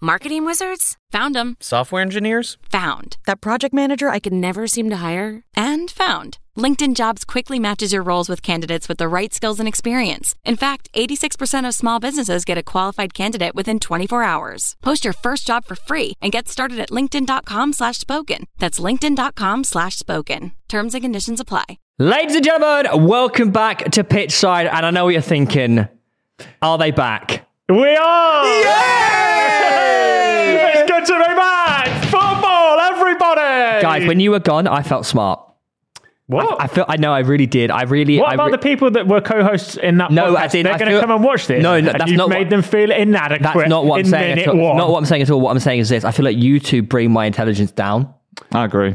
Marketing wizards? Found them. Software engineers? Found. That project manager I could never seem to hire? And found. LinkedIn Jobs quickly matches your roles with candidates with the right skills and experience. In fact, 86% of small businesses get a qualified candidate within 24 hours. Post your first job for free and get started at linkedin.com slash spoken. That's linkedin.com slash spoken. Terms and conditions apply. Ladies and gentlemen, welcome back to Pitchside. And I know what you're thinking. Are they back? We are! Yay! It's good to be back! Football, everybody! Guys, when you were gone, I felt smart. what? I feel I know I really did. I really what I about re- the people that were co-hosts in that No, podcast? as in, They're I going to feel- come and watch this. No, no, and that's you've not made what- them feel inadequate. That's not what I'm in saying. At minute all. one. Not what I'm saying at all. What I'm saying is this. I feel like you two bring my intelligence down. I agree.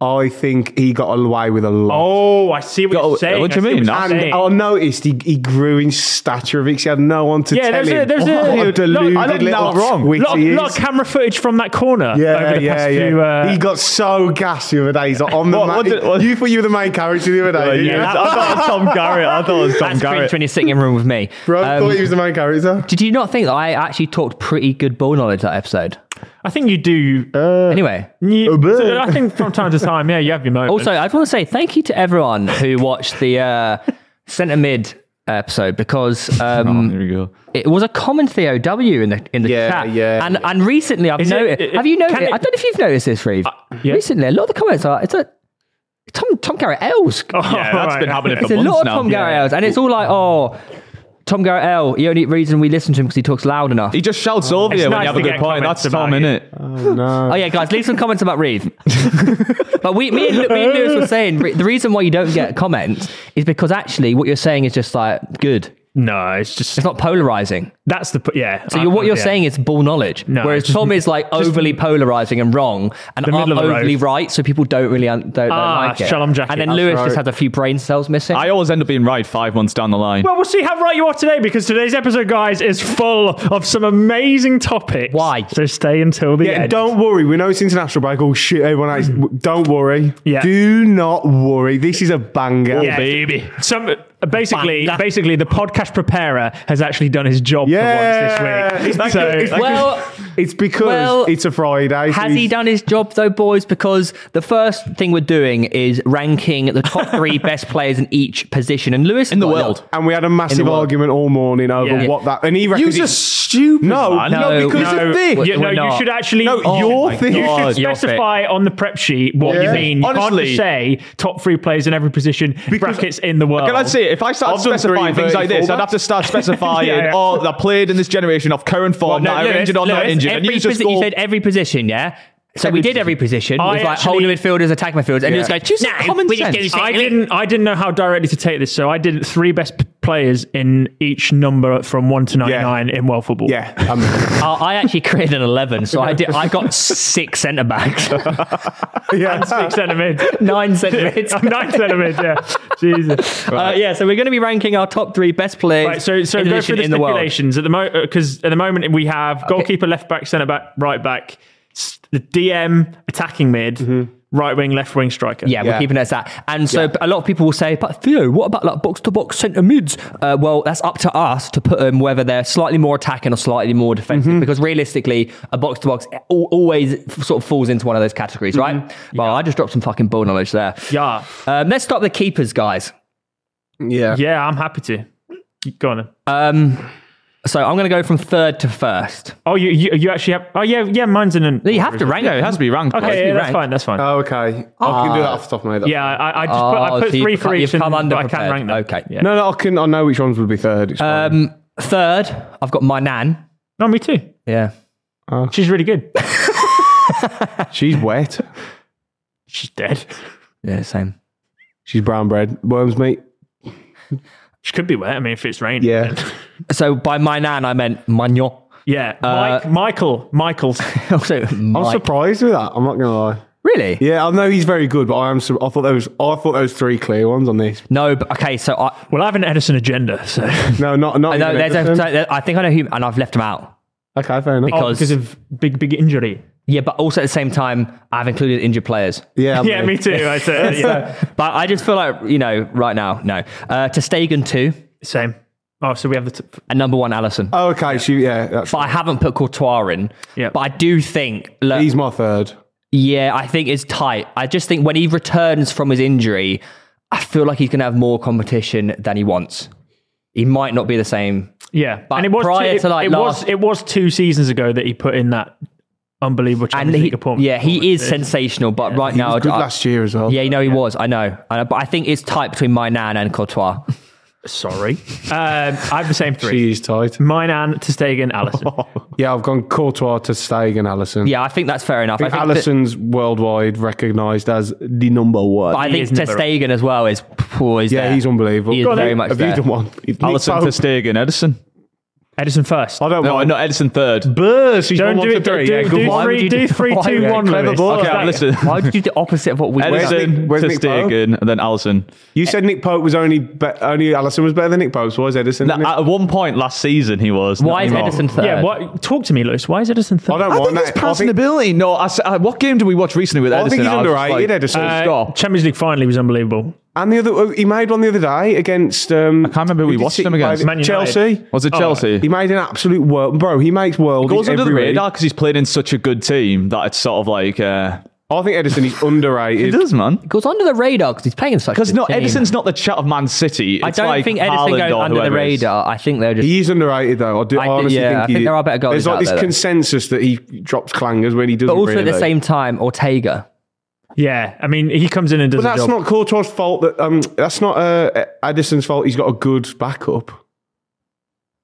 I think he got away with a lot. Oh, I see what Got- you're saying. what do you I see mean? you're I'm and saying. I noticed he, he grew in stature because he had no one to yeah, tell there's a, him there's a, what a lot- deluded I don't little know, wrong. wit Lot, he lot of is. camera footage from that corner yeah, over the yeah, past yeah. few. Uh, he got so gassy the other day. He's like, I'm the What- ma- what did- what- You thought you were the main character the other day. didn't you? yeah, I thought it was Tom Garrett. I thought it was Tom That's cringe Garrett. when you're sitting in a room with me. Bro, I Um, thought he was the main character. did you not think that I actually talked pretty good ball knowledge that episode? I think you do. Uh, Anyway, you- a bit. I think from time to time, yeah, you have your moments. Also, I want to say thank you to everyone who watched the uh, centre mid episode because Oh, um, here we go. it was a common Theo W in the in the Yeah, chat. yeah. And and recently I've Is it- noticed. it- have you noticed? can it- I don't know if you've noticed this, Reeve. yeah. Recently, a lot of the comments are it's a Tom Tom Garrett L's. Yeah, that's Alright. been happening it's for a months lot of now. Tom Garrett L's, and it's all like oh. Tom Garrett L. The only reason we listen to him because he talks loud enough. He just shouts over It's you when nice you have to a good get point. comments That's about Tom, you. innit? Oh yeah, guys, leave some comments about Reeve. but we, me, and, me and Lewis were saying re- the reason why you don't get comments is because actually what you're saying is just like good. no, it's just It's not polarizing. that's the yeah. So you're, what you're saying is bull knowledge, No, whereas it's just- Tom is like overly polarizing and wrong, and The I'm middle of the road. overly right, so people don't really un- don't, don't Ah, like it. shalom jacket. and then That's Lewis right. just has a few brain cells missing. I always end up being right five months down the line. Well, we'll see how right you are today because today's episode, guys, is full of some amazing topics. Why? So stay until the Yeah, end. don't worry. We know it's international break. Oh shit, everyone else. Don't worry. Yeah. Do not worry. This is a banger. Yeah. baby. Some basically, Bang. basically, the podcast preparer has actually done his job Yeah. for once this It's week. because- it's So, because- well, It's because Well, it's a Friday. so Has he he's- done his job though, boys? Because the first thing we're doing is ranking the top three best players in each position. And Lewis In the Well, world. And we had a massive world. argument all morning over Yeah. what that. And he reckons You're it's- just stupid. No, man. no, because no. of this. We're- you, no, we're you not. should actually. Oh No, your my thing. God. You should Your specify on the prep sheet what Yeah. you mean. You can't Honestly. just say top three players in every position, brackets in the world. Can I say, if I started I've done specifying three things like this, vertical I'd have to start specifying, Yeah, yeah. oh, they played in this generation of current form, no, that are Lewis, injured or not Lewis, injured. And every you just posi- go, you said every position, yeah. So we did every position. I It was like actually- holding midfielders, attack midfielders, and you just go, Just "No, common we just sense." do I this." didn't. I didn't know how directly to take this, so I did three best p- players in each number from one to ninety-nine in world football. Yeah. Um, Uh, I actually created an eleven, so I did. I got six centre backs, yeah. six centimeters. nine centre mids. Nine centimeters, yeah. Jesus. Uh, yeah, so we're going to be ranking our top three best players Right, so so in, the go nation- through the in the world. stipulations at the moment because at the moment we have goalkeeper, left back, centre back, right back, s- the DM, attacking mid, right wing, left wing, striker. Mm-hmm. Yeah, we're Yeah. keeping it as that. And so a lot of people will say, but Theo, what about like box to box centre mids? Uh, well, that's up to us to put them whether they're slightly more attacking or slightly more defensive. Mm-hmm. Because realistically, a box to box always f- sort of falls into one of those categories, right? Mm-hmm. Well, I just dropped some fucking ball knowledge there. yeah, Um, let's start the keepers, guys. yeah. yeah. I'm happy to. Go on. Then. Um, so I'm going to go from third to first. Oh, you, you you actually have? Oh yeah, yeah. Mine's in an. You have to rank. yeah, it has to be ranked. Okay, yeah, you that's rank. Uh, fine. That's fine. Oh, okay. I can do that off the top of my head. yeah, I, I just put, Oh, I put so you've three for come- each. you've come and- but I underprepared. can rank them. Okay. Yeah. No, no, I can. I know which ones would be third. It's fine. Um, third, I've got my nan. No, me too. Yeah. She's really good. She's wet. She's dead. Yeah, same. She's brown bread. Worms, mate. She could be wet. I mean, if it's raining. Yeah. So by my nan, I meant Magnon. Yeah. Uh, Mike, Michael. Michael's. also, I'm Mike. surprised with that. I'm not gonna lie. really? Yeah, I know he's very good, but I am. sur- I thought there was. I thought there was three clear ones on this. No, but okay. So I, Well, I have an Edison agenda, so. No, not not. I know even there's a, Edison. so there- I think I know who, and I've left him out okay, fair enough. because because of Oh, big, big injury. Yeah, but also at the same time, I've included injured players. Yeah, Yeah, me too. I said, yeah. But I just feel like, you know, right now, no. Uh, to Stegen 2 Same. Oh, so we have the. T- and number one, Allison. Oh, okay. So, yeah, that's, But I haven't put Courtois in. Yeah. But I do think, look, he's my third. yeah, I think it's tight. I just think when he returns from his injury, I feel like he's going to have more competition than he wants. He might not be the same. yeah, But and it was prior two, to, like, it last- was it was two seasons ago that he put in that unbelievable And Champions he, League performance. yeah, he is sensational, but right He now, was good I- last year as well. Yeah, you know he was. I know, I, but I think it's tight between my nan and Courtois. Sorry, um, I have the same three. He's tight. Mine and to Stegen, Allison. Yeah, I've gone Courtois to Stegen, Allison. Yeah, I think that's fair enough. I think, Allison's worldwide recognised as the number one. that, I think is never- Testegen as well is. phew, is yeah, there. he's unbelievable. He is Go on very then. much Have there. you done one? You've- Allison Oh, to Stegen, Edison. Edison first. I don't No, mind. no, Edison third. Blurs. He's Don't gone do one it. to Do, three. do, Yeah, good do one. Why would three, you do do- three, why two, would you- one, Clever Lewis. ball. What's Okay, that? listen. Why did you do the opposite of what we did? Where's Edison Nick- where's to Nick Pope? Stegen, and then Allison. You said Nick Pope was only be- only Allison was better than Nick Pope. So why is Edison? No, at one point last season, he was. Why is Not anymore. Edison third? Yeah, what, talk to me, Lewis. Why is Edison third? I don't I mind think it's that. I passing think- ability. No, I, s- uh, what game did we watch recently with I Edison? think he's was just underrated, Edison. Uh, Uh, stop. Champions League final, he was unbelievable. And the other, he made one the other day against. Um, I can't remember who we watched them against. Man United. Chelsea. Was it Oh, Chelsea? He made an absolute world, bro. He makes world. goes under the radar because he's played in such a good team that it's sort of like uh, I think Edison is it underrated. does, man. goes under the radar because he's playing such. Because a good no, team. Edison's not the chat of Man City. I It's don't like think Edison Haaland goes or under the whoever it is. radar. I think they're just. He is underrated though. I do. I I, thi- honestly yeah, think, I he think is. there are better goalies There's out like this there, though. consensus that he drops clangers when he doesn't. but also at the really. same time, Ortega. Yeah, I mean, he comes in and does But a that's job. not Courtois' fault. That um, that's not uh, Edison's fault. He's got a good backup.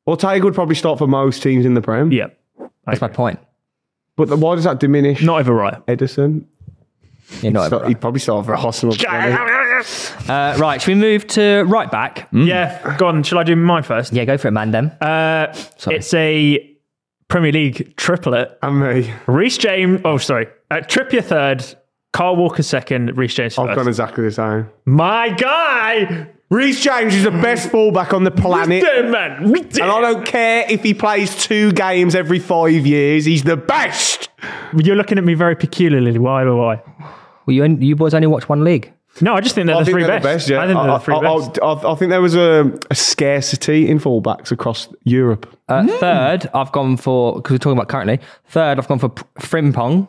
Well, Tiger would probably start for most teams in the Prem. yeah, That's my point. But then why does that diminish not ever right. Edison? You know. So he'd probably start for Arsenal. Uh, right, should we move to right back? Mm. Yeah, go on. Shall I do mine first? Yeah, go for it, man. Then Uh, Sorry. It's a Premier League triplet. and me. Reece James. Oh, sorry. Uh, Trippier third. Carl Walker second. Reece James 1st I've gone exactly the same. My guy. Reece James is the best fullback on the planet. Damn, man. We did And I don't care if he plays two games every five years. He's the best. it. You're looking at me very peculiarly. Why? Why? why? well, you you boys only watch one league. No, I just think they're the 3 best. I think they're the three best. I, I- I think there was a, a scarcity in fullbacks across Europe. Uh, Third, I've gone for because we're talking about currently. Third, I've gone for P- Frimpong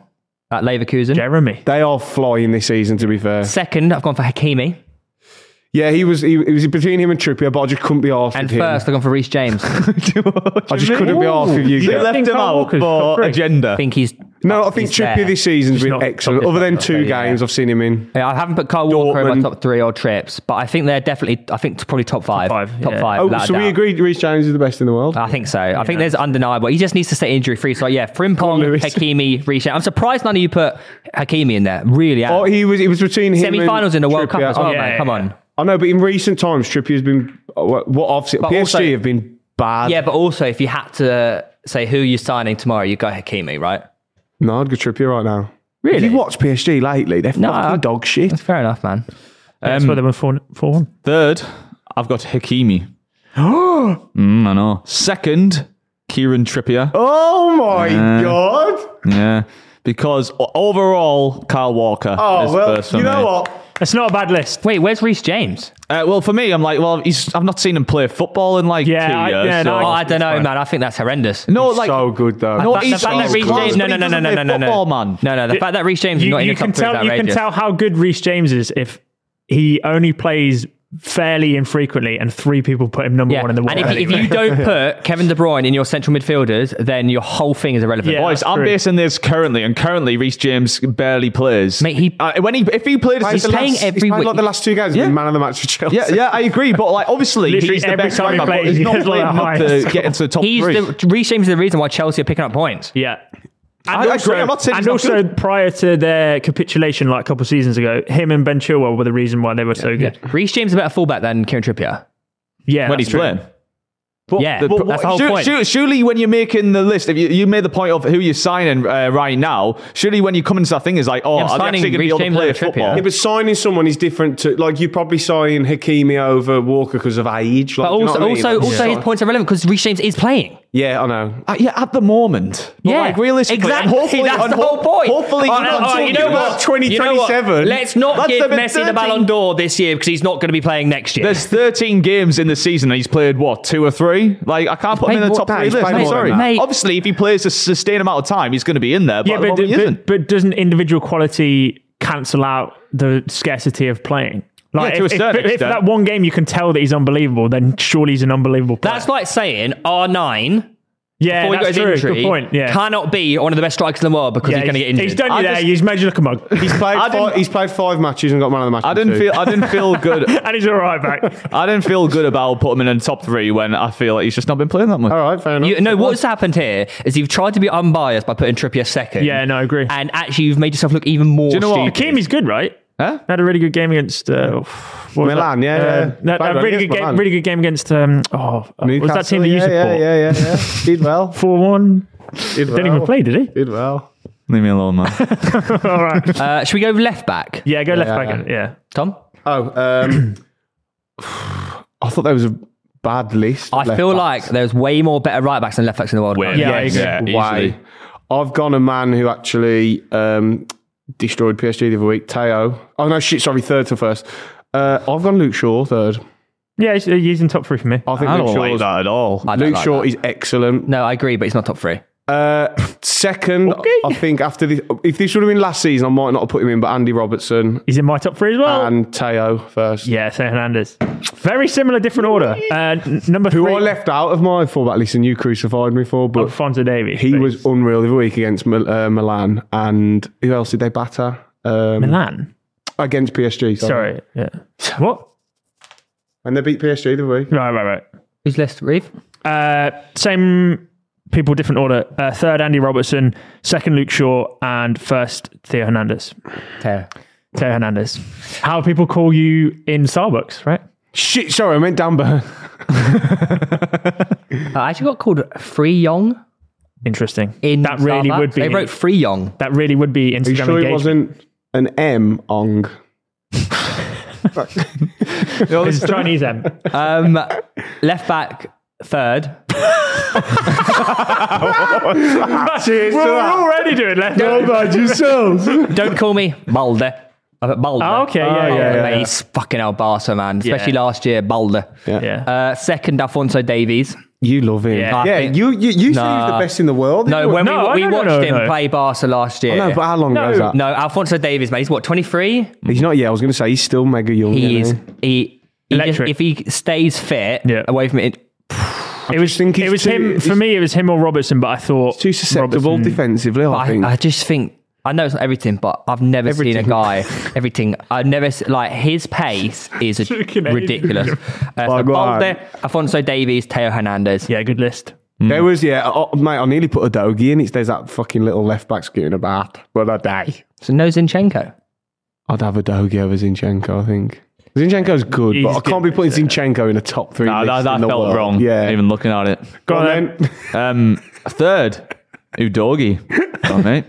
at Leverkusen. Jeremy. They are flying this season, to be fair. Second, I've gone for Hakimi. Yeah, he was. He, it was between him and Trippier, but I just couldn't be asked And with him. first, I've gone for Reece James. I I just couldn't be asked with you. You guys. left Left Think him Kyle out Walker's top for three. agenda. think he's. no, I think he's Trippier there. this season's been not top excellent. this Other than month, two yeah. games, I've seen him in. Yeah, I haven't put Kyle Walker in Dortmund. my top three or trips, but I think they're definitely. I think it's probably top five. five, yeah. Oh, without a so we doubt. Uh, agreed Reece James is the best in the world. I think so. I think there's undeniable. He just needs to stay injury free. So yeah, Frimpong, Lewis. Hakimi, Reece. I'm surprised none of you put Hakimi in there. Really, Oh, am. he was. It was between him. semi-finals and in the World Cup Trippier. Oh, as well, I- yeah, man. Come yeah. on. I know, but in recent times, Trippier's been uh, what what obviously But PSG also- have been bad. Yeah, but also if you had to say who you're signing tomorrow, you go Hakimi, right? No, I'd go Trippier right now. Really? If you watch PSG lately, they're No, I- fucking dog shit. That's fair enough, man. That's why they were 4 4 1. Third, I've got Hakimi. mm, I know. Second, Kieran Trippier. Oh my god! Yeah, because o- overall, Kyle Walker. Oh is well, first for you know me. what? That's not a bad list. Wait, where's Reece James? Uh, well, for me, I'm like, well, he's, I've not seen him play football in like Yeah, two I- years. yeah, so- no, Oh, I don't know, fine. man. I think that's horrendous. no, He's like, so good though. no, But the he's fact that so Reece class, James, but no, he no, no, no, doesn't no, play no, no, no, football, man. no, no. The fact that Reece James is You, not in you the can top three is tell, you can outrageous. tell how good Reece James is if he only plays fairly infrequently and three people put him number Yeah. one in the world. And if, you- if you don't put Kevin De Bruyne in your central midfielders, then your whole thing is irrelevant. Yeah. Boys, that's I'm true. basing this currently, and currently, Reece James barely plays. Mate, he- uh, when he if he played, He's the playing last- every He's played week. like the last two games. Yeah. Yeah. Been man of the match for Chelsea. Yeah, yeah, I agree, but like obviously Literally he's the every best time he man, plays, but he's he not has, like, playing the enough to highest get into the top He's three. the, Reece James is the reason why Chelsea are picking up points. Yeah. And I agree, I'm not saying and he's not also good. prior to their capitulation, like a couple of seasons ago, him and Ben Chilwell were the reason why they were so good. Reece James is a better fullback than Kieran Trippier. Yeah, when that's he's true. playing. yeah, But that's what- the whole su- point. su- surely, when you're making the list, if you, you made the point of who you're signing uh, right now, surely when you come into that thing, is like, oh, Yeah, I'm I'm, signing actually going to be Reece able to James play over Trippier. football. Yeah, but signing someone is different to like you probably sign Hakimi over Walker because of age. Like, But do you know also, what I mean? also, Like, also, his points are relevant because Reece James is playing. Yeah, I know. Uh, yeah, at the moment. But, Yeah, like realistically, and exactly. hopefully, That's and the whole hope- point. Hopefully, Oh, you're no, not oh, talking you know about what? 20, You know what? 27. Let's not That's give the bit Messi the 13. Ballon d'Or this year because he's not going to be playing next year. There's 13 games in the season and he's played what two or three? Like I can't put played him in the more top than three that. He's list. played I'm more than sorry. that. Mate. Obviously, if he plays a sustained amount of time, he's going to be in there. But, Yeah, at the but, moment, he but, isn't. but doesn't individual quality cancel out the scarcity of playing? Yeah, to if, a certain if- if extent. that one game you can tell that he's unbelievable, then surely he's an unbelievable player. That's like saying R9 yeah, before he got his that's true. injury Good point. Yeah, cannot be one of the best strikers in the world because yeah he's going to get injured. He's done I you there. just- he's made you look a mug, He's played, I five, didn't- he's played five matches and got man of the match. I in didn't two. feel. I didn't feel good. and he's all right back. I didn't feel good about putting him in the top three when I feel like he's just not been playing that much. All right, fair enough. You, no, what's happened here is you've tried to be unbiased by putting Trippier second. Yeah, no, I agree. And actually, you've made yourself look even more. you know what? stupid. Hakimi's good, right? Huh? Had a really good game against uh, what was Milan, that? yeah, Uh, yeah. no, Bad a one really against good game. Milan. Really good game against. Um, oh, uh, was that team that you yeah, yeah, support? yeah, yeah, yeah. Did well. Four one. Did Didn't even play, did he? Did well. Leave me alone, man. All right. Uh, should we go left back, Yeah, go left yeah, back. yeah. and- Yeah. Tom? Oh, um, I thought that was a bad list. I Left feel back. like there's way more better right backs than left backs in the world. Win. Yeah, I agree. Uh, why. I've gone a man who actually um, destroyed PSG the other week. Teo. Oh no, shit. Sorry, third to first. Uh, I've gone Luke Shaw third. Yeah, he's, he's in top three for me. I think I Luke don't like Shaw's- that at all. I don't Luke like Shaw that. is excellent. No, I agree, but it's not top three. Uh, second, I think after this, if this would have been last season, I might not have put him in. But Andy Robertson He's in my top three as well. and Teo first. yeah, Theo Hernandez. Very similar, different order. Uh, n- number Who three, Oh, I left out of my fullback list and you crucified me for, but Alfonso Davies. He but was unreal the other week against Mil- uh, Milan, and who else did they batter? Um, Milan. against PSG. Sorry. Sorry. Yeah. What? and they beat PSG the other week. Right, right, Who's left, Reeve? right. Uh, same people, different order. Uh, third, Andy Robertson. Second, Luke Shaw. And first, Theo Hernandez. Teo. Theo Hernandez. How people call you in Starbucks, right? Shit, sorry, I meant Dan Burn. I actually got called Free Young Interesting. in that really Starbucks. would be. They wrote Free Young. that really would be Instagram Are you sure he engagement. wasn't an M Ong? It's Chinese M. Um, left back third. Cheers to We're that. already doing left. back. yourselves. Don't call me Balder. I put Balder. Oh, okay, yeah, Balder, yeah, yeah, mate, yeah. He's fucking El Barca, man. Especially Yeah. last year, Balder. Yeah. Uh, second, Alfonso Davies. You love him. Yeah. Yeah, I think- you you, you said he was Nah. the best in the world. No, when No, we, no, we no, watched no, him no. play Barca last year. no, but how long ago was that? No, Alfonso Davies, mate. He's what, 23? He's not. Yeah, I was going to say he's still mega young. He is. isn't He, he just, Electric. if he stays fit Yeah. away from it, It was, think he's it was too- him. For he's- me, it was him or Robertson, but I thought. Too susceptible Robertson- defensively. I, I, think. I just think I know it's not everything, but I've never seen a Everything. guy everything. I've never se- like his pace is a, Fucking hell. ridiculous. Uh, so Oh, Like, right. Balde, Alfonso Davies, Teo Hernandez. Yeah, good list. There was, yeah, oh, mate, I nearly put a doggy in. It's there's that fucking little left back scooting about, but I'd die. So no Zinchenko. I'd have a doggy over Zinchenko, I think. Zinchenko's good, but He's I can't good, be putting Zinchenko in a top three. Nah, list that, that in the felt world. wrong. Yeah. even looking at it. Go on then. then. Um, third, Udogi. Oh, mate.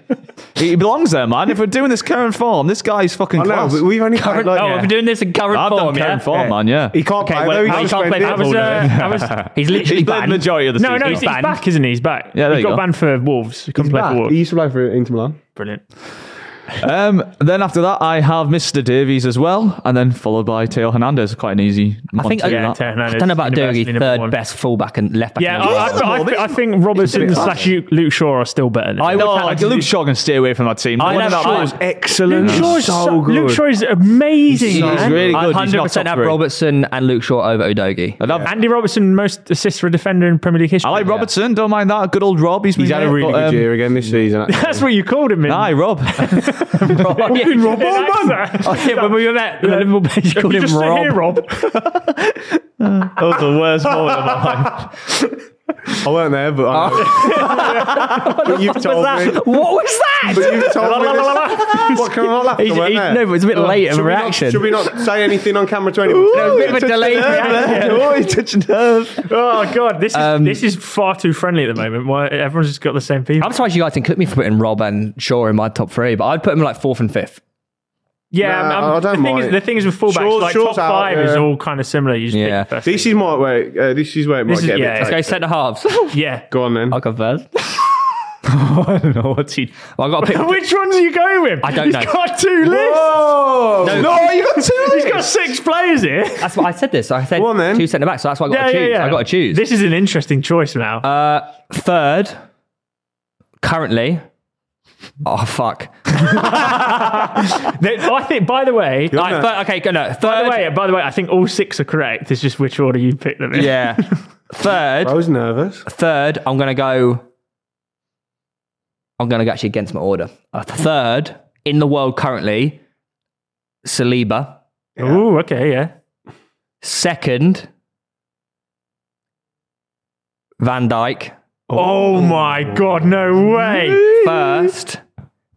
He belongs there, man. If we're doing this current form, this guy's fucking I know, class. but we've only Current, played, like, oh, we're doing this in current I've form, done current yeah? form, Yeah. man. Yeah. He can't Okay, play, well, though. He's he can't play suspended. I was, uh, I was, He's literally He's played the banned. majority of the no, season. no, he's, he's banned. back, isn't he? He's back. Yeah, there he you got go. banned for Wolves. He He's couldn't play back. for Wolves. He used to play for Inter Milan. Brilliant. Um, then after that, I have Mr. Davies as well, and then followed by Teo Hernandez. Quite an easy. I think I, Yeah, Teo I Hernandez, don't know about universally Dogi, number third one. best fullback and left back. Yeah, oh, in the I, world. I, I, I think Robertson He's a bit slash Luke, Luke Shaw are still better. Than I him. would like Luke Shaw can stay away from that team. I One of know, that- I- was excellent. Luke Shaw is so good. Luke Shaw is amazing. He's man. really I good. He's not 100% top have three. Robertson and Luke Shaw over Udogi. I'd have- Andy Robertson, most assists for a defender in Premier League history. I like Robertson. Don't mind that. Good old Rob. He's, He's been had a there, really but, um, good year again this season. actually. That's what you called him in. Aye, Rob. Rob. Yeah, when we were there, the Liverpool page called him him Rob. Rob. Rob. that was the worst moment of my life. I weren't there, but I know. But you've told me. What was that? But you've told me. this. What can I not laugh? He's- I weren't he- there. no, but it's a bit late of Should a we not- reaction. Should we not say anything on camera to anyone? There was a bit of a delayed reaction. Oh, he touched a nerve. Oh god, this is Um, this is far too friendly at the moment. Why everyone's just got the same people? I'm surprised you guys didn't clip me for putting Rob and Shaw in my top three, but I'd put him like fourth and fifth. Yeah, Nah, um, I don't the thing is, mind. the thing is with fullbacks, Shaw's- like Shaw's top out, five is yeah. all kind of similar. You just Yeah. pick the first This team. is my way. Uh, this is where it might This is- get. a bit yeah, Let's tight. go centre halves. yeah. Go on then. I'll go first. I don't know what's he. Well, I got to pick. Which ones are you going with? I don't know. He's got two lists. Oh No. no, you got two. He's got six players here. That's what I said. This I said Go on then. two centre backs. So that's what I got Yeah, to yeah, choose. yeah. I got to choose. This is an interesting choice now. uh, third, currently. Oh fuck! They- I think, by the way, Like, thir- okay, go- no. Third. by the way, by the way, I think all six are correct. It's just which order you pick them in. yeah. I third. was nervous. Third. I'm gonna go. I'm gonna go actually against my order. Uh, third in the world currently, Saliba. Ooh, okay, yeah. Second, Van Dyke. Oh, my god, no way. First,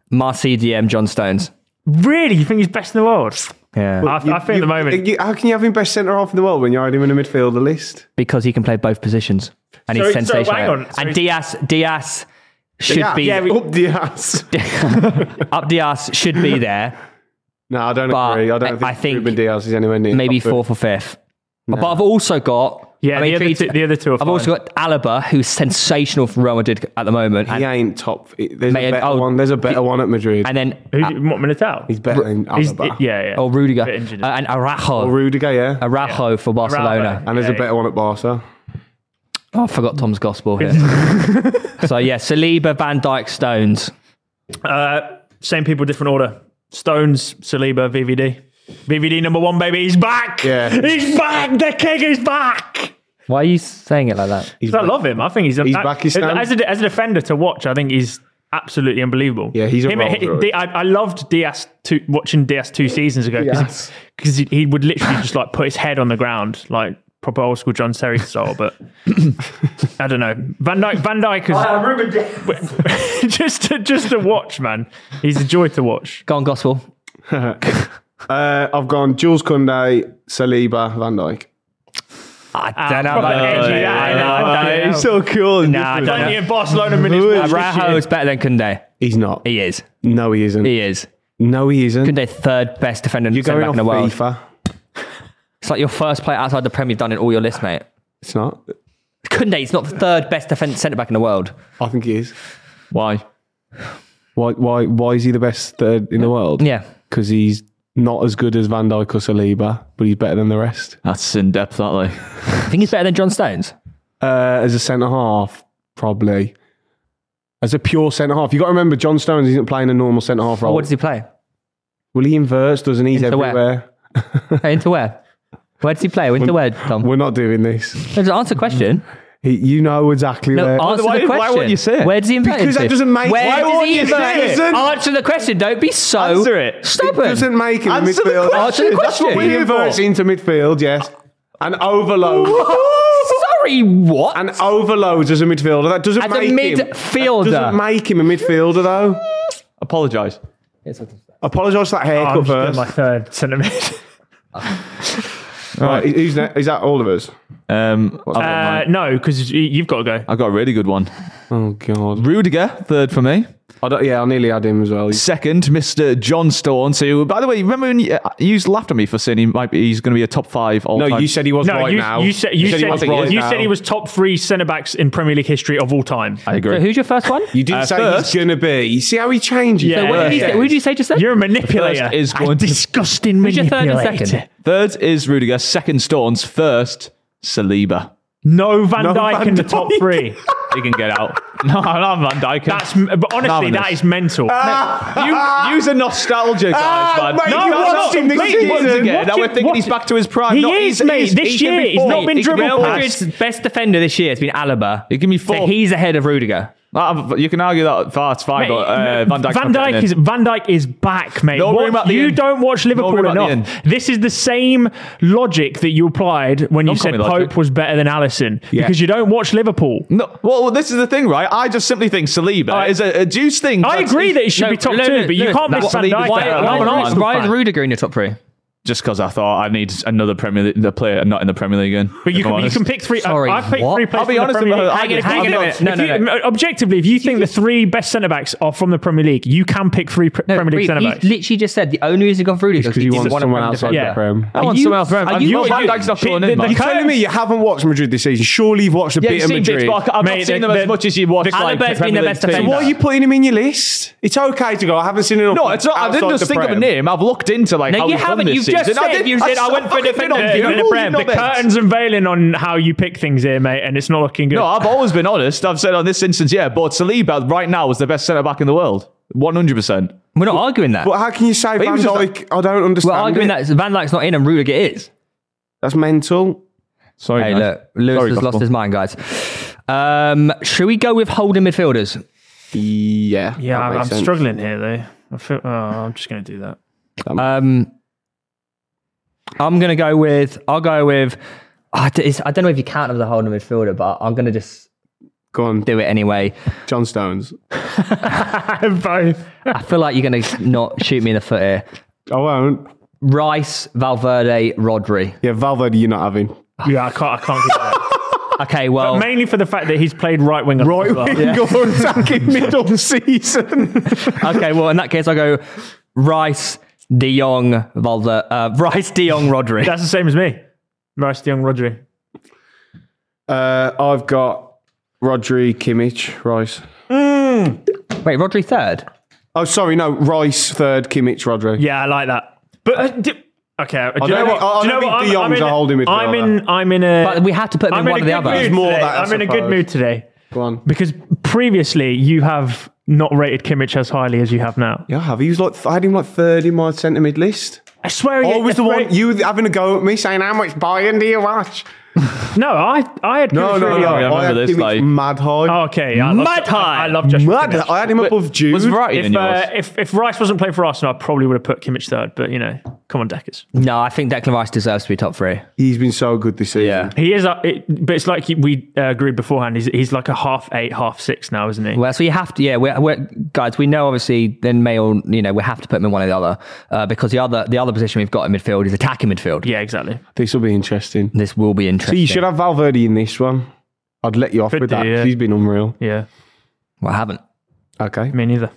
Marcy DM John Stones. Really? You think he's best in the world? Yeah. I, I think at the moment. you- how can you have him best centre half in the world when you had him in a midfielder list? Because he can play both positions. And So- he's so hang sensational. on. So and he's- Diaz Diaz should be Yeah, we- up the ass. up Diaz should be there. No, I don't But agree. I I- don't think, I think Ruben Diaz is anywhere near. Maybe top three. fourth or fifth. But I've also got Yeah, the other three- two- the other two are I've also got Alaba, who's sensational for Real Madrid at the moment. He And, ain't top. There's Mate, a better oh, one. There's a better one at Madrid. and then Who do you want Militao? He's better than He's- Alaba. yeah, yeah. or Rudiger. Bit injured. Uh, and Araujo. Rudiger, yeah. Araujo for Barcelona. Araujo. and there's Yeah. a better one at Barca. Oh, I forgot Tom's gospel here. so yeah, Saliba, Van Dyke, Stones. Uh, same people, different order. Stones, Saliba, VVD. VVD number one, baby. He's back. Yeah. He's back. The king is back. Why are you saying it like that? He's I back. love him. I think he's, He's I- back, he's stand. as, a, as a defender to watch. I think he's absolutely unbelievable. Yeah, he's a him, Rolls he- Royce. the- I, I loved DS two, watching DS two seasons ago because Diaz. he, he would literally just like put his head on the ground like proper old school John Terry style. But I don't know. Van Dyke. Van Dyke is just to, just to watch, man. He's a joy to watch. Go on, gospel. Uh, I've gone Jules Kunde, Saliba, Van Dijk. I don't know about that. Yeah, I know. It's so cool. Nah, I don't Only know. in Barcelona minutes. Araujo is better than Kunde. He's not. He is. no, he isn't. He is. no, he isn't. Kunde, third best defender You're centre going back in off the world. FIFA. It's like your first player outside the Prem you've done in all your lists, mate. It's not. Kunde is not the third best defence centre back in the world. I think he is. Why? Why? Why? Why is he the best third in the world? Yeah. because he's not as good as Van Dijk or Saliba, but he's better than the rest. That's in depth, that like. I think he's better than John Stones. Uh, as a centre half, probably. As a pure centre half, you got to remember John Stones isn't playing a normal centre half Or role. what does he play? Well, he inverts, doesn't he? He's Into where? everywhere. Hey, into where? Where does he play? Into where, Tom? We're not doing this. Just answer the question. He, you know exactly No, where. answer why- the question. why won't you say it? Where does he invert Because that into? doesn't make- Where why does won't he you invert say it? into? Answer the question. Don't be so Answer it. it doesn't stubborn. make him a Answer the midfield. question. Answer the That's what question. he inverts into midfield. Yes, and overload. Sorry, what? And overloads as a midfielder. That doesn't As a make him that midfielder. Doesn't make him a midfielder though. Apologise. Apologise for that haircut Oh, I'm still first. my third sentiment. Right, who's Uh, ne- is that all of us? Um, I've, got Uh, mine. no, because you've got to go. I've got a really good one. Oh God! Rudiger, third for me. I don't, yeah, I nearly had him as well. Second, Mr. John Stones, who, by the way, remember when you, uh, you laughed at me for saying he might be, he's going to be a top five all No, time? you said he was No, right you, now. you said you, said, he was right you now. said he was top three centre backs in Premier League history of all time. I agree. Uh, So who's your first one? You didn't say first- Uh, he's gonna be. You see how he changes. Yeah. So What did, he say? Yeah. what did you say just then? You're a manipulator. First is A going to- disgusting Who's your third manipulator. and second? Third is Rudiger. Second, Stones. First, Saliba. No Van Dyke Van in the Dijk. top three. He can get out. no, I love Van Dijk. That's but honestly, Ravenous. that is mental. you, use a nostalgia, guys, man. Ah, mate, you that's watched him this mate, you season. watched him again. Watch Now we're him- thinking watch he's him. back to his prime. He No, is, he's, mate. He's, This he's year, been he's fourth. not been He's dribble been past. fourth. Madrid's best defender this year has been Alaba. He give me So four. he's ahead of Rudiger. Ah, you can argue that far, it's fine, Mate, but uh, Van Dijk. Van Dijk is Van Dijk is back, mate. No What- room at the you end. don't watch Liverpool room at the enough. end. This is the same logic that you applied when you Don't call said me Pope logic. was better than Allison because you don't watch Liverpool. No, well, well, this is the thing, right? I just simply think Saliba right. is a, a juice thing. I That's- agree that it should No, be top no, two, no, but you no, can't miss that's Van what- Dijk. why- out. why I'm an is- Arsenal Why fan. is Rudiger in your top three? just because I thought I need another Premier League the player not in the Premier League again. But you if can, I'm you honest. can pick three. Sorry, I, I've picked what? three players. I'll be from honest the Premier with League. her, I Hang on, did- hang I on a did minute. not. No, If no, you- Objectively, if you think the three best centre backs are from the Premier League, you can pick three pr- No, Premier League Reed, centre he backs. literally just said the only reason he got through this because you want didn't someone to outside defender. the prem. I Are want you- someone else. are Are you- you, well, are Van you- Dijk's not the- going the- in, man. the You're telling me you haven't watched Madrid this season? Surely you've watched a Yeah, bit you've of seen bits, Madrid. but I've Mate, not seen the- them as the- much as you watched. Alaba has like, been the Premier League best defender. teams. So Why are you putting him in your list? It's okay to go. I haven't seen enough. No, it's not. I didn't outside just the think of a prem. name. I've looked into like. No, how you he's done haven't. this You've just season. I said- did- you said, "I went for fucking defender did. in You the Uh, The know, Prem, you know the this. curtains unveiling on how you pick things here, mate, and it's not looking good. No, I've always been honest. I've said on this instance, yeah, but Saliba right now is the best centre back in the world, one hundred percent. We're not arguing that. But how can you say he Van was just- Dijk? I don't understand. We're arguing it. that Van Dijk's not in and Rudiger is. That's mental. Sorry, Hey, guys. look, Lewis Sorry, has Gospel. lost his mind, guys. Um, should we go with holding midfielders? Yeah. yeah, that I'm, I'm makes sense. struggling here though. I feel, oh, I'm just going to do that. Um, I'm gonna go with. I'll go with. I d- it's- I don't know if you count as a holding midfielder, but I'm gonna just Go on, do it anyway. John Stones. Both. I feel like you're gonna not shoot me in the foot here. I won't. Rice, Valverde, Rodri. Yeah, Valverde, you're not having. Yeah, I can't. I can't. Get that. Okay, well, Mainly for the fact that he's played right wing. Right wing or attacking middle season. okay, well, in that case, I'll go Rice, De Jong, Valverde, uh, Rice, De Jong, Rodri. That's the same as me. Rice, Young, Rodri. Uh, I've got Rodri, Kimmich, Rice. Wait, Rodri third. Oh, sorry, no, Rice third, Kimmich, Rodri. Yeah, I like that. But uh, do, okay, uh, do you don't know what? think- I do you know don't what? think De Jong's in, a holding midfielder. I'm in. I'm in a. But we had to put them I'm in one a or the good other. mood It's more today. that, I I'm in a good suppose. mood today Go on. because previously you have not rated Kimmich as highly as you have now. Yeah, I have. He was like, I had him like third in my centre mid list. I swear, I you- was the I swear- one you were having a go at me saying, How much Bayern do you watch? No, I, I had. No, Kimmich no, really no. high. I remember had this, Kimmich like- mad high. Oh, okay, I love, Mad high. I, I love Joshua mad Kimmich. high. I had him above Jude. Was Variety in If, yours? uh, if if Rice wasn't playing for Arsenal, I probably would have put Kimmich third. But you know, come on, Deckers. No, I think Declan Rice deserves to be top three. He's been so good this season. Yeah. He is, uh, it, but it's like he- we uh, agreed beforehand. He's he's like a half eight, half six now, isn't he? Well, so you have to, yeah, we're, we're guys. We know obviously then may or you know we have to put them in one or the other uh, because the other the other position we've got in midfield is attacking midfield. yeah, exactly. This will be interesting. This will be interesting. So you should have Valverde in this one. I'd let you off Could with do, that. 'cause yeah. He's been unreal. Yeah, Well, I haven't. Okay. me neither.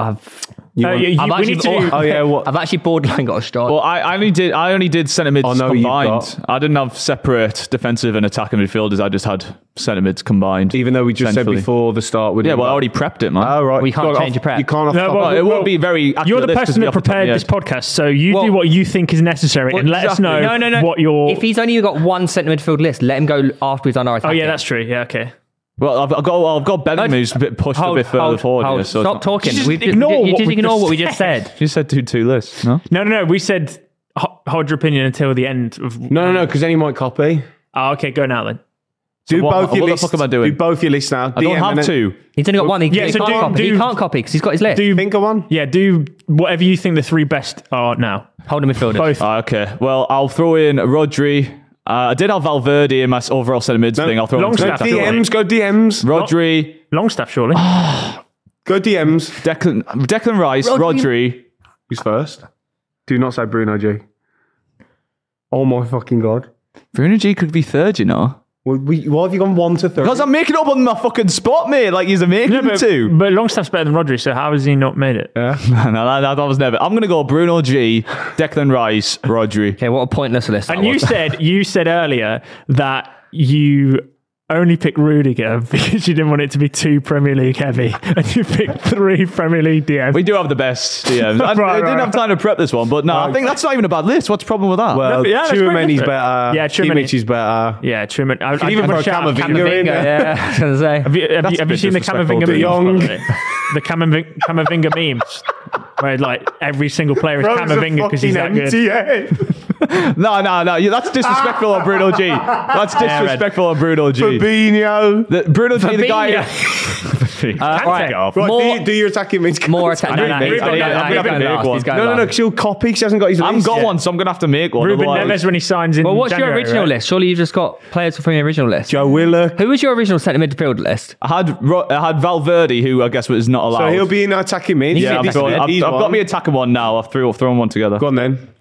I've. Uh, want- you- you- I've we need to. actually- do- Oh yeah, what? I've actually borderline got a start. Well, I, I only did. I only did centre mids Oh, no, you've combined. I didn't have separate defensive and attacking midfielders. I just had centre mids combined. Even though we just said Centrally. before the start, we yeah, well, I already prepped it, man. Oh right, We can't Go on, change off- your prep. You can't off. No, top- well, But it well, won't be very. accurate You're the list 'cause person we that have to prepared top- this yeah. podcast, so you Well- do what you think is necessary and let exactly. us know no, no, no. what your. If he's only got one centre midfield list, let him go after he's done our oh, attacking. yeah, that's true. Yeah, okay. Well, I've I've got I've got Bellingham who's a bit pushed a bit further forward. here, so Stop talking. Just We've ignore you, you what just we ignore just what we just said. You said do two lists, no? No, no, no. We said ho- hold your opinion until the end of. No, no, no, because then he might copy. Oh, okay, go now then. Do what- both what your the lists. fuck am I doing? Do both your lists now. I don't have to. He's only got one. He, Yeah, he so can't do- copy. do- he can't copy because he's got his list. Do Think of one. yeah, do whatever you think the three best are now. Holding midfielders. Both. Ah, okay. Well, I'll throw in Rodri. Uh, I did have Valverde in my s- overall centre mid thing. I'll throw him. Longstaff. Longstaff. DMs, go DMs. Rodri, Longstaff, surely. Go DMs. Declan, Declan Rice, Rodri. Who's first? Do not say Bruno G. Oh my fucking god. Bruno G could be third, you know. Well, we, why have you gone one to third? Because I'm making up on my fucking spot, mate. Like he's a making No, but, two. but Longstaff's better than Rodri, so how has he not made it? no, no, that, that was never. I'm gonna go Bruno G, Declan Rice, Rodri. Okay, what a pointless list. that and you was. said you said earlier that you only picked Rudiger because you didn't want it to be too Premier League heavy, and you picked three Premier League DMs. We do have the best DMs. I, Right, I didn't right. have time to prep this one, but no, I think that's not even a bad list. What's the problem with that? well, Yeah, that's Tchouameni's pretty good. better. Yeah, Tchouameni. Kimmich is better. yeah, Truman. I, I even give a throw shout out Camavinga in Camavinga. there. Yeah, I was gonna say. Have you, have you, a have you bit seen the disrespectful, Camavinga De memes? Jong. by the way? The Camavinga, Camavinga memes, where like every single player is Camavinga because he's that good. good. No, no, no. you- That's disrespectful on Bruno G. That's Red. disrespectful on Bruno G. Fabinho. The, Bruno G, the guy. Fabinho. Uh, Can't take it off. Right, More- do, you, do your attacking mid. More attack. No, no, he's Ruben- going no, last. no, He's going Ruben last. Neves He's going No, no, no, last. because she'll copy. 'cause She hasn't got his list. I'm got one, so I'm gonna have to make one. Ruben otherwise- Neves when he signs in. Well, what's your January, original right? list? Surely you've just got players from your original list. Joe Willock. Who was your original centre midfield list? I had Ro- I had Valverde, who I guess was not allowed. So he'll be in our attacking mid. Yeah, I've, He's got, I've, he's I've got one. me attacking one now. I've threw, I've thrown one together. Go on then.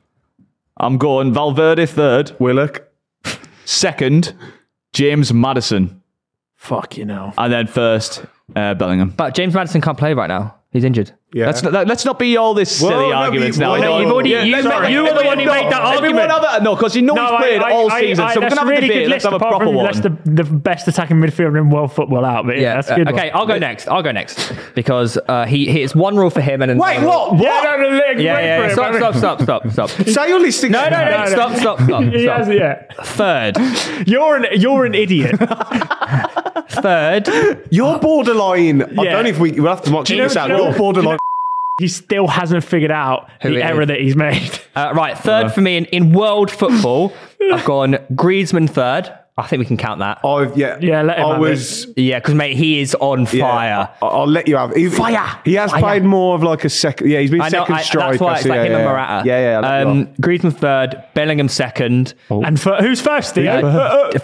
I'm going Valverde third, Willock. second, James Madison, Fuck you know. and then first, uh, Bellingham. But James Madison can't play right now. He's injured. Yeah. Let's not, let's not be all this silly Whoa, no, arguments you- now. whoa, Uh, no, No, you've already- yeah, you- let's no, not- you were the everyone one who have- made that Everyone argument. have a, no, because you know he's played all season, so we're that's gonna have a really a debate. good list. Let's have a apart proper from one. that's the, the best attacking midfielder in world football out. But yeah, that's a good. uh, okay, I'll go next. I'll go next because uh, he, he it's one rule for him and then Wait, what? What? Yeah, no, no, no, wait Yeah, yeah, for yeah. it, Stop, wait for stop, it. stop, stop, stop. Say your list No, again. no, no, stop, stop, stop, He stop. has, yeah. Third, You're an you're an idiot. third. You're borderline. I Yeah. don't know if we, we'll have to mock you know- this out. do you know- You're borderline. he still hasn't figured out it the is. error that he's made. Uh, right, third for me in, in world football. I've gone Griezmann third. I think we can count that. I've, yeah, Yeah, let him I have was. Yeah, because mate, he is on yeah, fire. I- I'll let you have. He, Fire. He has Fire. played more of like a second. Yeah, he's been I know. second I, striker. that's why it's so like yeah, him yeah, and yeah. Morata. Yeah, yeah. I'll let you Um, have. Griezmann third, Bellingham second. And for, who's first? Steve?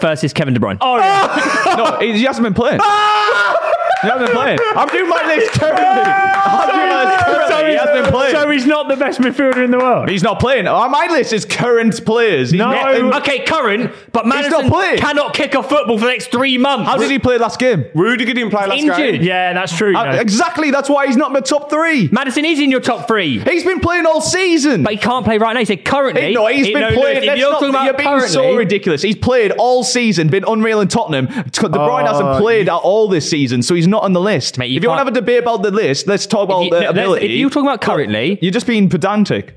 First is Kevin De Bruyne. Oh, yeah. No, he, he hasn't been playing. he hasn't been playing. I'm doing my list currently. I'm doing my list currently. so, he hasn't been he's, playing. so he's not the best midfielder in the world. He's not playing. Oh, my list is current players. He's No. not in- Okay, current, but not Madison playing. cannot kick a football for the next three months. How did he play last game? Rudiger didn't play last Injured. game. yeah, that's true. you Uh, know. exactly. That's why he's not in the top three. Madison is in your top three, He's been playing all season. but he can't play right now. He said currently. Hey, no, he's He- been no, no, playing. if That's you're not, talking about you're being so currently- ridiculous. He's played all season, been unreal in Tottenham. T- De Bruyne hasn't played at all this season, so he's not on the list. Uh, Mate, you if you want to can't- have a debate about the list, let's talk about If you- the no, let's- ability. if you're talking about currently- you're just being pedantic.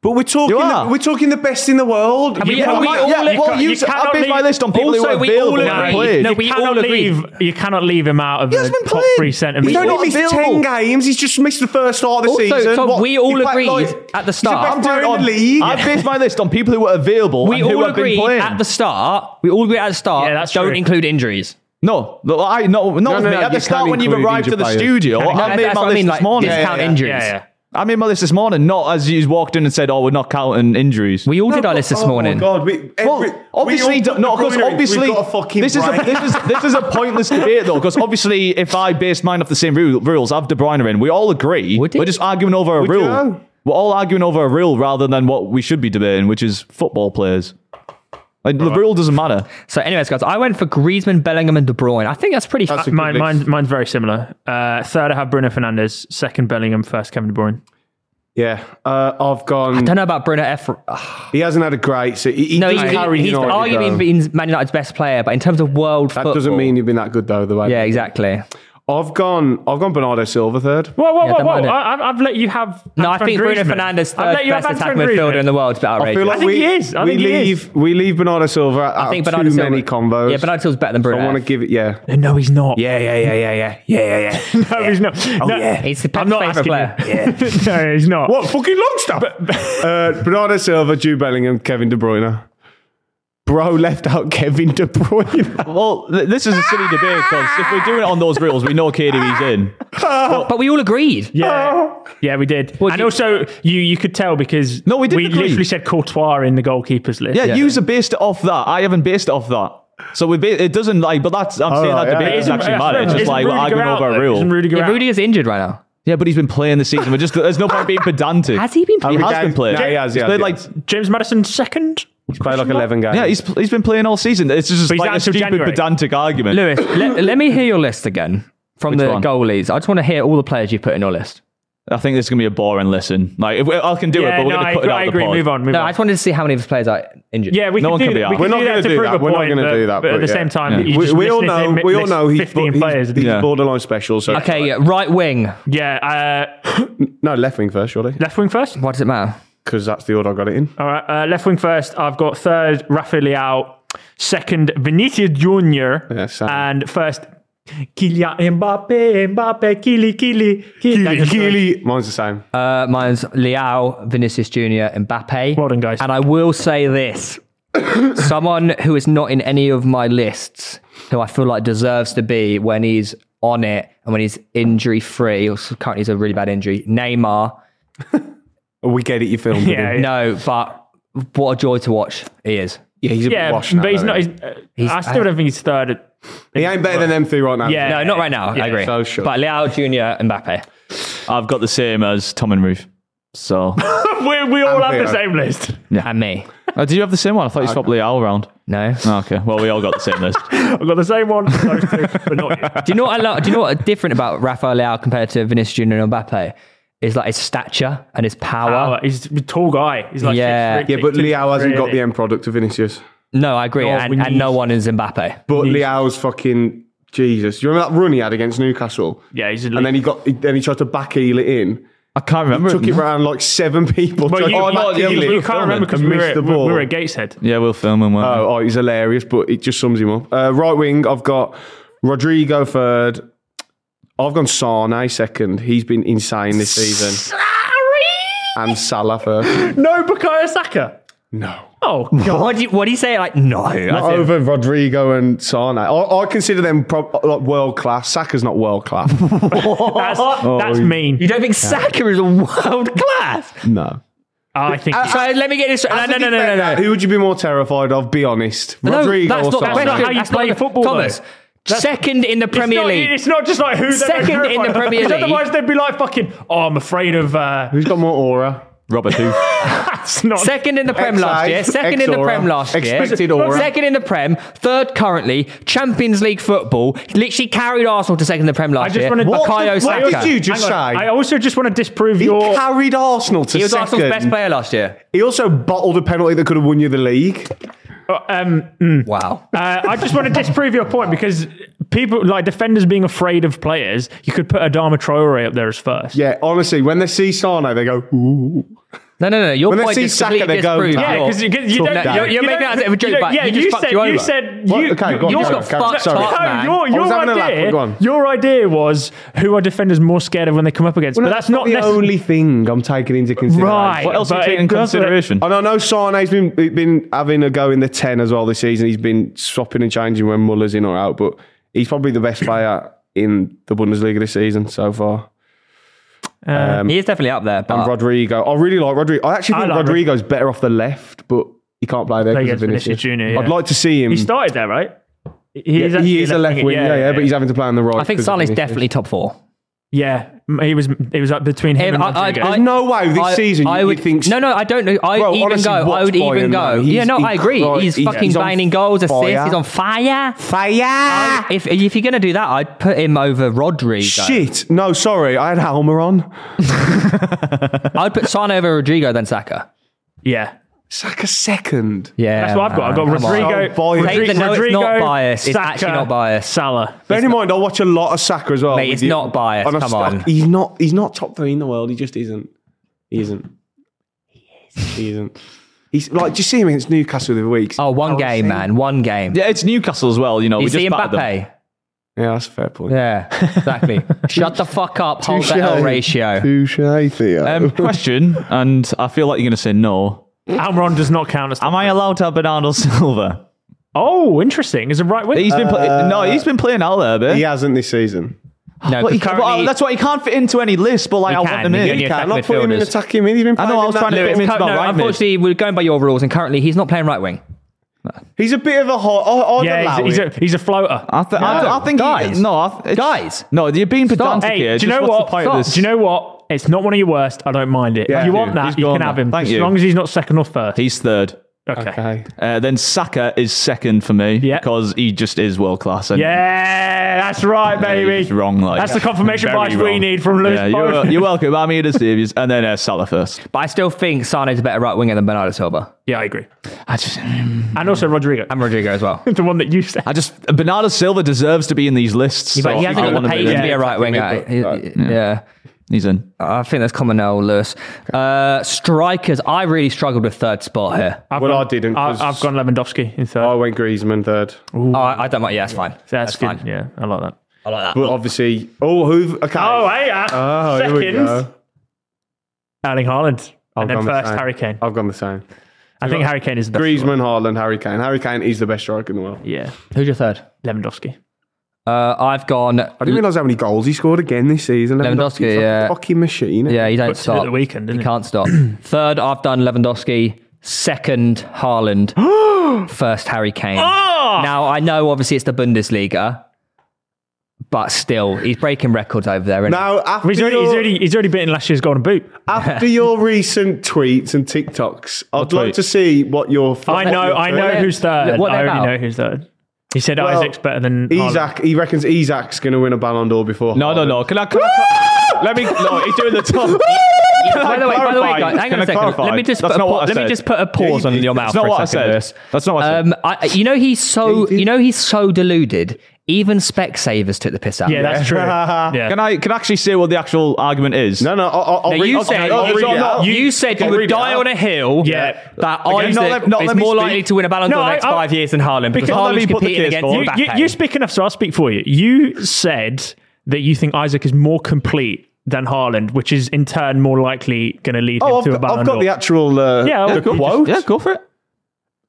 But we're talking. You are. The, we're talking the best in the world. we- You have can't- we all yeah, let- well, you you, I cannot based my leave- list on people who Also, are we all available and agree- haven't played. No, you we cannot all agree. leave. You cannot leave him out of the hasn't been top playing. three He's centimeters. He's only not missed available. ten games. He's just missed the first half of the Also, season. Tom, What? we all He played, agreed at the he's best start- I'm player doing in on, the league. I based my list on people who were available We and who all have been agreed playing. at the start. We all agree at the start. Yeah, that's don't true. include injuries. no, no, I no, not no, with no, me. you at the can start when you've include arrived to injured the players. studio, No, I that's made what my list like, this morning. Discount yeah, yeah. injuries. yeah, yeah. I made my list this morning, not as you walked in and said, "Oh, we're not counting injuries." We all did our list this morning. Oh God, we, every, Well, obviously, we do- no, because obviously, we've got a fucking this is a, break. this is this is a pointless debate though. Because obviously, if I base mine off the same rule, rules, I've De Bruyne in. We all agree. Would We're it? just arguing over a Would rule. you? We're all arguing over a rule rather than what we should be debating, which is football players. Like the rule doesn't matter. So, anyways, guys, I went for Griezmann, Bellingham, and De Bruyne. I think that's pretty. That's fa- a- Mine, mine, mine's very similar. Uh, third, I have Bruno Fernandez. Second, Bellingham. First, Kevin De Bruyne. yeah, uh, I've I gone. don't know about Bruno F. He hasn't had a great. So he, he No, he's, just carried he's, he's United, arguably though. being Man United's best player, but in terms of world That football, doesn't mean you've been that good though. The way. Yeah, exactly. I've gone. I've gone Bernardo Silva third. Whoa, whoa, Yeah, whoa, don't whoa! mind it. I, I've- I've let you have. No, I Antoine think Bruno Griezmann. Fernanddes, I've third let you have best Antoine attacking midfielder Griezmann. in the world, is a bit outrageous. I think we, he is. I we think he is. leave. We leave Bernardo Silva. Out I I think think too Bernardo Silva- many combos. Yeah, Bernardo Silva's better than I Bruno. want to give it. Yeah. No, he's not. Yeah, yeah, yeah, yeah, yeah, yeah, yeah, yeah. No, he's not. Oh, no, yeah. He's the I'm not favourite player. asking you. no, he's not. What fucking long stuff? uh, Bernardo Silva, Jude Bellingham, Kevin De Bruyne. Bro left out Kevin De Bruyne. Well, th- this is a silly debate because if we're doing it on those rules, we know KDB's in. But we all agreed. Yeah, yeah, we did. Well, and do- also, you you could tell because No, we didn't We agree. literally said Courtois in the goalkeepers list. Yeah, yous are based it off that. I haven't based it off that. So we ba- it doesn't like, but that's I'm saying Oh, right, that yeah, debate yeah. doesn't actually Isn't- matter. It's just isn't like we're Rudiger arguing out over a though? rule. Isn't Rudiger Yeah, out? Rudy is injured right now. Yeah, but he's been playing this season. We're just there's no point being pedantic. Has he been He playing? has Okay. been playing. Yeah, he has, he He's has, played he like has. James Madison second. By like eleven games. yeah, he's he's been playing all season. It's just he's like out a till stupid January. pedantic argument. Lewis, let, let me hear your list again from Which the one? goalies. I just want to hear all the players you put in your list. I think this is gonna be a boring listen. Like if we, I can do it, Yeah, but we're no, gonna I cut agree. it out I of the agree. pod. Move on. Move No, on. I just wanted to see how many of his players are injured. yeah, we No can one do can be that. out. We We're can not do gonna that to do prove that. a We're not point, gonna but- do that, But at but the yeah. same time, Yeah. you we, just we all listed know. him- We all know he's, fifteen he's- players. he's borderline special. So Okay, yeah, right wing. Yeah, uh, no left wing first, surely, left wing first. What does it matter? because that's the order I got it in. All right, uh, left wing first. I've got third Rafael Leao, second Vinicius Junior, Yeah, same. and first Kylian Mbappe. Mbappe, Kili, Kili, Kili, Keely, mine's the same. Uh, mine's Liao, Vinicius Junior, Mbappe. Well done, guys. And I will say this: someone who is not in any of my lists, who I feel like deserves to be when he's on it and when he's injury free, or currently he's a really bad injury. Neymar, we get it. You filmed it. Yeah, in. no, but what a joy to watch he is. yeah, he's a Yeah, bit washed now, but he's though, not. He's, isn't uh, He's- I still don't think he's third. At, he? He ain't better than them three right now. Yeah. No, not right now. I agree. so sure. But Liao Junior, Mbappe. I've got the same as Tom and Ruth. So, we, we all And have the Theo. same list. And me. uh, did you have the same one? I thought you swapped the Al round. No. Oh, okay. Well, we all got the same list. I've got the same one, as those two, but not you. Do you know what I love? Do you know what different about Rafael Leao compared to Vinicius Junior and Mbappe is like his stature and his power. Wow, he's a tall guy. He's like Yeah. Yeah, but Liao hasn't got the end product of Vinicius. No, I agree, No, and, we and need- no one is Mbappe. But Liao's fucking Jesus. You remember that run he had against Newcastle? Yeah, he's a And then he got, then he tried to backheel it in. I can't remember. Took it round like seven people. Well, tried you, to you- backheel you- it you can't remember because and we were, missed at- the we ball. we were at Gateshead. Yeah, we'll film him. won't we? Oh, oh, he's hilarious, but it just sums him up. Uh, right wing, I've got Rodrigo third. I've gone Sane second. He's been insane this season. And Salah first. No Bukayo Saka. No. Oh, What do you, what do you say? Like no, that's Not it. over Rodrigo and Sane. I, I consider them prob- like world class. Saka's not world class. that's, that's mean. you don't think Saka is a world class? no. Ah, I think So let me get this. No, As no, a no, no, no, defender, no. Who would you be more terrified of? Be honest. No, Rodrigo that's or not, that's Sane? not how you That's play not football, football, Thomas. Second in the Premier it's not, League. It's not just like who they're Second in the terrified of, Premier because League. Otherwise, they'd be like fucking. Oh, I'm afraid of. Uh, Who's got more aura? Robert Hoof. that's not. Second in the Prem Excise, last year. Second in the Exora, Prem last year. expected aura. Second in the Prem. Third currently. Champions League football. Literally carried Arsenal to second in the Prem last I just year. wanted- Bukayo What the- what Saka. did you just Hang on, say? I also just want to disprove He your. carried Arsenal to He was second. Arsenal's best player last year. He also bottled a penalty that could have won you the league. um, Wow. Uh, I just want to disprove your point because people like defenders being afraid of players. You could put Adama Traore up there as first. Yeah, honestly, when they see Sane, they go, ooh. No, no, no. Your When they point see is Saka, completely they go disproved. down. Yeah, Your- because you, 'cause you Talk don't. down. you- You're- you're you making don't- out a bit of a joke, don't- but Yeah, you just you fucked said you over. you said What? you. Okay, go on, your- carry on, carry on. no, Sorry. no, man. your, I was your having a laugh, idea. but go on. Your idea was who are defenders more scared of when they come up against? but that's not the necessarily only thing I'm taking into consideration. right. What else are you but taking it in doesn't- consideration? And I know Sane's been been having a go in the ten as well this season. He's been swapping and changing when Muller's in or out, but he's probably the best player in the Bundesliga this season so far. He is definitely up there. Um, And But Rodrigo, I really like Rodrigo. I actually Uh, I think like Rod- Rodrigo's better off the left, but he can't play there Play because of against Vinicius Vinicius. Junior, yeah. I'd like to see him. He started there, right? He- He's yeah, he is a left wing, yeah, yeah, but he's having to play on the right. I think because of Saleh's Vinicius. definitely top four. yeah. He was he was up between Him, him and I- I- Rodriguez. I- no way Oh, this season you- I you would think- no, no, I don't know. I Bro, even honestly, go. I watch would even Bayern, go. man. Yeah, He's no, I agree. incredible. He's He's- fucking he's on banging goals, assists. fire. He's on fire. Fire! If if you're gonna do that, I'd put him over Rodrigo. Shit! No, sorry, I had Halmer on. I'd put Sane over Rodrigo then Saka. yeah. Saka second. Yeah, That's what I've got. I've got man, come on. Rodrigo. So biased. Rodri- Take the no, it's Rodrigo, not biased. It's Saka, actually not biased. Salah. Bear in mind, I watch a lot of Saka as well. Mate, with it's you. not biased, And I come st- on. he's not. He's not top three in the world. He just isn't. He isn't. He isn't. He's like, just see him against Newcastle the other week. Oh, one game, man. One game. yeah, it's Newcastle as well. You know, You we see just battered them. Mbappe? Yeah, that's a fair point. Yeah, exactly. Shut the fuck up. Hold the L ratio. Touche, Theo. Um, question, and I feel like you're going to say no. Almiron does not count as. Am I allowed to have Bernardo Silva? oh, interesting. Is a right wing. He's been pla- Uh, no, he's been playing out there a bit. he hasn't this season. No, But he- currently- well, that's why he can't fit into any list. But like, I can, want him he in. can, yeah. I'm not Attack putting him in midfielders. attack him in. He's been I know, playing I was in trying to that fit him little- in. Cur- about no, right mid. unfortunately, we're going by your rules, and currently he's not playing right wing. He's a bit of a hot. I, I'd yeah, allow he's, he's it. a he's a floater. I, th- I, No, I think guys. He, no, I th- it's- Guys, no, you're being pedantic Hey, do here. Just you know what's what? The point Stop. of this? Do you know what? It's not one of your worst. I don't mind it. Yeah. if you Thank want you. that? He's You gone can have now. him Thank as you. long as he's not second or first. He's third. Okay. Okay. Uh, then Saka is second for me Yeah. because he just is world class. And Yeah, that's right, baby. he's wrong. Like That's the confirmation very bias we wrong. need from Lewis. Yeah, you're, Bowden. you're welcome. I'm here to see you. And then uh, Salah first. But I still think Sane's a better right winger than Bernardo Silva yeah, I agree. I just, And also Rodrigo, and Rodrigo as well. the one that you said. I just Bernardo Silva deserves to be in these lists. But so he I hasn't got want the him pace in. to be a right winger. exactly, He- he- yeah. He's in. I think that's common now, Lewis. Uh, strikers, I really struggled with third spot here. I've Well, gone- I didn't, I, 'cause- Oh, have gone Lewandowski in third. I went Griezmann third. Oh, I, I don't mind. Yeah, that's fine. that's That's, good. fine. Yeah, I like that. I like that. But obviously, oh, who? Okay. Oh, hey, uh, Oh, here we second. go. Erling Haaland. I've and then gone the first same. Harry Kane. I've gone the same. I think Harry Kane is the best. Griezmann, Haaland, Harry Kane. Harry Kane is the best striker in the world. Yeah. Who's your third? Lewandowski. Uh, I've gone. I didn't realise how many goals he scored again this season. Lewandowski, He's like a yeah. fucking machine. Yeah, you don't But two at stop. the weekend, you didn't he? can't stop. third, I've done Lewandowski. Second, Haaland. first, Harry Kane. Oh! Now I know, obviously, it's the Bundesliga, but still, he's breaking records over there. isn't he? Now, after He's already, he's, your- already, he's already bitten last year's golden boot. After your recent tweets and TikToks, I'd like tweet? to see what your. I know, I know they- who's third. what they I already about? know who's third. He said Well, Isaac's better than Haaland. Isaac, he reckons Isaac's going to win a Ballon d'Or before. No, no, Haaland. no. Can I? Can I let me. No, he's doing the top. Can By I the way, by the way, clarify? guys, hang Can on I a second. clarify? Let me just That's put a not pa- what I let me said. just put a pause Yeah, on you your did. mouth. That's not for a what I second, said. Lewis. That's not what I said. Um, I, you know he's so. did. You know he's so deluded. Even Specsavers took the piss out. Yeah, of him. that's true. yeah. Can I? Can I actually say what the actual argument is? Uh-huh. No, no, I'll, I'll, I'll Now, read you I'll- said I'll you, read it out. you said you I'll would read it die out. on a hill. Yeah. That Okay, Isaac not let- not is let me more speak. likely to win a Ballon No, d'Or the I- next I- five years than Haaland because because- Not let me Haaland's put the competing case against forward. You, you, Mbappe. you speak enough, so I'll speak for you. You said that you think Isaac is more complete than Haaland, which is in turn more likely going to lead Oh, him I've to a got, Ballon I've got d'Or. the actual uh, Yeah, the I'll- you quote. Yeah, go for it.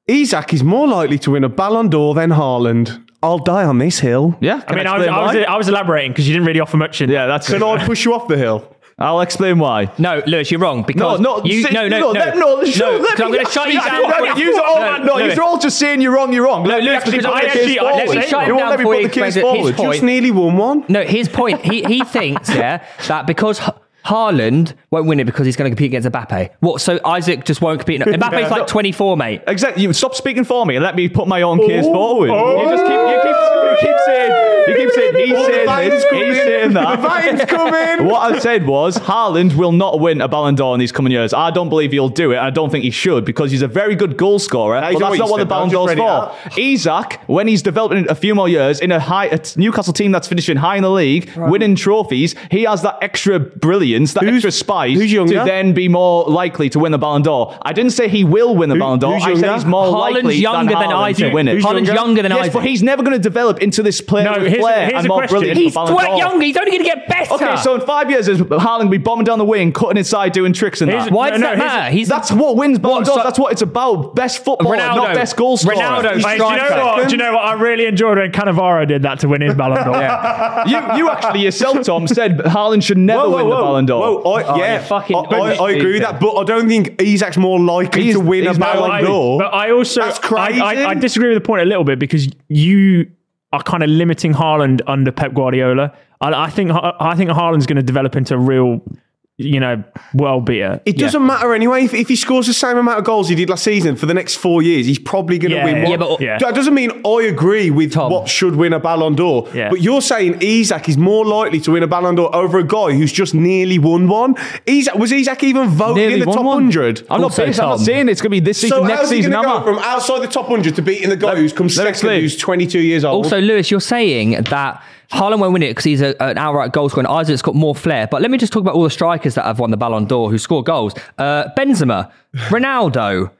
Isaac is more likely to win a Ballon d'Or than Haaland. I'll die on this hill. Yeah. I can mean, I was, explain I, was, why? I was elaborating because you didn't really offer much in Yeah, that's Can it. I push you off the hill? I'll explain why. No, Lewis, you're wrong. Because no, you, sit- no, no, no, no, let- no, because sure, let I'm me going to shut you actually- down. no, no, you- oh, man, no, Lewis. you're all just saying you're wrong, you're wrong. Let me Lewis, actually because put I the actually- case I- let me forward. shut him You won't down let me before put he the explains case it. His forward. point- Just nearly won one. No, his point. He he thinks yeah that because Ha- Haaland won't win it because he's going to compete against Mbappe. What? So Isaac just won't compete. Mbappe's like 24, mate. Exactly. You stop speaking for me and let me put my own case forward. Oh. You just keep, you keep, you keep saying, you keep saying he's Oh, the saying veins this, coming. he's saying The veins that. coming. What I said was Haaland will not win a Ballon d'Or in these coming years. I don't believe he'll do it. and I don't think he should because he's a very good goal scorer. That is But that's not what you what the said, Ballon though. d'Or's Just for. Isaac, when he's developing a few more years in a high a Newcastle team that's finishing high in the league, winning trophies, he has that extra brilliance, that Who's- extra spice who's to younger? then be more likely to win the Ballon d'Or. I didn't say he will win the Who- Ballon d'Or. who's I said younger? he's more Haaland's likely younger than than Haaland to Isaac. win it. Who's Haaland's younger? younger than yes, Isaac. but he's never going to develop into this player No, with here's a- flair here's and a more question. brilliant. He's for Ballon tw- d'Or. younger. He's only going to get better. Okay, so in five years, is Haaland will be bombing down the wing, cutting inside, doing tricks and Here's that. a- why No, does no, that he's- matter? He's That's what wins Ballon What, d'Or. so- That's what it's about. Best footballer, Ronaldo. not best goal scorer. Ronaldo. Mate, do you know striker. what? Do you know what? I really enjoyed when Cannavaro did that to win his Ballon d'Or. You, you actually yourself, Tom, said Haaland should never win the Ballon d'Or. Oh, Whoa, I, yeah, you fucking I, I, I agree with that, but I don't think Isaac's more likely He's- to win a he's more Ballon likely. d'Or. But I also That's crazy. I, I, I disagree with the point a little bit because you are kind of limiting Haaland under Pep Guardiola. I, I think Ha- I think Haaland's going to develop into a real, you know, world beater. It doesn't matter anyway. If, if he scores the same amount of goals he did last season for the next four years, he's probably going to Yeah, win yeah, one. yeah, but- yeah. That doesn't mean I agree with Tom. what should win a Ballon d'Or. Yeah. But you're saying Isaac is more likely to win a Ballon d'Or over a guy who's just nearly won one. Isaac was Isaac even voted in the top hundred? I'm not, Also, saying, I'm not Tom. saying it's going to be this season, So next how's he season, going am to I? go from outside the top hundred to beating the guy who's come second, explain. who's 22 years old? Also, Lewis, you're saying that Haaland won't win it because he's a, an outright goal scorer and Isaac's got more flair. But let me just talk about all the strikers that have won the Ballon d'Or who score goals. Uh, Benzema, Ronaldo,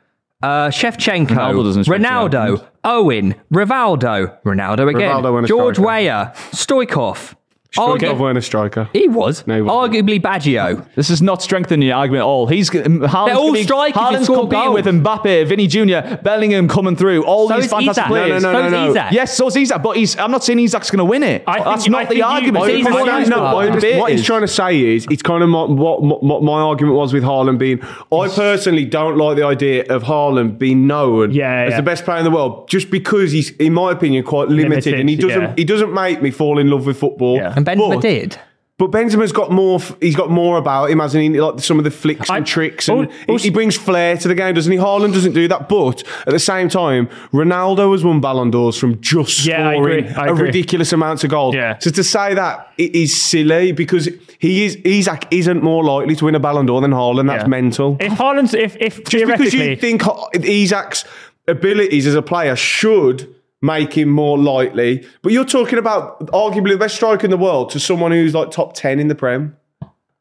uh, Shevchenko, Ronaldo doesn't strike Ronaldo, the Owen, Rivaldo, Ronaldo again, Rivaldo went a George striker. Weah, Stoikov. Strike Argu- of weren't a striker. he was. No, he wasn't. arguably Baggio. This is not strengthening the argument at all. He's mm, Haaland's They're all gonna be- strikers who Haaland's score competing goals. with Mbappe, Vinny Jr., Bellingham coming through. All So these is fantastic Isak. No, no, players. no, no, So is no. Isak. Yes, so is Isaac. But he's, I'm not saying Isaac's going to win it. I think- That's I not think the you- argument. I It's think not you- the I think No, argument. no, Well, what, the I'm just- what he's trying to say is, it's kind of my, what, what, what my argument was with Haaland being, I personally don't like the idea of Haaland being known Yeah, as yeah. the best player in the world, just because he's, in my opinion, quite limited, Limited, and he doesn't, yeah. he doesn't make me fall in love with football. Yeah. And Benzema but, did. But Benzema's got more. f- He's got more about him, hasn't he? Like some of the flicks and I- Oh, tricks, and al- he, also- he brings flair to the game, doesn't he? Haaland doesn't do that, but at the same time, Ronaldo has won Ballon d'Ors from just Yeah, I scoring agree, I a agree. ridiculous amount of goals. Yeah. So to say that it is silly because he is Isaac isn't more likely to win a Ballon d'Or than Haaland. That's Yeah. mental. If Haaland's if if Just because you theoretically think Ha- Isaac's abilities as a player should make him more likely, but you're talking about arguably the best striker in the world to someone who's like top ten in the Prem.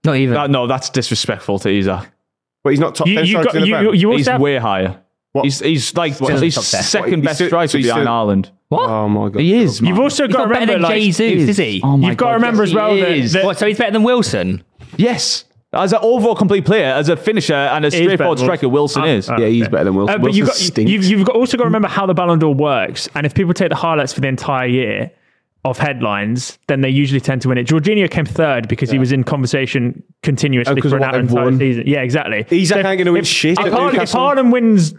Not even. That- no, that's disrespectful to Isaac. But he's not top you, ten you, strikers got, in the you, Prem. you, you He's also have, way higher. What? He's, he's like in the he's top ten. second He's best still- striker he's behind still- Ireland. what? oh my god, He is. you've also He's got not to better remember than like Jesus, is he? Oh my you've got God, to remember yes, as well he that, is. that What, so he's better than Wilson? Yes. As an overall complete player, as a finisher and a straightforward better than striker, Wilson is. yeah, he's better than Wilson. Uh, but you've, got, you've, you've got also got to remember how the Ballon d'Or works. And if people take the highlights for the entire year of headlines, then they usually tend to win it. Jorginho came third because he was in conversation continuously Oh, 'cause for of an what they've entire won. season. Yeah, exactly. Isaac if- ain't gonna win if- shit If at Haaland, if Newcastle. Haaland wins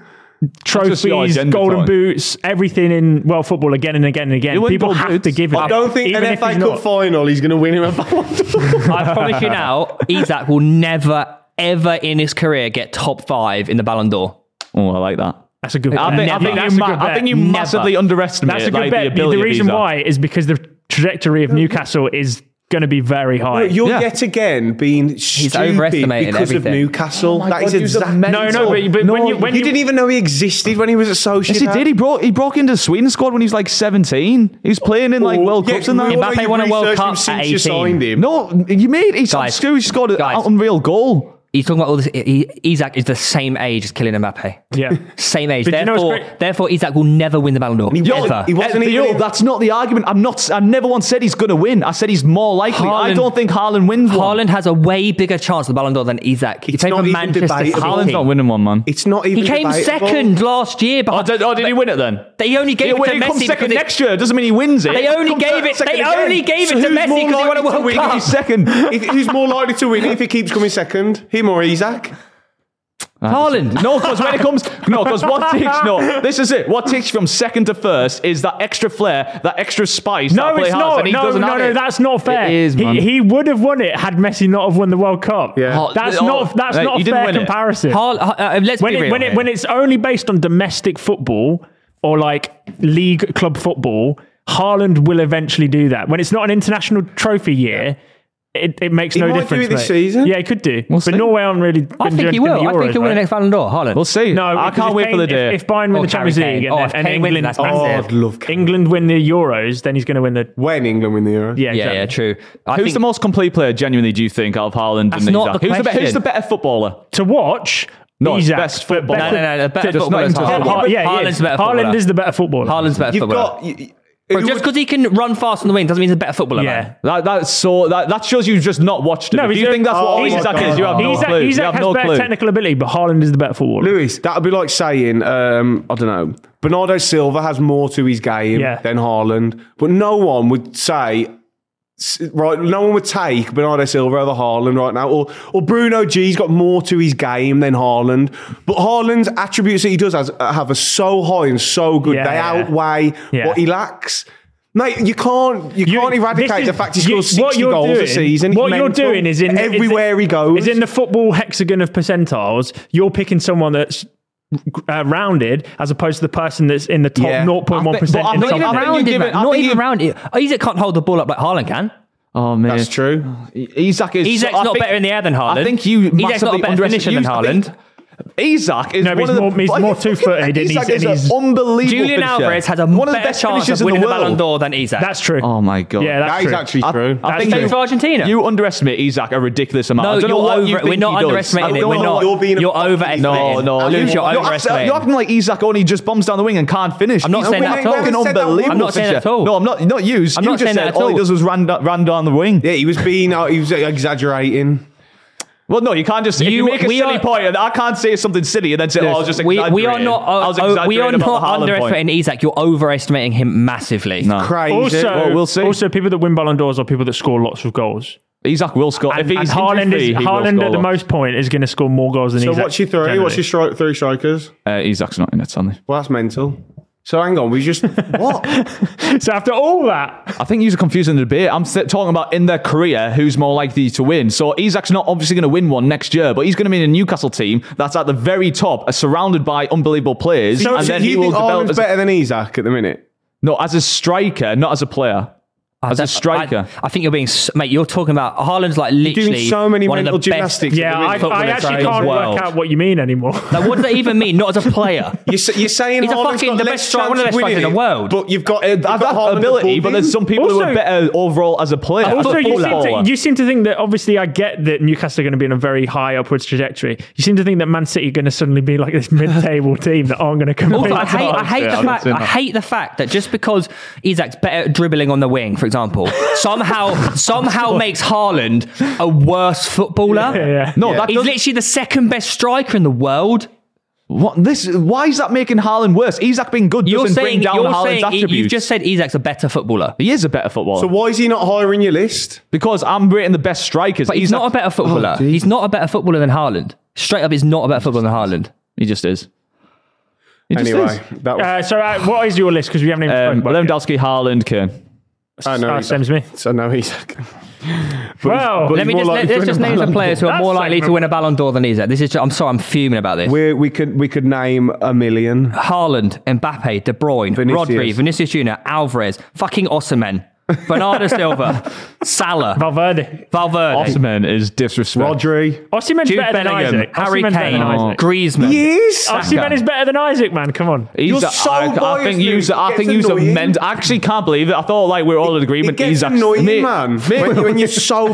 just the trophies, agenda golden point. boots, everything in world football again and again and again. win People gold have boots. to give it. I don't think even an if FA he's Cup not. final he's going to win him a Ballon d'Or. I promise you now, Isaac will never, ever in his career get top five in the Ballon d'or. Oh, I like that. That's a good. I think, I Never. think That's you, a ma- good I think bet. you massively underestimate That's a good like, bet. the The, ability of reason these are. why is because the trajectory of Newcastle is going to be very high. But you're Yeah. yet again being stupid overestimating because everything. of Oh Newcastle. that is exactly. no, no, but, but when you when he you, didn't even know he existed when he was at Sociedad. Yes, he did. He brought he broke into Sweden squad when he was like 17. He was playing in Oh, like World Yeah, Cups and that. we all know Mbappe you won a World researched him Cup at since you 18. signed him. No, you made he scored- Guys. he scored an Guys. unreal goal. He's talking about all this. He, Isaac is the same age as Kylian Mbappe. yeah. Same age. But you know what's Therefore, great- therefore, Isaac will never win the Ballon d'Or. He ever. wasn't, he wasn't Eh, even. Theo, in- that's not the argument. I'm not. I never once said he's going to win. I said he's more likely. I Haaland- don't think Haaland wins one. Haaland has a way bigger chance of the Ballon d'Or than Isaac. He It's played not for even Manchester debatable. City. Haaland's not winning one, man. It's not even. He came debatable. second last year. Oh, Behind, did, oh, did he win it then? they only gave Yeah, well, it to he comes Messi because second it- next year. Doesn't mean he wins it. They only comes gave it. second They again. only gave it So to who's Messi more because he won a likely to World win? Cup. He's second. If, who's more likely to win if he keeps coming second? Him or Isaac? Haaland. No, because when it comes, no, because what takes, no, this is it. What takes you from second to first is that extra flair, that extra spice. that No, play it's has, not. and he No, doesn't no, have no, it. that's not fair. It is, man. He, he would have won it had Messi not have won the World Cup. Yeah. Oh, That's oh, not that's right, not you a didn't fair win it. comparison. Haal- Ha- uh, let's when be it, real. when, it, here. when it's only based on domestic football or like league club football, Haaland will eventually do that. When it's not an international trophy year, it, it makes He no might do difference. it this mate. season. Yeah, he could do. but see. Norway aren't really. I gonna think do he anything in will. the I think Euros, he'll win the right? next Ballon d'Or. Haaland. We'll see. No, I because can't if wait for Kane- the day. If, if Bayern win Or the Champions Harry Kane. League and, Oh, then- if and Kane wins, England, Oh, that's massive. Oh, I'd love Kane. England win the Euros, then he's going to win the. When England win the Euro? Yeah, Yeah, yeah, exactly. true. I Who's think the most complete player, genuinely, do you think, out of Haaland That's and not Isak? the who's, the be- who's question. the better footballer? To watch, No, it's Isak, best but football. better- No, no, no, the better Just footballer not is into- Haaland. Ha- yeah, he Haaland's is. the better footballer. Haaland is the better footballer. Haaland's the better You've footballer. got. y- y- who Just would- because he can run fast on the wing doesn't mean he's a better footballer. Yeah. man. That that's so that, that shows you've just not watched him. No, if he's you a- think that's Oh what my Isak God. is, you have no Isak, clue. You Isak have has no better clue. technical ability, but Haaland is the better footballer. Lewis, that would be like saying, um, I don't know, Bernardo Silva has more to his game Yeah. than Haaland, but no one would say, s- right, no one would take Bernardo Silva over Haaland right now, or, or Bruno G's got more to his game than Haaland, but Haaland's attributes that he does has, uh, have are so high and so good, Yeah, they yeah. outweigh Yeah. what he lacks. Mate, you can't you, You- can't this eradicate is- the fact he you- scores what sixty you're goals a doing- season. It's What you're mental. doing is in is in- everywhere he goes. Is in the football hexagon of percentiles. You're picking someone that's uh, rounded as opposed to the person that's in the top Yeah. 0.1 percent. I in think- Not even something. I think you rounded, give man. it- I Not think even you- rounded. Isaac can't hold the ball up like Haaland can. Oh man, That's true. Isak is. Isak's I not think- better in the air than I Haaland. think you Isak's not a massively better underestimate- finisher than you- I think Isak is No, but one he's of the more- he's Are you more fucking- two-footed and Isak he's- is and an he's- unbelievable. Julian finisher. Alvarez has a one of the better best chance of finishers in winning the, world. Ballon d'Or than Isaac. That's true. Oh my god. Yeah, that's That is true. actually I- true. I, That's think true. Thanks for Argentina. You underestimate Isak a ridiculous amount. No, I don't know you're what you over, think we're not he does. underestimating I it. don't We're know not. what- you're being a You're fucking overestimating No, it. no, Lewis, you're you're, you're, overestimating acting, you're acting like Isak only just bombs down the wing and can't finish. I'm not He's saying a that at fucking all. We haven't said that unbelievable I'm not saying that at finisher. all. No, I'm not. Not you. I'm you not just saying said that at all he all. does was ran, ran down the wing. Yeah, he was being out. He was exaggerating. Well, no, you can't just. if You- you make a we silly are- point, and I can't say something silly and then say, "Oh, I was just we, exaggerating." we are not. I Uh, was oh, we exaggerating are about the not Haaland point. underestimating Isaac. You're overestimating him massively. No. Crazy. Also, Well, we'll see. also, people that win Ballon d'Ors are people that score lots of goals. Isak will score. And, if and he's Haaland, injury-free, is, he will Haaland at score. the most point is going to score more goals than So Isak. what's your three? What's your stri- three strikers? Uh, Isak's not in it, Stanley. Well, that's mental. So hang on, we just what? generally. So after all that, I think you're confusing the debate. I'm th- talking about in their career who's more likely to win. So Isak's not obviously going to win one next year, but he's going to be in a Newcastle team that's at the very top, uh, surrounded by unbelievable players, So and do then you he will think develop Ireland's as a, better than Isaac at the minute? no as a striker, not as a player. As a striker, I, I think you're being, s- mate. You're talking about Haaland's like literally so many one of the mental best- gymnastics. yeah, I, Football I is actually crazy. can't World. work out what you mean anymore. Like, what does that even mean? Not as a player. You're, s- you're saying He's a Haaland's fucking- got the less best striker- chance one of the best of winning strikers in it, the world. but you've got, Uh, you've I've got that Haaland ability, above but him. there's some people who are Also- better overall as a player. also, a you seem, footballer. to, you seem to think that obviously I get that Newcastle are going to be in a very high upwards trajectory. You seem to think that Man City are going to suddenly be like this mid-table team that aren't going to compete. Also, I hate, I hate Yeah, the I've fact. seen I that. hate the fact that just because Isaac's better at dribbling on the wing, for example, somehow somehow makes Haaland a worse footballer. Yeah, yeah. No, that He's doesn't- literally the second best striker in the world. What this? Why is that making Haaland worse? Isak being good You're doesn't bring saying down you're Haaland's saying you- attributes. you've just said Isaac's a better footballer. he is a better footballer So why is he not higher in your list? because I'm rating the best strikers. Oh, But he's Isak- not a better footballer. Oh, he's not a better footballer than Haaland. Straight up, he's not a better footballer than Haaland. He just is. He just Anyway, is. that was. Uh, so, uh, what is your list? Because we haven't even Um, spoken about it. Lewandowski, Haaland, Kane. I know Ah, he's- same as me. So no, he's. Well, but let Let me more just, likely let, to us win just a name some Ballon players who are That's more like likely to my- win a Ballon d'Or than Isaac. This is. I'm sorry, I'm fuming about this. We we could we could name a million. Haaland, Mbappe, De Bruyne, Vinicius. Rodri, Vinicius Junior, Alvarez, fucking Osman, Bernardo Silva, Salah, Valverde. Valverde, Osman is disrespectful. Rodri. Osimhen's Jude better than Bellingham, Isaac. Harry Osimhen's better Kane, than Isaac. Griezmann. Yes. Osimhen is better than Isaac, man. Come on. He's You're a- so I, I biased, think you. Luke. I It think gets you annoying. meant. I actually can't believe it. I thought like we we're all in agreement. It gets Isaac- annoying, Mate, man. Mate, when, when you're so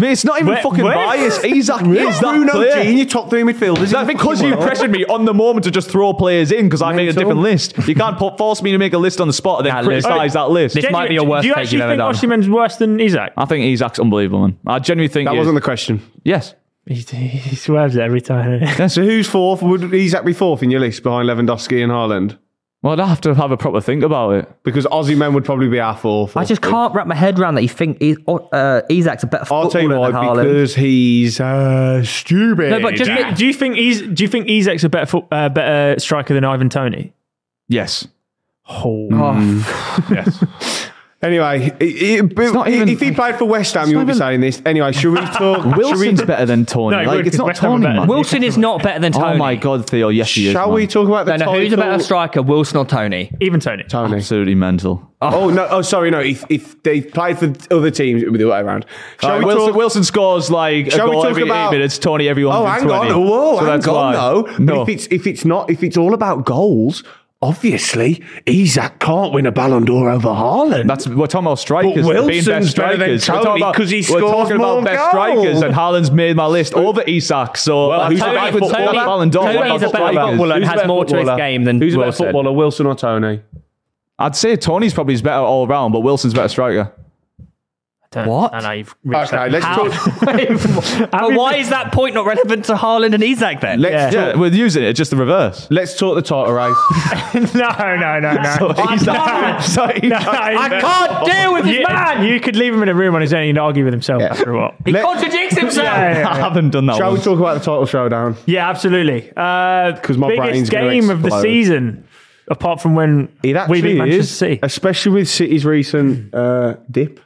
mate, it's not even Where- fucking where- biased. Isaac is that Bruno player. G, your top three midfielders. That's because you pressured me on the moment to just throw players in because I made a Mental. different list. You can't po- force me to make a list on the spot and then Nah, Luke. criticize that list. This might be your worst Do you take actually you've ever think done. Osimhen's worse than Isaac? I think Isaac's unbelievable, man. I genuinely think That he is. wasn't the question. yes. He, he swerves it every time. So who's fourth? Would Isaac be fourth in your list behind Lewandowski and Haaland? Well, I'd have to have a proper think about it. Because Aussie men would probably be our fourth. I just can't wrap my head around that you think Is- uh, Isaac's a better I'll tell you footballer why. than Haaland. Because he's uh, stupid. No, but just do, do you think he's, do you think Isaac's a better foot, uh, better striker than Ivan Tony? Yes. Oh, Anyway, i- i- but not even- if he played for West Ham, you would be even- saying this. Anyway, should we talk? Wilson's should better than Tony. No, he like, would, it's 'cause not West Ham are Tony, better. man. Wilson is not better than Tony. Oh my God, Theo. Yes, we, he is. shall we man. talk about the No, no, who's a title? better striker, Wilson or Tony? even Tony. Tony. Absolutely mental. Oh no! Oh, sorry. No, if if they played for other teams, it would be the way around. Shall Right, we Wilson, talk? Wilson scores like a Shall we goal talk every about- eight minutes. Tony every oh, hang 120. on! Whoa, So hang that's why. on! though. No. But if it's if it's not if it's all about goals, obviously Isaac can't win a Ballon d'Or over Haaland. That's we're talking about strikers But being best Wilson's better than strikers. We're talking Tony about- 'cause he We're scores talking about more best goals. strikers, and Haaland's made my list over Isak. So Well, uh, who's I a think better with footballer? that Ballon d'Or, Tony's a we're better talking about footballer. strikers. Who's has better more to his footballer? game than who's a better Wilson. footballer, Wilson or Tony? I'd say Tony's probably is better all round, but Wilson's better striker. Don't- What? I know you've reached Okay, that. let's How- talk. But why is that point not relevant to Haaland and Isaac then? Let's Yeah. talk. Yeah, we're using it. It's just the reverse. Let's talk the title race. no, no, no, no. Isak- so Isak- I can't deal with this you, man! You could leave him in a room on his own and he'd argue with himself after a while. He Let- contradicts himself. Yeah, yeah, I yeah. haven't done that Shall we one. talk about the title showdown? Yeah, absolutely. Because Because my brain's biggest gonna game of the explode. season, apart from when It we beat actually Manchester is, City. especially with City's recent uh, dip.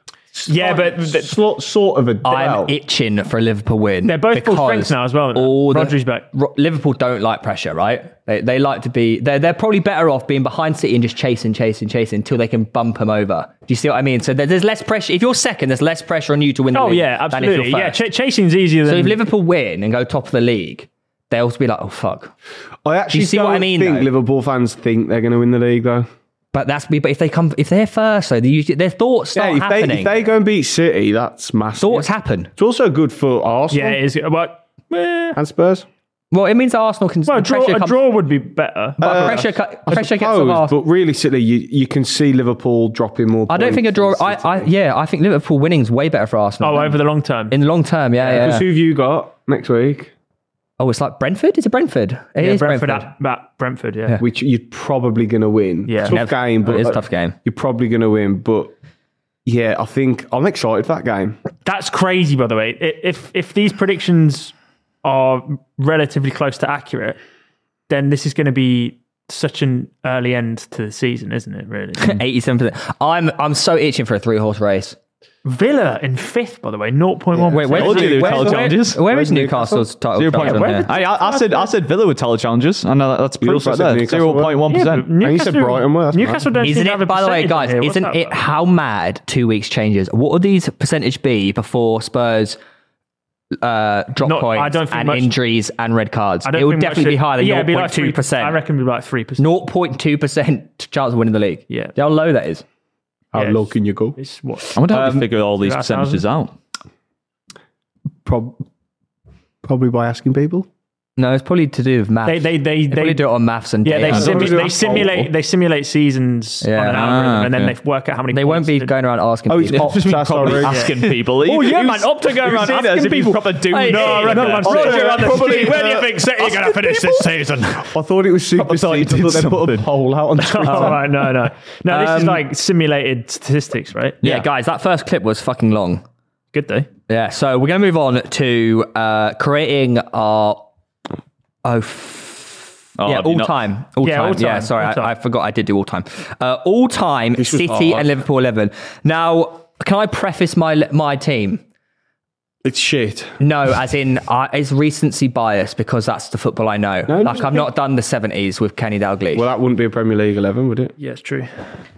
Yeah, but th- sort, sort of a dip. I'm itching for a Liverpool win. They're both full because strength now as well, aren't they? all the- Rodri's back. Ro- Liverpool don't like pressure, right? They, they like to be. They're, they're probably better off being behind City and just chasing, chasing, chasing until they can bump them over. Do you see what I mean? So there, there's less pressure. If you're second, there's less pressure on you to win. The oh league yeah, than if you're absolutely. Yeah, first. ch- chasing's easier so than if Liverpool win and go top of the league, they'll be like, oh fuck. I actually Do you see what I don't mean, think though? Liverpool fans think they're going to win the league, though. But that's but if they come if they're first, so they usually, their thoughts start if they, happening. if they go and beat City, that's massive. thoughts happen. It's also good for Arsenal Yeah, it is. But eh, and Spurs. Well, it means Arsenal can. well, a the draw, pressure a comes- Uh, draw would be better. but pressure, cu- pressure gets Suppose, on Arsenal. but realistically, you, you can see Liverpool dropping more. I don't think a draw. I, I yeah, I think Liverpool winning's way better for Arsenal oh, over the long term. in the long term. Yeah, yeah. Because who've you got next week? Oh, it's like Brentford. Is it Brentford? It yeah, is Brentford, At, at Brentford. Yeah. Which you're probably going to win. Yeah. tough game, but it is a tough game. You're probably going to win, but yeah, I think I'm excited for that game. That's crazy, by the way. I- If if these predictions are relatively close to accurate, then this is going to be such an early end to the season, isn't it? Really, Eighty-seven percent. I'm I'm so itching for a three-horse race. Villa in fifth, by the way, zero point one. Wait, where, Told you where, they were where, title challenges. where is Newcastle's title? Zero point challenge on where there? did- Hey, I, I said I said Villa with telechallenges, and uh, that's proof also right said there. Newcastle Zero were. point one percent. And you said Brighton were, that's Newcastle don't Isn't seem to have a it, by the way, percentage guys, on here. What's isn't that it about? how mad two weeks changes? What would these percentage be before Spurs uh, drop Not- I points don't think and much- injuries and red cards? I don't It would think much definitely it- be higher than yeah, it'd be like 0.2%. three- I reckon it'd be like 3%. 0.2% chance of winning the league. Yeah. See How low that is. How Yeah. low can you go? It's what? I wonder how they Um, figure all these yeah, percentages out. Prob- probably by asking people. No, it's probably to do with maths. They, they, they, They probably they, do it on maths and yeah, they, data. simu- do they a simulate, poll. they simulate seasons Yeah. on an Ah, algorithm, and then okay. they work out how many. They won't points be it- going around asking Oh, it's people. pop- Just Sorry. probably Yeah. asking people. Oh, yeah, man, Opta up to go around asking people. Proper do Hey, no, hey, I reckon no, that's Roger it. on the Probably, street, where do you uh, think City are gonna asking finish people. this season? I thought it was super Probably thought he simple. did They put something. a poll out on Twitter. Oh, right, no, no, no. This is like simulated statistics, right? yeah, guys, that first clip was fucking long. Good though. Yeah, so we're going to move on to uh, creating our. Oh, f- Oh, yeah, have you all not- time. All Yeah, time. all time, Yeah, sorry, all I- time. I, forgot I did do all time. Uh, all time, This was City hard. and Liverpool 11. Now, can I preface my my team? It's shit. No, as in I it's recency bias because that's the football I know. No, like no, I've not done the 70s with Kenny Dalglish. Well, that wouldn't be a Premier League 11, would it? Yeah, it's true.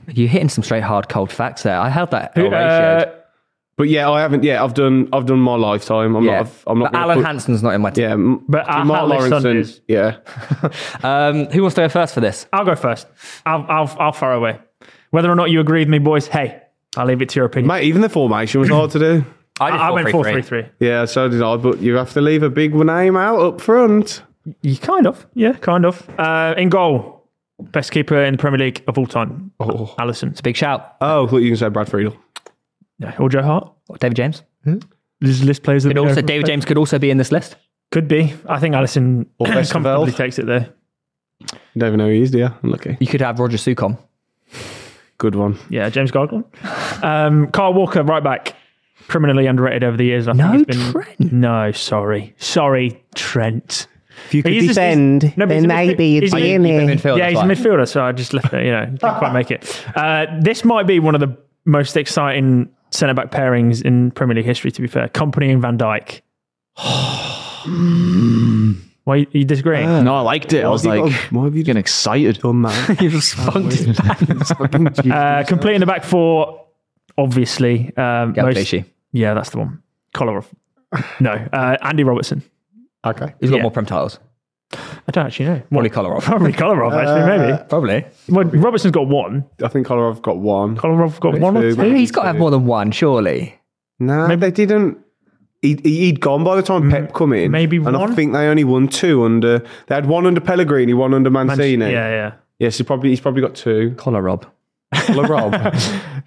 You're hitting some straight hard cold facts there. I held that. Who, Uh, But yeah, I haven't. Yeah, I've done. I've done my lifetime. I'm yeah. not. I'm but not. gonna Alan put- Hansen's not in my team. Yeah, m- But Al- Mark Hanley Lawrence Son and- is- Yeah, Um, who wants to go first for this? I'll go first. I'll, I'll, I'll fire away. Whether or not you agree with me, boys, hey, I'll leave it to your opinion. mate. Even the formation was hard to do. did I, I went 4 4-3-3. 3 3. Yeah, so did I. But you have to leave a big name out up front. You kind of. Yeah, kind of. Uh, in goal, best keeper in the Premier League of all time. Oh. Allison. Big shout. Oh, I thought you can say Brad Friedel. Yeah. Or Joe Hart. Oh, David James. This list players that Could also, David James could also be in this list. Could be. I think Allison Or Westerveld. comfortably takes it there. You don't even know who he is, do you? Unlucky. You could have Roger Sukon. Good one. Yeah, James Garglin. Um, Carl Walker, right back. Criminally underrated over the years. I No, think he's been, Trent. No, sorry. Sorry, Trent. If you could He's just- he's- defend, no, but then he's a midfi- maybe you'd he's a be in midfielder. here. Midfield, yeah, that's he's why. a midfielder, so I just left it, you know, didn't quite make it. Uh, this might be one of the most exciting centre back pairings in Premier League history, to be fair. Company and Van Dyke. Why you, you disagreeing? Ah, No, I liked it. I was have you like, got- why have you getting excited? Done man. He just funked his Uh, completing the back four, obviously. Um, Gael most- Clichy. yeah, that's the one. Collar No, uh, Andy Robertson. okay. He's got Yeah. more Prem titles. I don't actually know. Probably Kolarov. Probably Kolarov, actually, maybe. Probably. Well, Robertson's got one. I think Kolarov got one. Kolarov got one or Two. two. He's got to have more than one, surely. Nah, Maybe- they didn't. He, he- he'd gone by the time Pep come in. maybe and one? I think they only won two under. They had one under Pellegrini, one under Mancini. Yeah, yeah. Yes, he probably he's probably got two. Kolarov. Kolarov.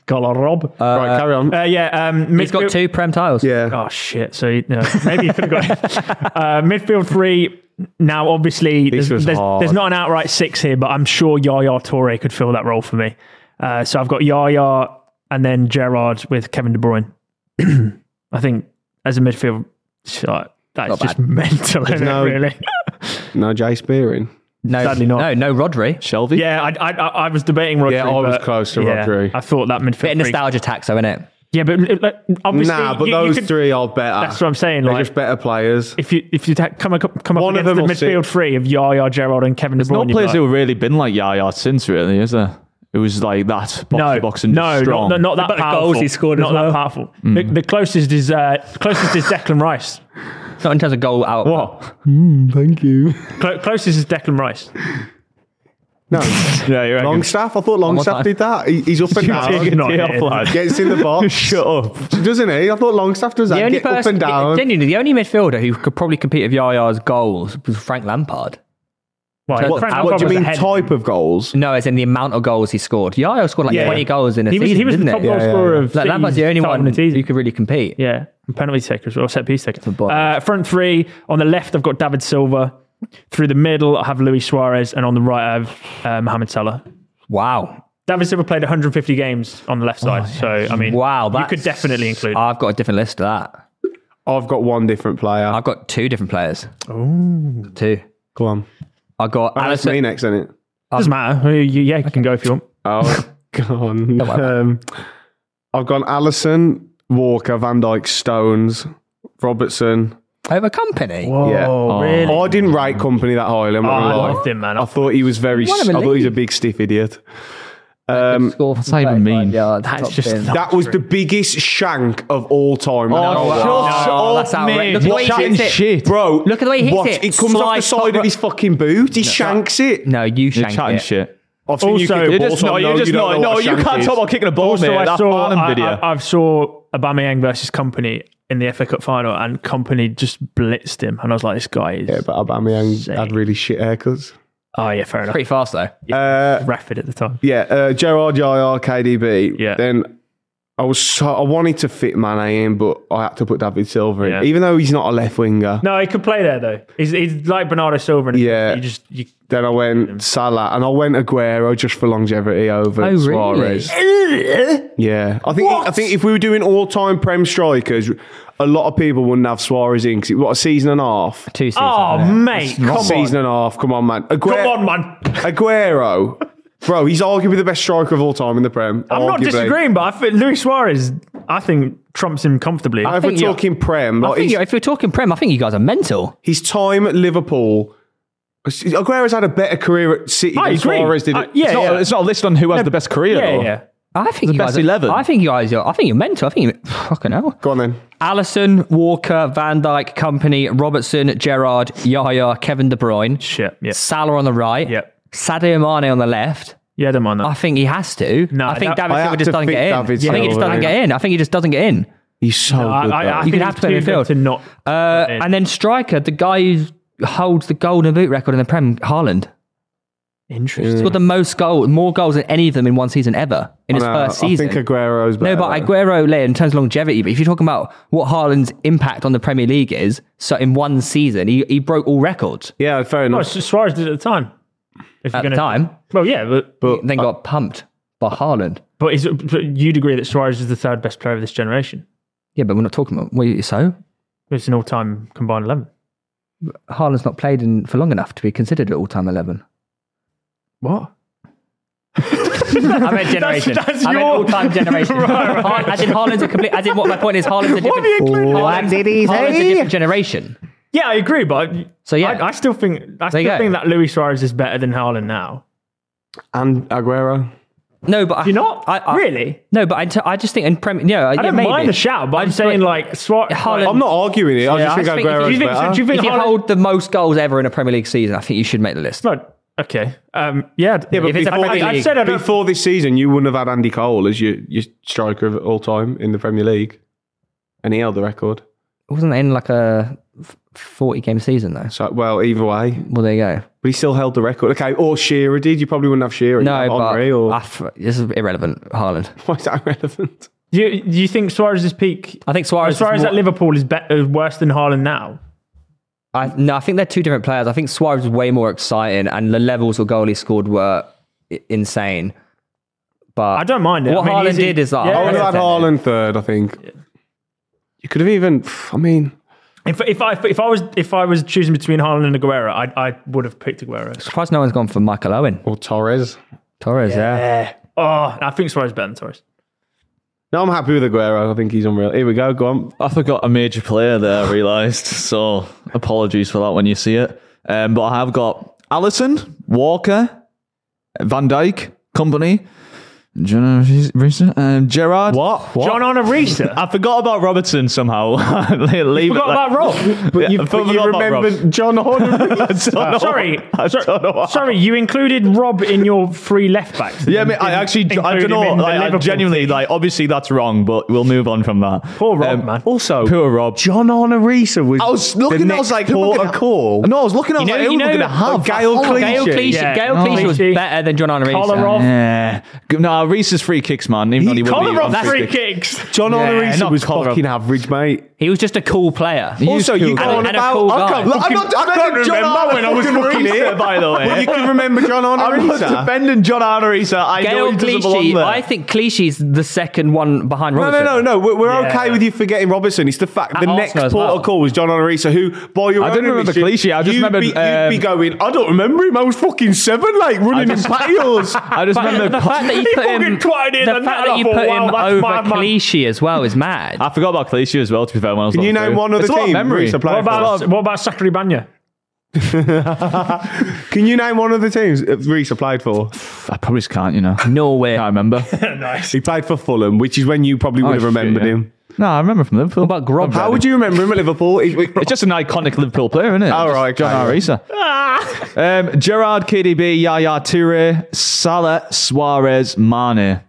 Kolarov. right, carry on. Uh, yeah, um, He's got midfield- two Prem titles. yeah. Oh shit! So you- no, maybe you could have got it. Uh, midfield three. Now, obviously, there's, was there's, hard. there's not an outright six here, but I'm sure Yaya Torre could fill that role for me. Uh, so I've got Yaya and then Gerard with Kevin De Bruyne. I think as a midfield, shot, that's Not just bad. mental, isn't it, no- really. No, Jay Spearing. No, Sadly not. No, no Rodri. Shelby? Yeah, I, I, I I was debating Rodri. Yeah, I was but- close to yeah, Rodri. I thought that midfield. Bit of three- nostalgia tax, though, innit? Yeah, but uh, like, obviously, Nah, but you- you those could- three are better. That's what I'm saying. They're Like, just better players. if you if you ta- come up, come up One of against the them will midfield sit. three of Yaya, Gerard, and Kevin De There's no Bruyne, you'd players be who like, have really been like Yaya since, really, is there? It was like that box no, to box and no, just strong. Not, not that But the powerful. goals he scored as not well. that powerful. Hmm. The, the closest is uh, closest is Declan Rice. Not in terms of goal out. What? Thank you. Clo- closest is Declan Rice. No, Yeah, you're right. Longstaff. I Oh, thought time. Longstaff did that. He, he's up and take it down. not here. Gets in the box. Shut up. Doesn't he? I thought Longstaff does that. The only Get up person, and down. genuinely, the only midfielder who could probably compete with Yaya's goals was Frank Lampard. Right, What- Frank what do Lampard Do was you mean ahead. type of goals? No, as in the amount of goals he scored. Yaya scored like Yeah. 20 goals in a He was, season, he was the didn't top it? goal scorer of. Like, Lampard's the City's only time one in the season. who could really compete. Yeah, and penalty taker as well, set piece taker. bottom. Uh, front three on the left, I've got David Silva. Through the middle, I have Luis Suarez, and on the right, I have uh, Mohamed Salah. Wow. David Silva played 150 games on the left side, so I mean, Wow. you That's, could definitely include. I've got a different list to that. I've got one different player. I've got two different players. Two. Go on. I got Oh, That's me Allison. next, isn't it? Doesn't matter. You, you- uh, yeah, you can go if you want. Oh, gone. Um, I've gone Allison, Walker, Van Dyke, Stones, Robertson. Over company. yeah. really? Oh, I didn't rate company that highly. I'm not I gonna lie. liked him, man. Oh, I thought he was very. Won him I a thought he's a league. big stiff idiot. Um, score What's that even mean? that's just not- That was the biggest shank of all time. Oh, No, shut wow. No, up, that's outrageous. mate. Look at the way he Chatting hits it. shit. bro! Look at the way he hits watch, it. It comes off Slide the top side right- of his fucking boot. He shanks it. No, you You're shanked chatting it. shit. I've seen you Also- kick You're balls, just so I not- know you're just don't not- know no, what a you shank can't is. talk about kicking a ball, Also, mate. I Oh, That saw uh, Farnham I, video. I, have saw Aubameyang versus Company in the FA Cup final, and Company just blitzed him, and I was like, this guy is. Yeah, but Aubameyang had really shit haircuts. oh yeah, fair enough. Pretty fast, though. Uh, Rapid at the time. yeah, uh, Gerard, Yaya, KDB. Yeah. Then I was so I wanted to fit Mane in, but I had to put David Silva in, Yeah. even though he's not a left winger. No, he could play there though. He's, he's like Bernardo Silva. and Yeah. you just you, Then I went Salah and I went Aguero just for longevity over Oh, really? Suarez. Yeah, I think I think if we were doing all time Prem strikers, a lot of people wouldn't have Suarez in because what a season and a half. Two seasons. oh yeah. mate, come on, season and a half. Come on, man. Aguero, come on, man. Aguero, bro, he's arguably the best striker of all time in the Prem. I'm not arguably. disagreeing, but I think Luis Suarez, I think trumps him comfortably. And If we're think you're- talking Prem, I like think his, you're- if we're talking Prem, I think you guys are mental. his time at Liverpool, Aguero's had a better career at City I than agree. Suarez did. I- at- yeah, it's, not, yeah. it's not a list on who has the best career. yeah, though. yeah. I think you best guys are, 11. I think you guys are. I think you're mental. I think you fucking hell. Go on then. Allison, Walker, Van Dyke, Company, Robertson, Gerard, Yahya, Kevin De Bruyne, Shit. Yeah. Salah on the right, Yep. Sadio Mane on the left. Yeah, them on that. I think he has to. No, I think that- David I Silva have just to doesn't think get in. I David think he just Silva, doesn't yeah. get in. I think he just doesn't get in. He's so I, good. I, I though. think could he's have to play too midfield. good to not. Uh, and then striker, the guy who holds the golden boot record in the Prem, Haaland. Interesting. He's got the most goals, more goals than any of them in one season ever in his No, first I season. think Aguero's better. no, but Aguero lay in terms of longevity. But if you're talking about what Haaland's impact on the Premier League is, so in one season, he, he broke all records yeah, fair No, enough. Su- Suarez did it at the time. If at you're the gonna, time, Well, yeah, but but, then got pumped by Haaland. but, is, it- but you'd agree that Suarez is the third best player of this generation. Yeah, but we're not talking about wait, so. It's an all-time combined eleven. Haaland's not played in for long enough to be considered an all-time eleven. What? I meant generation. That's- that's I meant your- all-time generation. Haaland- As in Haaland's a complete. As in what my point is, Haaland's a different. have you included? Haaland's, Haaland's a different generation. Yeah, I agree, but I, So yeah, I, I still think I There still you go. think that Luis Suarez is better than Haaland now. and Aguero. no, but I- You're not I, I, really. No, but I, t- I just think in Premier. Yeah, I don't yeah, mind maybe. the shout, but I'm, just saying think- like Suarez. Haaland- I'm not arguing it. I Yeah, just I think think if Aguero's Do you think? better. Do you think If you Haaland- hold the most goals ever in a Premier League season, I think you should make the list. No, okay. Um, yeah, yeah, but If it's a before Premier I, I League- said I don't. Before this season, you wouldn't have had Andy Cole as your, your striker of all time in the Premier League, and he held the record. Wasn't it in like a f- forty game season though? So, well, either way, Well, there you go. but he still held the record. Okay, or Shearer did. You probably wouldn't have Shearer. You'd No, have but Henry or I f- this is irrelevant. Haaland. why is that relevant? Do you, do you think Suarez's peak? I think Suarez. is Suarez more- at Liverpool is better, worse than Haaland now. I, no, I think they're two different players. I think Suarez was way more exciting, and the levels of goal he scored were i- insane. But I don't mind it. What I mean, Haaland he's- did is that. Yeah. I would have had Haaland third. I think you could have even. I mean, If, if I if I was if I was choosing between Haaland and Aguero, I I would have picked Aguero. Surprised no one's gone for Michael Owen. or Torres. Torres, yeah. Oh, I think Suarez is better than Torres. No, I'm happy with Aguero. I think he's unreal. Here we go. Go on. I forgot a major player there, I realised. So apologies for that when you see it. Um, but I have got Allison, Walker, Van Dyke, Company, John um, Gerard. What? John Onorisa. I forgot about Robertson somehow. Leave Forgot about Rob. But you, but you remembered John Horner. Sorry, don't know why. sorry, sorry. You included Rob in your three left backs. Yeah, I mean, I Didn't actually, I include him don't know. in the Like, I Liverpool genuinely, team. like, obviously that's wrong, but we'll move on from that. Poor Rob, man. also, Poor Rob. John Honorisa was. I was looking, the I was next like, who am I port gonna- of call. No, I was looking, I was know- like, you who am I know, going to like, have? Gael Haaland. Clichy. Gael Clichy, Yeah. Gael Clichy was Clichy. better than John Henry. Kolarov. Yeah. No, Reese is free kicks, man. Even though he wouldn't be Kolarov on free free kicks. kicks. John Yeah, Honorisa not was Kolarov. fucking average, mate. He was just a cool player. Also, you and, go a- on and a about. cool I guy. can't- look, I'm not- I I don't don't remember when I was fucking here, by the Well, you way. can remember John I'm not Honorisa. defending John Arisa. I know Gael he doesn't belong Clichy. there. I think Clichy's the second one behind No, Robertson. no, no, no. We're, we're Yeah. okay with you forgetting Robertson. It's the fact the Arsenal next as port well. of call was John Honorisa, who, by your I didn't own remember admission, Clichy, I just you'd remembered, be, you'd be um, going, I don't remember him. I was fucking seven, like running in just- patios. I just But remember. the fact that you He put fucking him, twatted in the and fact then that I you thought, put wow, him that's over mad, man. Clichy as well is mad. I forgot about Clichy as well, to be fair, when I was Can you looking name through. one other It's a lot of team memory. Reece have played What for? about what about Sakari Banya? Can you name one of the teams that Reese applied for? I probably just can't, you know. Norway. I remember. He played for Fulham, which is when you probably would Oh, have shit, remembered yeah. him. no, I remember from Liverpool. What about Grob? How would you remember him at Liverpool? He- we- It's just an iconic Liverpool player, isn't it? All Just right, John Oh, okay. Ah. Arisa. um, Gerard, KDB, Yaya Toure, Salah, Suarez, Mane.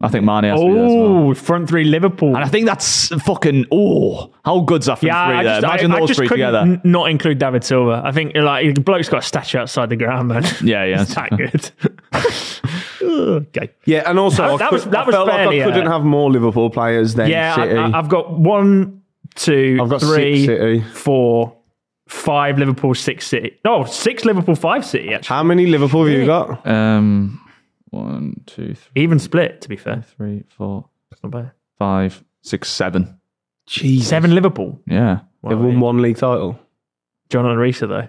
I think Mane has to be there as well. Oh, front three Liverpool. And I think that's fucking oh, how good's that for yeah, three I there? just, Imagine I, I those just three couldn't together. n- not include David Silva. I think like the bloke's got a statue outside the ground, man. yeah, yeah. It's that good. okay. Yeah, and also That- I, that could, was- that I was felt like fairly, I uh, couldn't have more Liverpool players than Yeah, City. I, I, I've got one, two, I've got six three, City. four, five Liverpool, six City. No, six Liverpool, five City, actually. How many Liverpool have you got? Um, one, two, three, Even split, to be fair. three, four, It's not bad. five, six, seven. Jesus, Seven Liverpool. Yeah. they've won one league title. John and Risa, I though.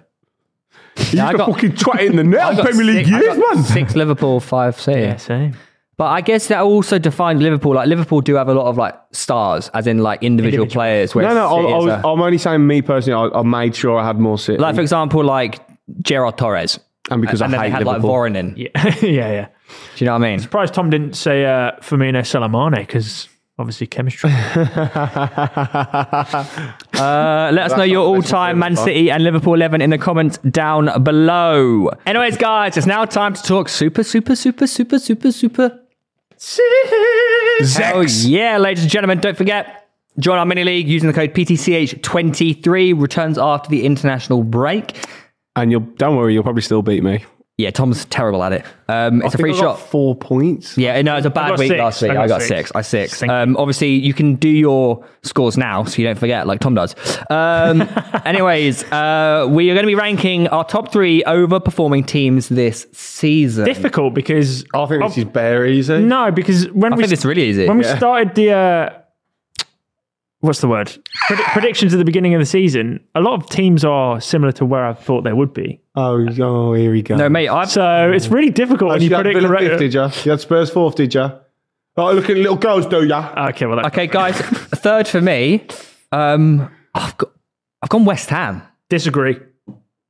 You've got got- fucking twat in the net, Premier League six, I years, got man. six Liverpool, five City. same. But I guess that also defines Liverpool. Like Liverpool do have a lot of like stars, as in like individual, Individual. players. Where No, no, I, City I is was, a- I'm only saying me personally. I, I made sure I had more City, like for example, like Gerard Torres, and because and I then they hate had Liverpool. like Voronin. Yeah, yeah, yeah. Do you know what I mean? Surprised Tom didn't say uh, Firmino Salamane because obviously chemistry. Uh, let us know your all-time Man City and Liverpool eleven in the comments down below. Anyways, guys, it's now time to talk super, super, super, super, super, super Hell yeah, ladies and gentlemen, don't forget, join our mini league using the code PTCH23. Returns after the international break. and you'll don't worry, you'll probably still beat me. Yeah, Tom's terrible at it. Um, it's a free I got shot. four points. Yeah, no, it was a bad got week six. last week. I got, six. I six. Um, obviously, you can do your scores now, so you don't forget, like Tom does. Um, anyways, uh, we are going to be ranking our top three overperforming teams this season. Difficult because I think this is bare easy. no, because when I we think it's really easy. when we started the uh, what's the word Predi- predictions at the beginning of the season, a lot of teams are similar to where I thought they would be. Oh, oh, here we go. no, mate, I've So it's really difficult when you had predict Villa correct. fifth, did ya? You had Spurs fourth, did ya? Oh, look at little girls, do ya? Okay, well, that, Okay, guys, third for me. Um, I've got, I've gone West Ham. disagree.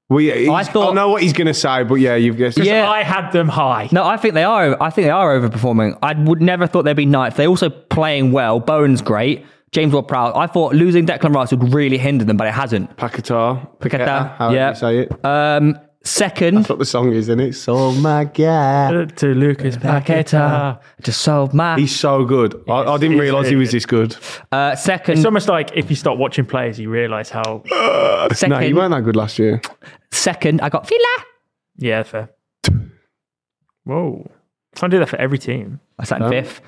We, I thought- I know what he's gonna say, but yeah, you've guessed. Yeah. I had them high. No, I think they are. I think they are overperforming. I would never thought they'd be ninth. They're also playing well. Bowen's great. James Ward-Prowse. I thought losing Declan Rice would really hinder them, but it hasn't. Paquetá, Paquetá, however yeah. you say it. Um, second, That's what the song is, isn't it? So my god, To Lucas Paqueta. Paqueta. Just solved my. he's so good. I, I didn't he's realise he really was this good. Uh, second, It's almost like if you start watching players, you realise how. No, he second, weren't that good last year. second. I got Villa. Yeah, fair. Whoa. Try and do that for every team. I sat in fifth,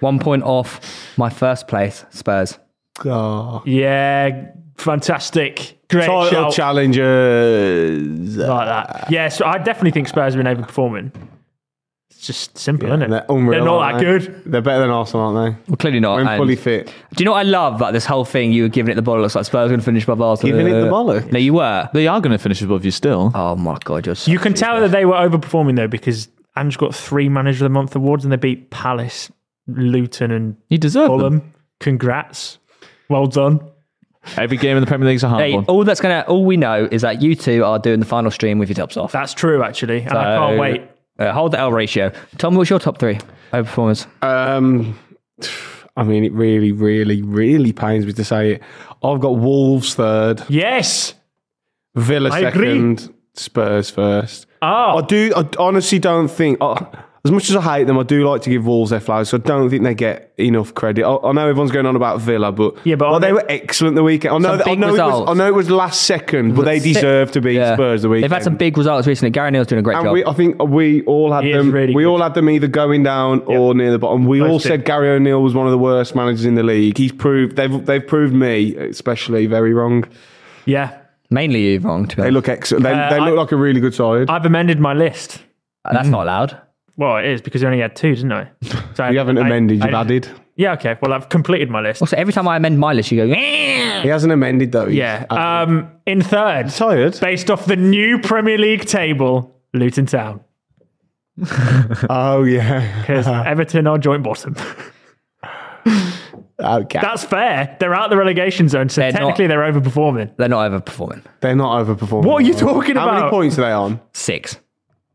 one point off my first place. Spurs. Oh. Yeah, fantastic. Great Title shout. challengers. like that. Yeah, so I definitely think Spurs have been overperforming. It's just simple, isn't it? They're unreal. They're not aren't that they? good. They're better than Arsenal, aren't they? Well, clearly not. When and- fully fit. Do you know what I love about this whole thing? You were giving it the bollocks, like Spurs going to finish above Arsenal. Giving it the bollocks? No, you were. They are going to finish above you still. Oh my god, you're. So You can tell that they were overperforming though because Ange got three Manager of the Month awards and they beat Palace, Luton, and You deserve them. Fulham. Congrats. Well done. Every game in the Premier League's a hard Hey, oh. one. all that's gonna. All we know is that you two are doing the final stream with your tops off. That's true, actually. And I can't So, wait. Uh, hold the L ratio. Tom, what's your top three overperformers? Um, I mean, it really, really, really pains me to say it. I've got Wolves third, Yes. Villa I agree. second, Spurs first. I Oh, do. I honestly don't think. I, as much as I hate them, I do like to give Wolves their flowers. So I don't think they get enough credit. I, I know everyone's going on about Villa, but Yeah, but like, on they the- were excellent the weekend. I know. Some that- I big know, it was, results. I know it was last second, but they deserve to be Yeah. Spurs the weekend. They've had some big results recently. Gary Neal's doing a great And job. we, I think we all had He is them. really we good. all had them either going down or near the bottom. We all did. said Gary O'Neill was one of the worst managers in the league. He's proved they've they've proved me especially very wrong. yeah. Mainly you wrong. To be They honest. look excellent. They, they Uh, I- look like a really good side. I've amended my list. Uh, that's mm. not allowed. Well, it is because I only had two, didn't I? So I- you haven't I- amended. You've I- added. Yeah, okay. Well, I've completed my list. Also, every time I amend my list, you go. He hasn't amended though. He's Yeah. added. Um, in third, tired. based off the new Premier League table, Luton Town. Oh yeah. Because Everton are joint bottom. Okay. That's fair. They're out the relegation zone, so They're not- technically they're overperforming. They're not overperforming. They're not overperforming. What are you talking How many about? points are they on? Six,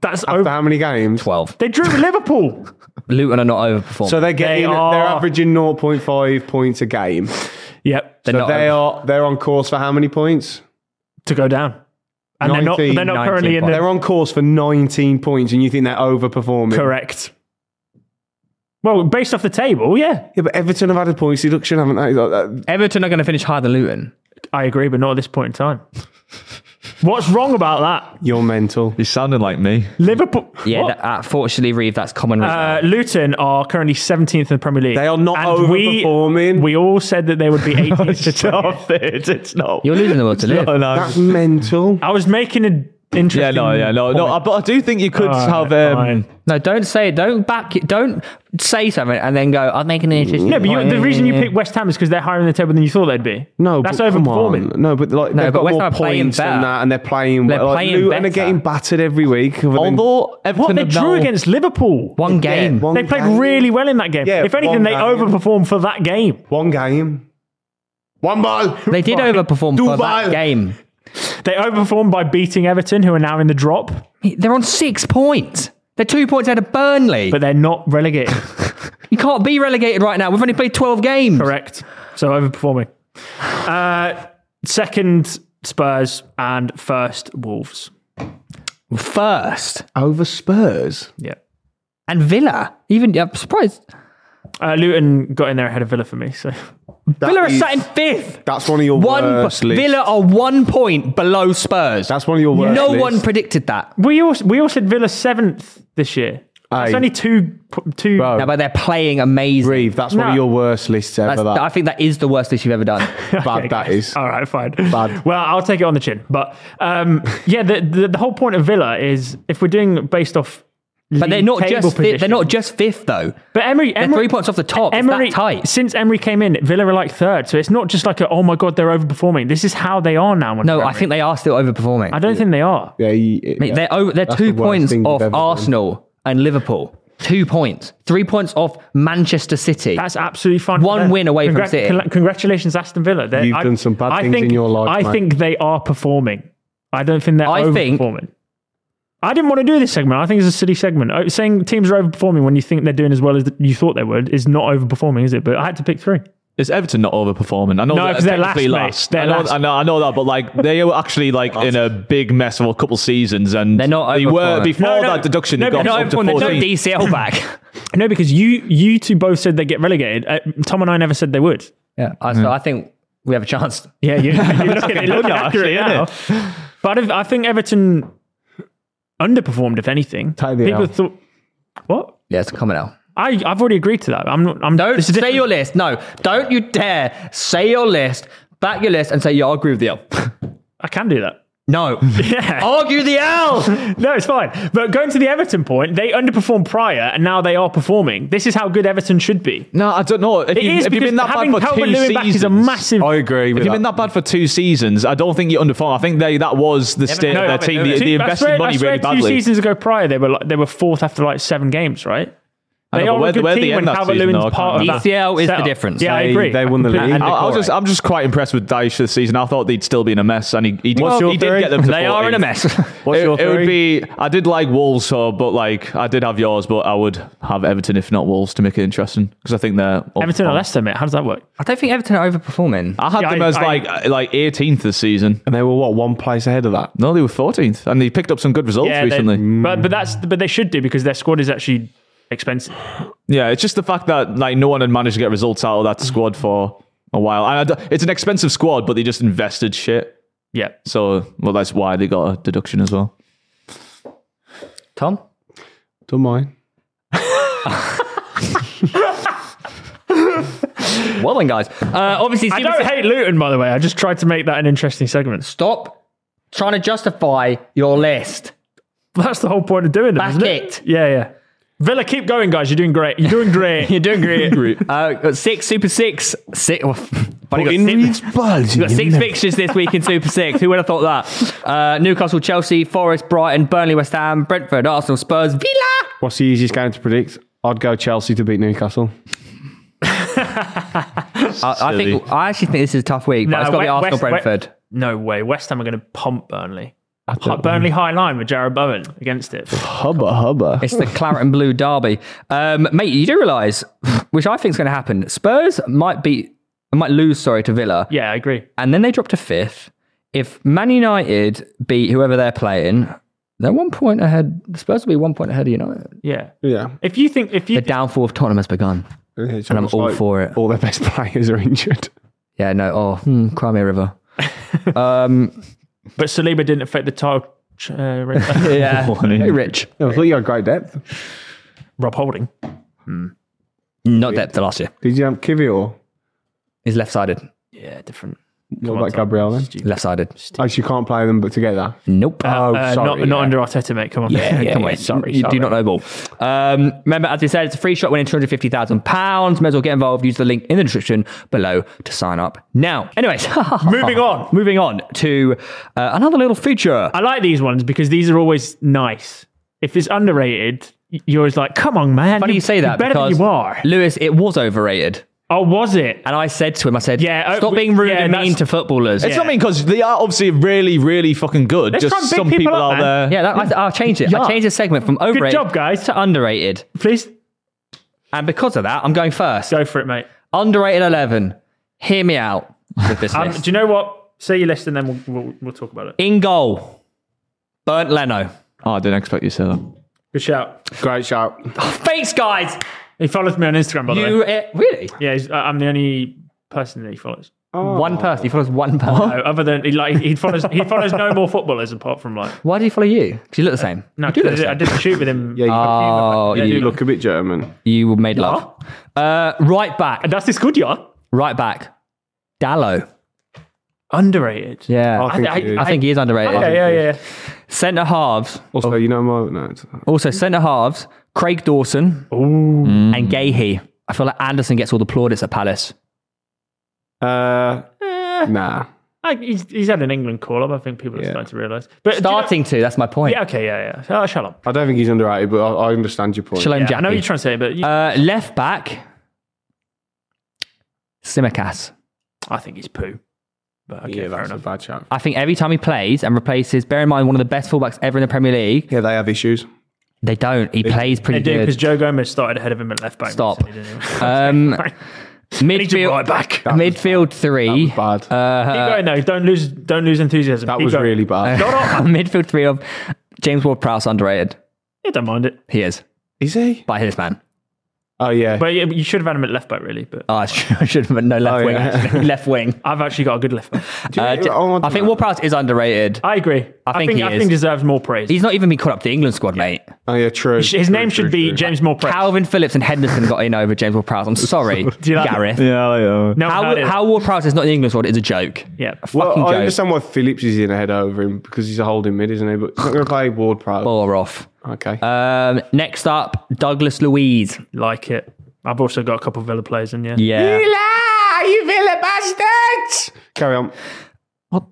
That's After over. how many games? twelve. They drew with Liverpool. Luton are not overperforming. So they're getting. They are are- averaging 0.5 points a game. So Yep. they're not they over- are. They're on course for how many points? To go down. And they're 19, not, they're not currently in the. They're on course for 19 points, and you think they're overperforming? correct. Well, based off the table, yeah. Yeah, but Everton have had a points deduction, haven't they? Like that- Everton are going to finish higher than Luton. I agree, but not at this point in time. What's wrong about that? You're mental. He's sounding like me. Liverpool. Yeah, What? that, uh, fortunately, Reeve, that's common. Uh, Luton are currently 17th in the Premier League. They are not and we- overperforming. We, all said that they would be 18th to 20th. it. It's not. You're losing the world to live. No, no. That's mental. I was making an interesting. Yeah, no, yeah, no, no. I- But I do think you could Alright, have. Um, fine. No, don't say it. Don't back it. Don't say something and then go, I'm making an interesting No, but you, point." the reason you picked West Ham is because they're higher in the table than you thought they'd be. No, that's but come on. overperforming. No, but like No, they've but got West more Ham are playing points better. than that, and they're playing. They're well. like, playing Luton are better. getting battered every week. other than- although Everton What they have drew now- against Liverpool. one game. one They played game. really well in that game. Yeah, if anything, one they game. overperformed for that game. One game. One ball. They did overperform for that Dubai. game. They overperformed by beating Everton, who are now in the drop, They're on six points. They're two points out of Burnley. but they're not relegated. you can't be relegated right now. We've only played 12 games. Correct. So overperforming. Uh, second Spurs and first Wolves. First. Over Spurs. Yeah. And Villa. Even, I'm surprised. Uh, Luton got in there ahead of Villa for me. So That Villa is- are sat in fifth. That's one of your One worst po- lists. Villa are one point below Spurs. That's one of your worst. no lists. one predicted that. we all we all said Villa seventh this year. It's Aye. only two two. Bro. No, but they're playing amazing. Reeve, that's one No. of your worst lists ever. That's- that I think that is the worst list you've ever done. bad that is. All right, fine. Bad. Well, I'll take it on the chin. But um, yeah, the, the the whole point of Villa is if we're doing based off, But they're not just fifth, they're not just fifth though. But Emery, Emery three points off the top. It's that Emery, tight. Since Emery came in, Villa are like third. So it's not just like a, oh my god, they're overperforming. This is how they are now. under No, I Emery. think they are still overperforming. I don't think they are. Yeah, he- yeah. Mate, They're over, they're That's two the worst points thing you've off ever done. Arsenal and Liverpool. Two points, three points off Manchester City. That's absolutely fine. One They're- win away from congrat- City. con- congratulations, Aston Villa. They're- You've done some bad I things think, in your life, I mate. think they are performing. I don't think they're I think- overperforming. I didn't want to do this segment. I think it's a silly segment. Oh, Saying teams are overperforming when you think they're doing as well as th- you thought they would is not overperforming, is it? But I had to pick three. Is Everton not overperforming? I know No, 'cause they're last, technically mate. They're I, know, last. I know, I know that, but like they were actually like in a big mess for a couple seasons, and They're not They overperforming. were before No, no. that deduction. No, they got they're no, not up to everyone, there's no 14. DCL back. No, because you you two both said they get relegated. Uh, Tom and I never said they would. yeah, I, Uh, so I think we have a chance. Yeah, you're, you're looking, you're looking accurate actually, now. But if, I think Everton underperformed, if anything. Take the People L. thought, what? Yeah, it's coming out. I, I've already agreed to that. I'm not. I'm Don't this is say different. your list. No, don't you dare say your list, back your list, and say, yeah, I agree with the L. I can do that. no. Yeah. Argue the L. No, it's fine. But going to the Everton point, they underperformed prior, and now they are performing. This is how good Everton should be. No, I don't know. If, It you, is if you've because been that having bad for two Calvert Lewin seasons, back is a massive. I agree If with you've that. been that bad for two seasons, I don't think you underperform. I think they that was the state of No, their but team. two- They, they I invested swear- money I swear really Two badly. seasons ago, prior they were like, they were fourth after like seven games, right? I They know, but are where- a good where they team end when that Calvert season, Lewin's though, I part of can't that. DCL E is the setup. difference. Yeah, I They- agree. they won the I completely league. agree. I, I was just, I'm just quite impressed with Daesh this season. I thought they'd still be in a mess, and he, he, did, What's your he did theory? get them. To They are in a 14th. mess. What's it, your it would theory? be. I did like Wolves, so but like I did have yours, but I would have Everton if not Wolves to make it interesting because I think they're Everton or overperforming. Leicester, mate. How does that work? I don't think Everton are overperforming. I had Yeah, them I- as I- like uh, like 18th this season. and they were what one place ahead of that. No, they were 14th, and they picked up some good results Yeah, they- recently. but but that's but they should do because their squad is actually expensive. Yeah, it's just the fact that like no one had managed to get results out of that squad for a while. And I d it's an expensive squad, but they just invested shit. Yeah. So, well, that's why they got a deduction as well. Tom? Don't mind. Well then, guys. Uh, obviously, I don't hate Luton, by the way. I just tried to make that an interesting segment. stop trying to justify your list. That's the whole point of doing them. Back isn't it. Yeah, yeah. Villa, keep going, guys. You're doing great. You're doing great. You're doing Great. Uh, got six Super Six. Six, well, funny, got six, bulging. got six fixtures this week in Super Six. Who would have thought that? Uh, Newcastle, Chelsea, Forest, Brighton, Burnley, West Ham, Brentford, Arsenal, Spurs, Villa. What's the easiest game to predict? I'd go Chelsea to beat Newcastle. I, I think I actually think this is a tough week, but No, it's got to be West- Arsenal, West- Brentford. no way. West Ham are going to pump Burnley. Burnley High Line with Jared Bowen against it. Hubba hubba. It's the claret and blue derby, um, mate. You do realise, which I think is going to happen. Spurs might be might lose, sorry, to Villa, Yeah, I agree. and then they drop to fifth. If Man United beat whoever they're playing, they're one point ahead. The Spurs will be one point ahead of United. Yeah. Yeah, If you think if The you downfall of Tottenham has begun. and I'm all for it. All their best players are injured. Yeah, no. Oh, hmm, Crimea River. um, But Saliba didn't affect the title. Uh, race. Yeah. What an idiot. Rich. I thought you had great depth. Rob Holding. Not depth last year. Did you have Kivy or He's left sided. Yeah, different. what about Gabriel then? Left sided. Oh, so you can't play them but together. Nope. Oh, Uh, sorry, not, not yeah. under Arteta, mate. Come on. Yeah, yeah, Come yeah. on. Sorry. You sorry. do not know ball. Um, remember, as we said, it's a free shot winning £250,000. May as well get involved. Use the link in the description below to sign up now. Anyways, Moving on. Moving on to uh, another little feature. I like these ones because these are always nice. If it's underrated, y- you're always like, come on, man. Funny you say that Better because than you are. Lewis, it was overrated. Oh, was it? And I said to him, I said, Yeah, uh, stop we- being rude yeah, and that's- mean to footballers. It's not mean because they are obviously really, really fucking good. Let's Just try and big some people people, up, out man. there. Yeah, that, I, I changed it. I Yeah. changed the segment from overrated job, guys. to underrated. Please And because of that, I'm going first. go for it, mate. Underrated 11. Hear me out with this Um, do list. you know what? Say your list and then we'll, we'll, we'll talk about it. In goal, Burnt Leno. Oh, I didn't expect you to say that. Good shout. Great shout. Thanks, guys. He follows me on Instagram, by the You way. uh, really? Yeah, he's, I- I'm the only person that he follows. One person. He follows one person. No, other than he like he follows he follows no more footballers apart from like Why do you follow you? Because you look the same. Uh, no. you do I, look the did, I same. did a shoot with him. Yeah, you, Oh, you you, do look a bit German. you made love. Uh, right back. And that's this good, yeah. Right back. Dallo. Underrated. Yeah. I I, think I- you do. I- think he is underrated. Okay, yeah, yeah. Centre halves. also, you know my no, it's- Also, centre halves. Craig Dawson and Gahey. I feel like Anderson gets all the plaudits at Palace. Uh, Eh. nah. I, he's, he's had an England call up. I think people are Yeah. starting to realise. But do you know- Starting to, that's my point. yeah, okay, yeah, yeah. Oh, shut up. I don't think he's underrated, but I, I understand your point. Shalom Yeah, I know Jackie. what you're trying to say, but you, Uh, left back, Simicas. I think he's poo. But okay, yeah, fair that's a enough. bad shout. I think every time he plays and replaces, bear in mind, one of the best fullbacks ever in the Premier League, Yeah, they have issues. they don't. He plays pretty They do because good. Joe Gomez started ahead of him at left back. Stop. recently, didn't he? Um, Need to right midfield, back. midfield three. Bad. Uh, Keep going though. Don't lose. Don't lose enthusiasm. that Keep was going. really Uh, bad. Shut up. midfield three of James Ward Prowse, underrated. Yeah, don't mind it. He is, Is he? by his man. Oh yeah. But yeah, you should have had him at left back, really. But Oh, I should I should have no left Oh, wing. yeah. actually. left wing. I've actually got a good left back. Do you- Uh, J- oh, I think dunno. Ward Prowse is underrated. I agree. I think he I is. think deserves more praise. He's not even been caught up to the England squad, mate. Oh yeah, true. His name should be James More Praise. Calvin Phillips and Henderson got in over James Ward Prowse. I'm sorry, you like- Gareth. Yeah, yeah. no, one How, heard it. how Ward Prowse is not in the England squad is a joke. Yeah. fucking Well, I joke. understand why Phillips is in ahead over him because he's a holding mid, isn't he? But he's not going to play Ward Prowse. Bore off. okay. Um, next up, Douglas Louise. Like it. I've also got a couple of Villa players in. Yeah. Yeah. you Villa bastards! Carry on. What?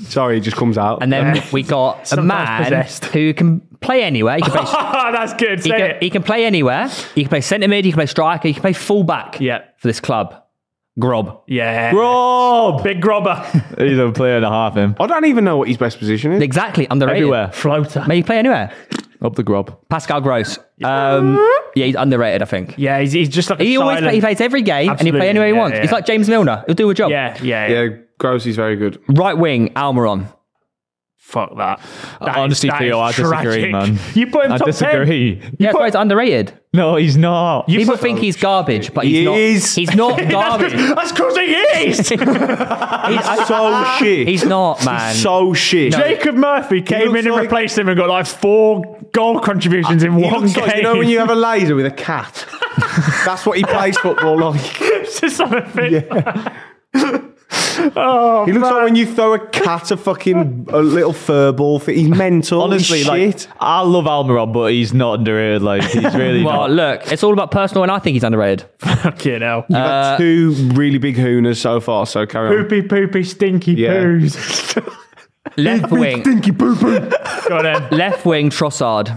Sorry, it just comes out. And then we got a Sometimes man possessed. who can play anywhere. He can play, that's good. he Say can, it. he can play anywhere. He can play centre mid. He can play striker. He can play fullback. Yeah. For this club, Grob. Yeah. Rob! Big grobber. He's a player and a half, him. I don't even know what his best position is. Exactly. Underrated. Everywhere. Floater. May he play anywhere. Up the grub. Pascal Gross. Um, yeah, he's underrated. I think. Yeah. He's, he's just like a He always silent- play, he plays every game and he Absolutely, play anywhere he yeah, wants. yeah. He's like James Milner. He'll do a job. Yeah, yeah, yeah. Yeah, Gross is very good. Right wing Almiron. Fuck that. That Honestly, is- that Theo, I is disagree, tragic. man. You put him I top disagree. Yeah, that's why he's underrated. No, he's not. You People think he's garbage, but he's He not. is. He's not 10. garbage. That's because he is. He's- so shit. He's not, man. so shit. Jacob Murphy came looks in and like- replaced him and got like four goal contributions in He one looks game. like- you know when you have a laser with a cat? That's what he plays football like. It's just something- He looks like when you throw a cat a fucking a little fur ball. Thing. He's mental. honestly he's like shit. I love Almiron, but he's not underrated. Like he's really Well, not. look, it's all about personal, and I think he's underrated. Fucking hell. You've had two really big hooners so far. So carry on. Poopy, poopy, stinky Yeah. poos. Left wing, Stinky poo poo. Got him. left wing Trossard.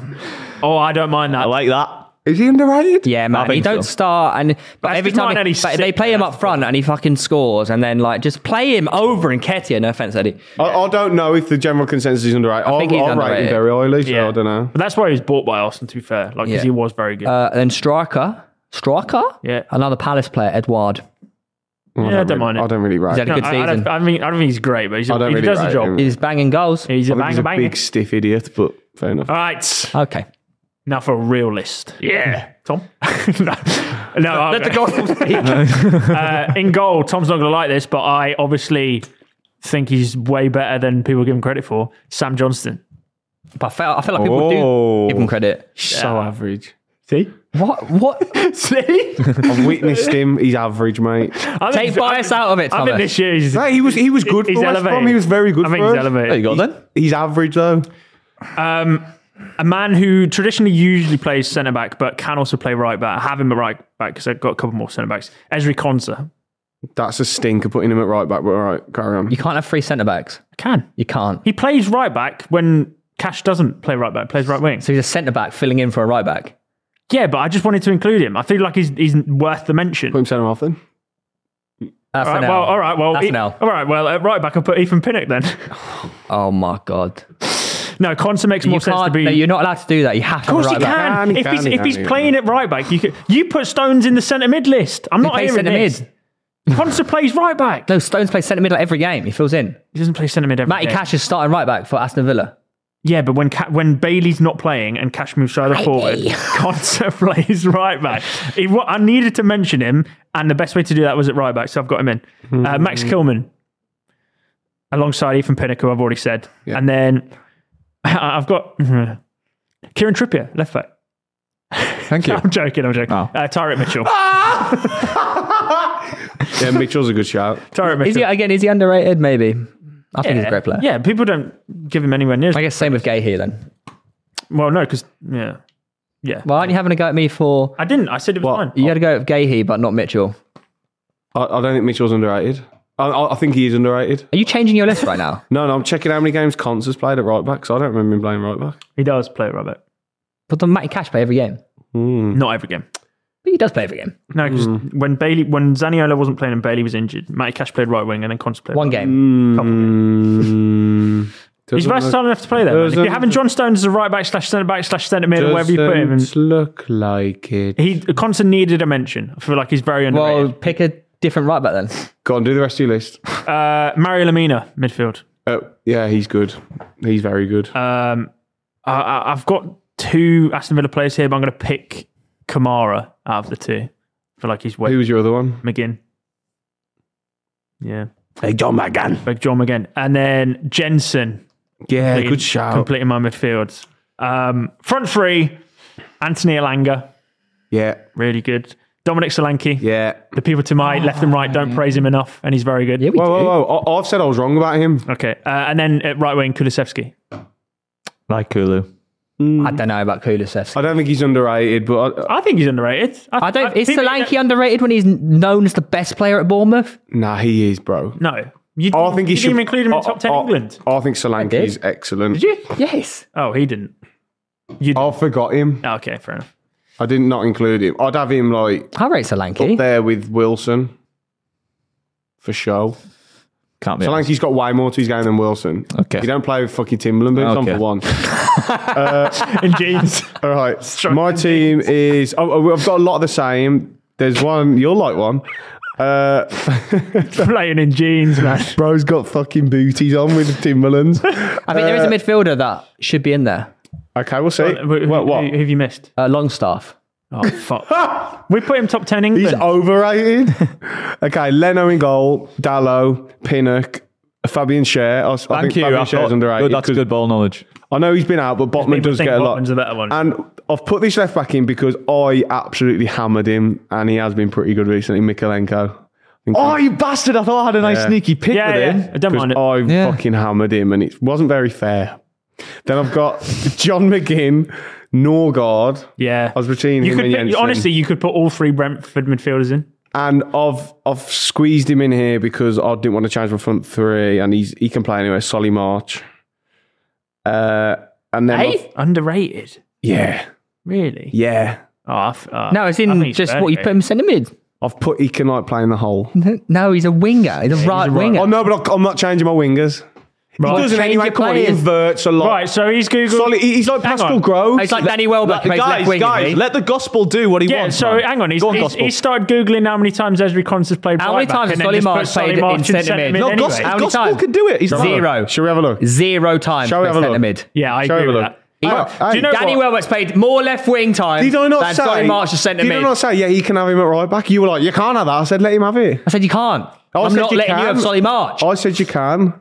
Oh, I don't mind I that. like that. Is he underrated? Yeah, man, he think don't so. start, and but That's every just time mine, and he, he's but they sick, play man, him up front, and he fucking scores, and then like just play him over in Ketia. No offense, Eddie. I, I don't know if the general consensus is underrated. I think he's I'll rate him underrated. very highly. So Yeah. I don't know. But that's why he was bought by Arsenal, to be fair. Like, because Yeah. he was very good. Uh, then striker, striker, Yeah. another Palace player, Edouard. yeah, I don't mind it. I don't really rate. He's him. had a No, good I, I don't, season. I mean, I don't think he's great, but he's, I don't he really does the rate job. him. He's banging goals. He's a I think banger, He's a banger. big stiff idiot, but fair enough. All right. Okay. Now for a real list. Yeah. Tom? no. no Let the goal speak. uh, in goal, Tom's not going to like this, but I obviously think he's way better than people give him credit for. Sam Johnston. But I feel, I feel like people Oh. do give him credit. So average. See? What? What? See? I've witnessed him. He's average, mate. I think- Take bias I think- out of it, I think Thomas. this year he's, No, he was he was good he's for West elevated. Brom. He was very good I think for he's us. elevated. There you go then. He's average though. Um, a man who traditionally usually plays centre back, but can also play right back. I have him at right back because I've got a couple more centre backs. Esri Konsa That's a stinker putting him at right back. But all right, carry on. You can't have three centre backs. can You can't. he plays right back when Cash doesn't play right back, plays right wing. So he's a centre back filling in for a right back. yeah, but I just wanted to include him. I feel like he's he's worth the mention. Put him centre half then. That's All right, an well, L. all right, well, That's E- an L. all right, well, at right back, I'll put Ethan Pinnock then. Oh my god. no, Konsa makes more you sense to can't. be. no, you're not allowed to do that. You have to. of course have a he right back. can. Can, he if can, he's, he if can, he's he playing at right back, you could, you put Stones in the centre mid list. I'm not plays hearing centre this. mid. Konsa plays right back. No, Stones plays centre mid like every game. He fills in. He doesn't play centre mid every Matty day. Cash is starting right back for Aston Villa. Yeah, but when Ca- when Bailey's not playing and Cash moves further forward, Conser plays right back. He, wa- I needed to mention him, and the best way to do that was at right back, so I've got him in. Uh, Max Kilman, alongside Ethan Pinnock, who I've already said, and then I- I've got mhm, Kieran Trippier, left back. Thank you. I'm joking, I'm joking. Oh. Uh, Tyrek Mitchell. Yeah, Mitchell's a good shout. Tyrek Is Mitchell. he again? Is he underrated? Maybe. I think he's a Yeah. great player. Yeah, people don't give him anywhere near. as- I guess same with Gay here then. well, no, because yeah, Why aren't you having a go at me for? I didn't. I said it was What? fine. You had a go at Gahey, but not Mitchell. I, I don't think Mitchell's underrated. I, I, I think he is underrated. Are you changing your list right now? No, no, I'm checking how many games Cons has played at right back. So I don't remember him playing right back. He does play right back. but does Matty Cash play every game? Not every game. But he does play every game. No, because when Bailey, when Zaniola wasn't playing and Bailey was injured, Matty Cash played right wing and then Conte played. One right game. wing, probably. Mm, Hmm. He's versatile enough to play there. man. If Doesn't- you're having John Stones as a right back slash centre back slash centre mid or wherever you put him, doesn't look like it. he Conte needed a mention. I feel like he's very Well, underrated. pick a different right back then. Go on, do the rest of your list. uh, Mario Lamina, midfield. Uh, yeah, he's good. He's very good. Um, I, I, I've got two Aston Villa players here, but I'm going to pick Kamara out of the two. I feel like he's way Who was your other one? McGinn. Yeah, Hey, John McGann. big John McGinn, and then Jensen Yeah, completing- good shout. Completing my midfield. Um, front three, Anthony Alanga, Yeah, really good. Dominic Solanke, yeah. the people to Oh, my left and right don't praise him enough, and he's very good. Yeah, we Whoa, do. whoa, whoa. I, I've said I was wrong about him. Okay, uh, and then at right wing, Kulisevsky. Like Kulu. um, I don't know about Kulusevski. I don't think he's underrated, but uh, I, I think he's underrated. I don't. Is people- Solanke underrated when he's known as the best player at Bournemouth? nah, he is, bro. No, you, Oh, I think he you should didn't oh, even include him in I- top ten I- England. I think Solanke did. is excellent. Did you? Yes. Oh, he didn't. You I forgot him. oh, okay, fair enough. I did not include him. I'd have him like I rate Solanke. Eh? up there with Wilson for sure. Can't be. Solanke's got way more to his game than Wilson. Okay. He don't play with fucking Timberland boots on Okay. for one. And jeans. All right. My team is. Oh, oh, I've got a lot of the same. There's one. You'll like one. Uh, playing in jeans, man. bro's got fucking booties on with Timberlands. I think there is a midfielder that should be in there. Okay, we'll see. Who- What? Who, who What? have you missed? Uh, Longstaff. Oh fuck! we put him top ten England. He's overrated. okay, Leno in goal. Dallo, Pinnock, Fabian Cher. I, I think Thank you. Fabian I Cher's thought, underrated. good, that's 'cause good ball knowledge. I know he's been out, but Botman people does think get a lot. Botman's a better one. And I've put this left back in because I absolutely hammered him, and he has been pretty good recently. Mikalenko. Oh, you bastard! I thought I had a nice sneaky pick yeah, with him. yeah. I don't mind it. I Yeah. fucking hammered him, and it wasn't very fair. Then I've got John McGinn, Norgard, Yeah, I was between you him could and pick- Jensen. honestly, you could put all three Brentford midfielders in. and I've I've squeezed him in here because I didn't want to change my front three, and he's he can play anywhere. Solly March, uh, and then I've- underrated, yeah, really? yeah, Oh, I f- uh, No, it's I think in he's just fair, what you mate. put him centre mid. I've put he can like play in the hole. No, he's a winger. He's a right winger. Oh no, but I- I'm not changing my wingers. Right. He doesn't Change anyway. your Come on, he players. inverts a lot. Right, so he's Googled. Solly, he- he's like Hang Pascal on. Groves. It's like Danny Welbeck plays guys, left wing. isn't guys, he? let the gospel do what he yeah, wants. so man. hang on. He's, Go on, he's- gospel. he started Googling how many times Ezri Konsa has played How many right back times and has then Solly just put March Solly played in March in centre centre mid? mid No, anyway. gospel, How many gospel times? can do it. He's Zero. Shall we have a look? Zero times. Shall we played have a centre look? mid. Yeah, I Shall we agree with have a that. look? Hey, Do you know Danny what? Welbeck's played more left wing time Did I not than say? Scotty March has sent to did me. I not say? Yeah, he can have him at right back. You were like, you can't have that. I said, let him have it. I said you can't. Oh, I I'm said not you letting you can. have Solly March. I said you can.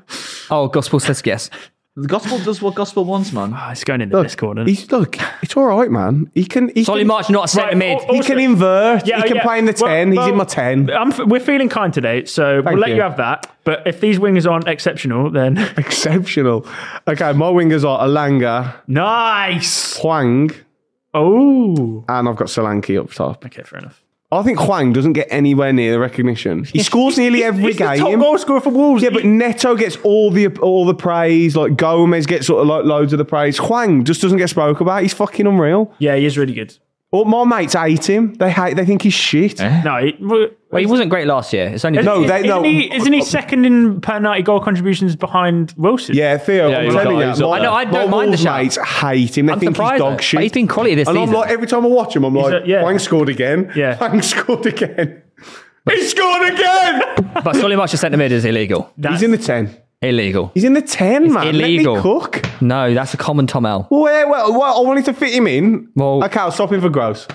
Oh, gospel says yes. The gospel does what gospel wants, man. Oh, it's going in the Look, Discord. Isn't it? He's look. It's all right, man. He can. He Solly can, March not a centre Right, mid. al- He also- can invert. Yeah, he can yeah. play in the Well, ten. He's in my well, ten. I'm, f- we're feeling kind today, so Thank we'll let you. you. have that. But if these wingers aren't exceptional, then Exceptional. Okay, my wingers are Alanga, nice. Huang, Oh, and I've got Solanke up top. okay, fair enough. I think Huang doesn't get anywhere near the recognition. He scores nearly every He's the game. top goal scorer for Wolves. Yeah, but He- Neto gets all the all the praise. Like Gomez gets sort of like loads of the praise. Huang just doesn't get spoke about. He's fucking unreal. yeah, he is really good. All my mates hate him. They hate. They think he's shit. Eh? No, he, Well, he wasn't great last year. It's only No, they- isn't, no. He, isn't he second in per ninety goal contributions behind Wilson? Yeah, Theo, Yeah, I'm he's telling got- you, he's got my- that. I know, I don't my mind the Wolves shout. mates hate him. They I'm think he's surprised dog though, shit. but he's been quality this and season. I'm like, every time I watch him, I'm like, a- yeah. Wang scored again. Yeah. Wang scored again. he scored again. But Solly March a centre mid is illegal. That's- he's in the ten. Illegal. He's in the ten, man. Let me illegal. cook. No, that's a common Tom L. Well, yeah, well, well, I wanted to fit him in. Well- okay, I'll stop him for gross.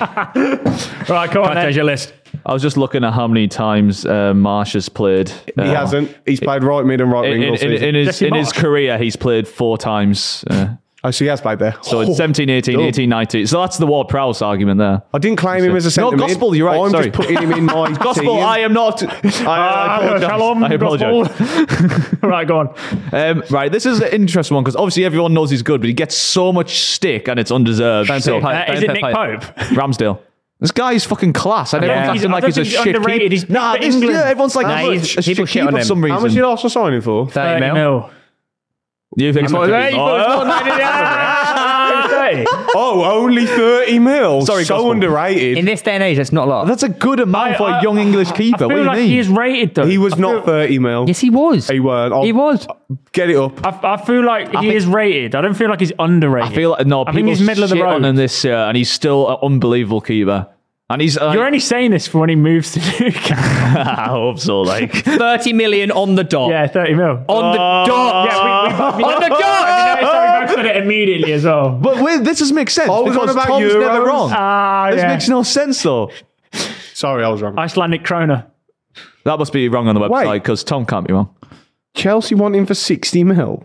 right. Come on, then. your list. I was just looking at how many times uh, Marsh has played. uh, He hasn't. He's played right mid and right In, wing in, all in, season. in his, Jesse in his Marsh. career, he's played four times. Uh, oh, so he has played there. Oh, so it's 17, 18, 18, 19. So that's the Ward Prowse argument there. I didn't claim him as a No, centre mid. gospel, you're right, I'm sorry. just putting him in my Gospel, team. I am not. Ah, I apologise. shalom, I apologise. gospel. right, go on. Um, right, this is an interesting one because obviously everyone knows he's good, but he gets so much stick and it's undeserved. So, Pope. Uh, is it Nick Pope? Ramsdale. This guy is fucking class. I don't everyone's think he's- I acting like don't he's a think he's shit keeper. underrated. He's nah, picked for this- England. yeah, everyone's like Nah, nah, he's- he's, a shit people shit keeper on for him. some How much did reason. Arsenal sign him for? 30 mil. mil. You think? Oh, yeah, you thought it was more than 90. Ah, 30. Oh, only 30 mil. Sorry, so gospel. underrated. In this day and age, that's not a lot. Oh, That's a good amount for a young English I keeper. feel What do you like mean? he is rated though. he was not 30 mil. yes, he was. He weren't. I'll He was. Get it up. I, I feel like he think- is rated. I don't feel like he's underrated. I feel like no. I think he's people middle of the shit road. on him this year, and he's still an unbelievable keeper. And he's uh, You're only saying this for when he moves to Newcastle. I hope so. Like Oh. 30 million on the dot. yeah, 30 mil. On the dot. yeah, we, we, on the dot. I back on it immediately as well. But wait, this is makes sense. I was because on about Tom's never Euros. wrong. Ah, this yeah. makes no sense though. Sorry, I was wrong. Icelandic kroner. That must be wrong on the website Wait. because Tom can't be wrong. Chelsea want him for 60 mil.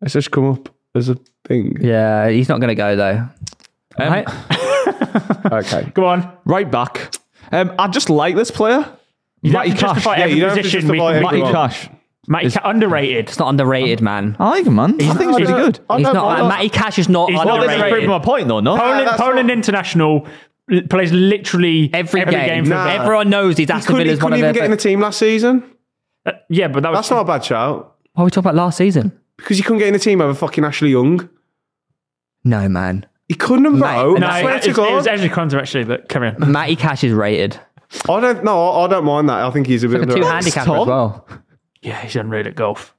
It's just come up as a thing. Yeah, he's not going to go, though. Um, Right? Okay. Go on. Right back. Um, I just like this player. You don't Matty have to Cash. justify Yeah, every you don't have to position. We justify can, every- Matty everyone. Cash. Matty Ca- underrated. It's not underrated, man. I like him, man. I think he's really good. I He's don't- not. I Like, don't- Matty Cash is not He's not Well, this is underrated. underrated. proving my point, though. No, Poland, that's Poland not- international l- plays literally Every, every game. for Nah. them. Everyone knows he's Aston Couldn't, he Villa's one of couldn't even their. get in the team last season. uh, Yeah, but that was That's not a bad shout. What are we talking about last season? Because he couldn't get in the team over fucking Ashley Young. No, man. He couldn't have, No, bro. No, I it, swear it, to it was God. Ezra Konza actually, but carry on. Matty Cash is rated. I don't, no, I I don't mind that. I think he's a bit Like a of two a- handicapper Tom? as well. Yeah, he's unreal at golf.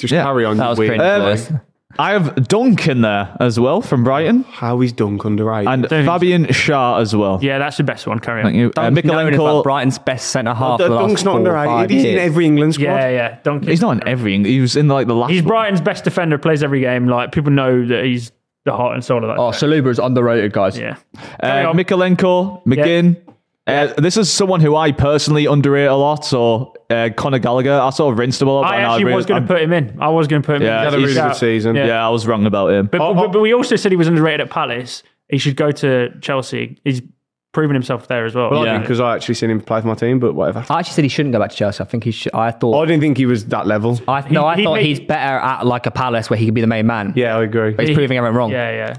Just Yeah. carry on. That you was weird. cringe. Um, Lewis. I have Dunk in there as well from Brighton, How is Dunk underrated? and Don't- Fabian Shah as well. Yeah, that's the best one. Carry on. Thank you. Uh, Duncan Owen is like Mikalenko. Brighton's best centre half. Dun- for the last Dunk's not four or five underrated. He's in years. every England squad. Yeah, yeah. Donkey. He's not in every. He was in like the last. He's one. Brighton's best defender. Plays every game. Like people know that he's the heart and soul of that. Oh, Saliba is underrated, guys. yeah. Carry Uh, on. Mikalenko, McGinn. Uh, this is someone who I personally underrate a lot. So uh, Conor Gallagher, I sort of rinsed him a lot. I and actually really- was going I'm- to put him in. I was going to put him Yeah, in. He had a really Shout. good season. Yeah. Yeah, I was wrong about him. But, but, but we also said he was underrated at Palace. He should go to Chelsea. He's proven himself there as well. Well, I Yeah. mean, because I actually seen him play for my team, but whatever. I actually said he shouldn't go back to Chelsea. I think he should. I I thought. didn't think he was that level. I, no, I he thought made- he's better at like a Palace where he could be the main man. Yeah, I agree. But he's proving everyone wrong. Yeah, yeah.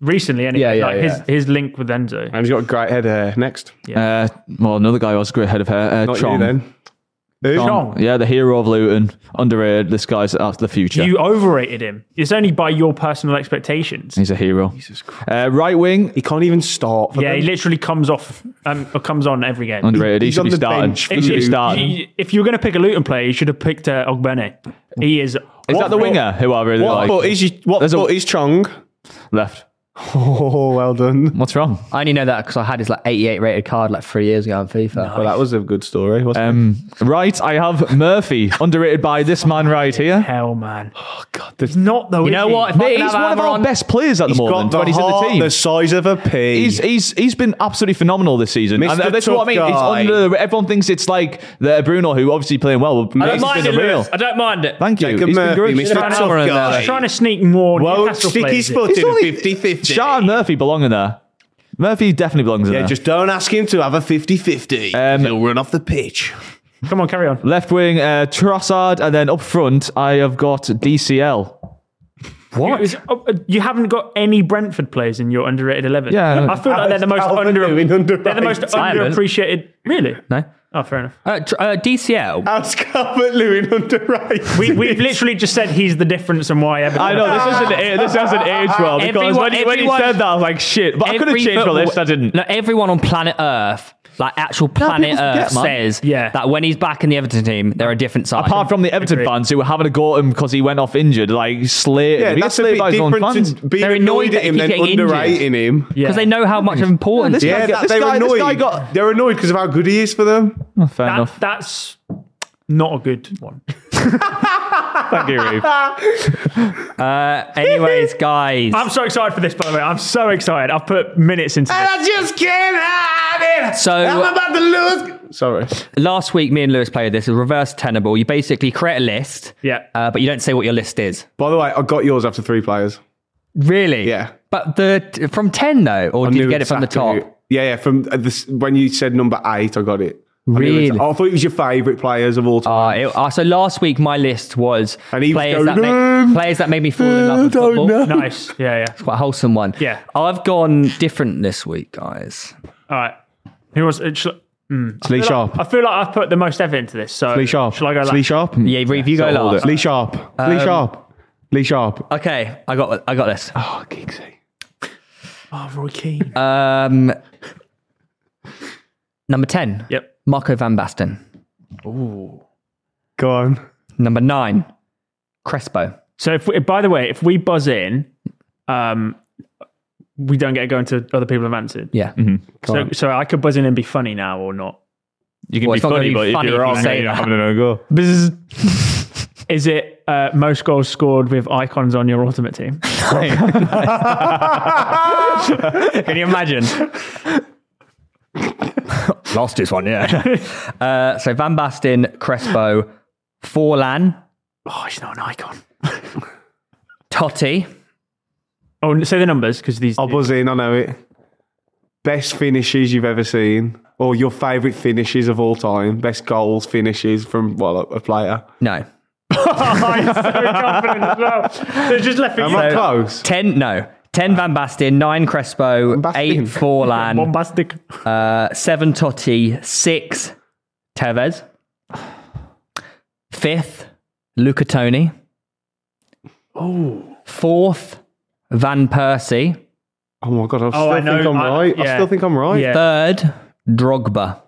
Recently, anyway. Yeah, yeah, like yeah. His, his link with Enzo. And he's got great head hair. Next. Uh, well, another guy who has a great head of hair. Uh, Not Chong. you then. Who? Chong. Yeah, the hero of Luton, underrated. This guy's after the future. You overrated him. It's only by your personal expectations. He's a hero. Uh, right wing, He can't even start for Yeah, them. he literally comes off um, or comes on every game. underrated. He he's should on be the starting. bench for He should be Luton. starting. You- If you were going to pick a Luton player, you should have picked uh, Ogbene. He is. Is that the winger who I really what like? foot is you, what There's a- foot is Chong? Left. Oh, well done. What's wrong? I only know that because I had his like 88 rated card like three years ago on FIFA. Well, that was a good story. Wasn't Um, right, I have Murphy, underrated by this man right here. Hell, man. Oh, God. There's not, though. You is know he? what? If I Mate, can he's have one of Amar our on- best players at the moment when he's in the team. the size of a pea. He's, he's he's been absolutely phenomenal this season. And Mr. that's what I mean. Tough It's Guy. under everyone thinks it's like the Bruno who obviously playing well, but I mate, don't he's been mind it, unreal. Lewis. I don't mind it. Thank you. Jacob He's been Murphy, great. Mr. Van Tough Amar Guy. I was trying to sneak more. Won't Newcastle stick players his in. foot It's in a only- 50 50. Sean Murphy belong in there. Murphy definitely belongs in Yeah, there. just don't ask him to have a 50 50. Um, He'll run off the pitch. Come on, carry on. Left wing, uh, Trossard, and then up front, I have got DCL. What? You, oh, uh, you haven't got any Brentford players in your underrated 11. Yeah. I feel like they're the most, Alvin under, Lewin underrated. they're the most I haven't. underappreciated. Really? No. Oh, fair enough. Uh, tr- uh, DCL. How's Calvert Lewin underrated? We, we've literally just said he's the difference and why Everton. I know this isn't this hasn't aged well because Everyone- when, he, when he everyone- said that, I was like, shit. But I could have Every changed my football- list. I didn't. No, everyone on planet Earth, like actual planet people forget, Earth, man. says Yeah. that when he's back in the Everton team, they're a different side. Apart from the Everton Agreed. fans who were having a go at him because he went off injured, like slated. Yeah, he got that's a slated bit by his own different fans. to being They're annoyed annoyed that at he him than keep getting underrating him. Yeah. because they know how much of importance. Yeah, he this is. guy- Yeah, that, they were guy- this annoyed. guy got- They're annoyed because of how good he is for them. Fair That- enough. that's not a good one. Thank you, Reeve. Uh, anyways, guys, I'm so excited for this, by the way. I'm so excited. I've put minutes into this. I just can't have it. So- I'm about to lose. Sorry. last week me and Lewis played this. A reverse tenable. You basically create a list, Yeah. uh, but you don't say what your list is. By the way, I got yours after three players. Really? Yeah. But the from ten though, or I did you knew get it from the exactly top? who- Yeah, yeah. From uh, this, when you said number eight, I got it. I knew Really? It I thought it was your favourite players of all time. Uh, it- uh, so last week my list was And he was players, going, that made, "Um, players that made me fall in love with I don't football. know." nice. Yeah, yeah. Quite a wholesome one. Yeah. I've gone different this week, guys. All right. Who was it? Shall- Lee I feel like I've put the most effort into this. So Shall I go last? Sharp. Yeah, Reeve, you go so hold last. it. Lee Sharp. Lee Sharp. Lee Sharp. Okay, I got I got this. Oh, Giggsy. Oh, Roy Keane. Uh, Um, number ten, yep. Marco van Basten. Go on. Number nine, Crespo. So if we, by the way, if we buzz in, um, we don't get to go into other people have answered. Yeah, Mm-hmm. So, so I could buzz in and be funny now or not. You can Well, be it's not funny, gonna but be if funny if you're you wrong, say then you're that. having another go. Buzz. Is it uh, most goals scored with icons on your ultimate team? can you imagine? Lost this one, yeah. uh, so Van Basten, Crespo, Forlan, Oh, he's not an icon. Totti. Oh, say the numbers because these. I'll buzz in. I know it. Best finishes you've ever seen, or your favourite finishes of all time. Best goals, finishes from well, a, a player. No, I'm Oh, so confident as well. They're just left me. Am I close? ten. No, ten. Van Basten, nine Crespo, Van Basten. eight Forlan, Bombastic. Uh, seven Totti, six Tevez, fifth Luca Toni, oh fourth Van Persie, Oh my god! I still I think know, I'm I- right. I yeah. still think I'm right. Yeah. third Drogba.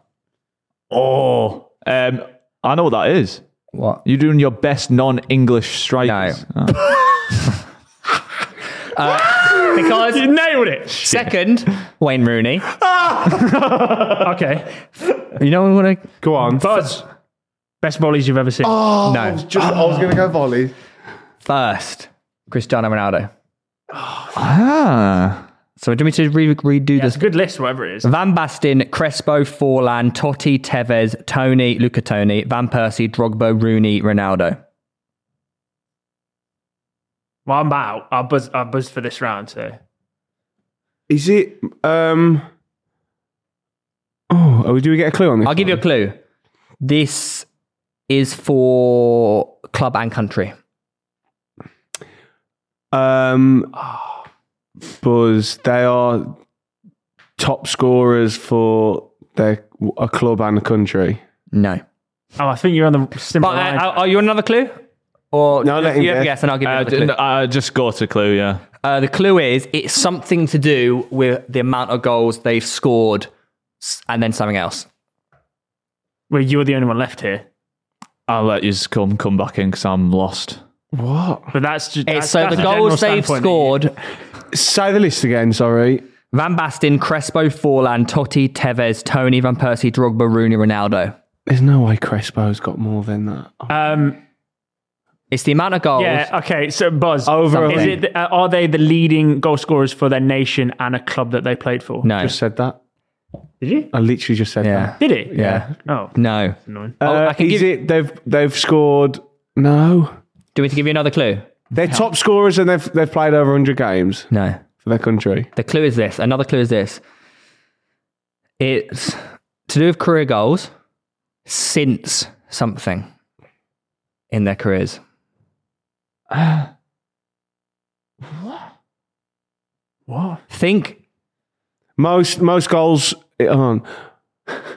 Oh, um, I know what that is. What? You're doing your best non-English strikers. Oh. Because You nailed it. second Wayne Rooney. Okay. You know what I want to? Go on. Buzz. Best volleys you've ever seen. Oh, No, Just- I was going to go volley. first Cristiano Ronaldo. Ah, So do you want me to re- redo That's this? a good list, whatever it is. Van Basten, Crespo, Forlan, Totti, Tevez, Tony, Luca Toni, Van Persie, Drogba, Rooney, Ronaldo. Well, I'm out. I'll buzz, I'll buzz for this round, too. Is it? Um. Oh, are we, do we get a clue on this? I'll give you a clue. This is for club and country. Um, Buzz, they are top scorers for their a club and a country. No. Oh, I think you're on the similar But uh, line. are, are you on another clue? Or No, let him you have to guess. guess, and I'll give you uh, another d- clue. n- uh, just go to clue. Yeah, Uh, the clue is it's something to do with the amount of goals they've scored, s- and then something else. well, you're the only one left here. I'll let you come come back in because I'm lost. But that's just It's so the goals they've scored Say the list again, sorry. Van Basten, Crespo, Forlan, Totti, Tevez, Tony, Van Persie, Drogba, Rooney, Ronaldo. There's no way Crespo's got more than that. Um, It's the amount of goals. yeah. Okay. So Buzz, Overall. is it? Uh, are they the leading goal scorers for their nation and a club that they played for? No. just said that. Did you? I literally just said yeah. Did it? Yeah. Oh, No. annoying. that. Oh, Uh, I can is give- it they've they've scored? No, Do we need to give you another clue? they're top scorers and they've they've played over 100 games No. for their country. The clue is this. Another clue is this. It's to do with career goals since something in their careers. What? Think Most most goals. eh, Hold on.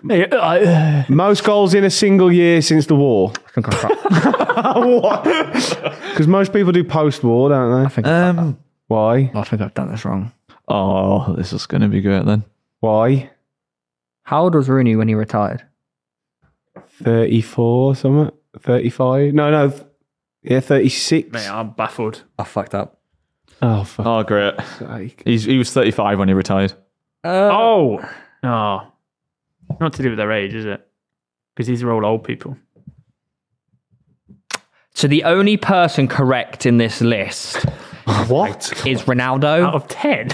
Hey, uh, uh, Most goals in a single year since the war. Because most people do post war, don't they? Um, Why? I think I've done this wrong. oh, this is going to be great then. Why? How old was Rooney when he retired? 34 something? 35? No, no. th- Yeah, 36. mate, I'm baffled. I fucked up. oh, for Oh, great. sake. He's, he was 35 when he retired. Oh, no. Not to do with their age, is it? Because these are all old people. So the only person correct in this list What? is Ronaldo. Out of 10.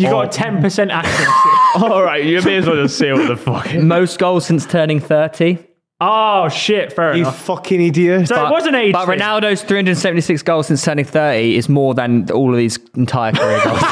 you got a 10% accuracy. All right, you may as well just say what the fuck. Most goals since turning 30. oh, shit. Fair You enough. fucking idiot. So it was an age. But thing. Ronaldo's 376 goals since turning 30 is more than all of these entire career goals.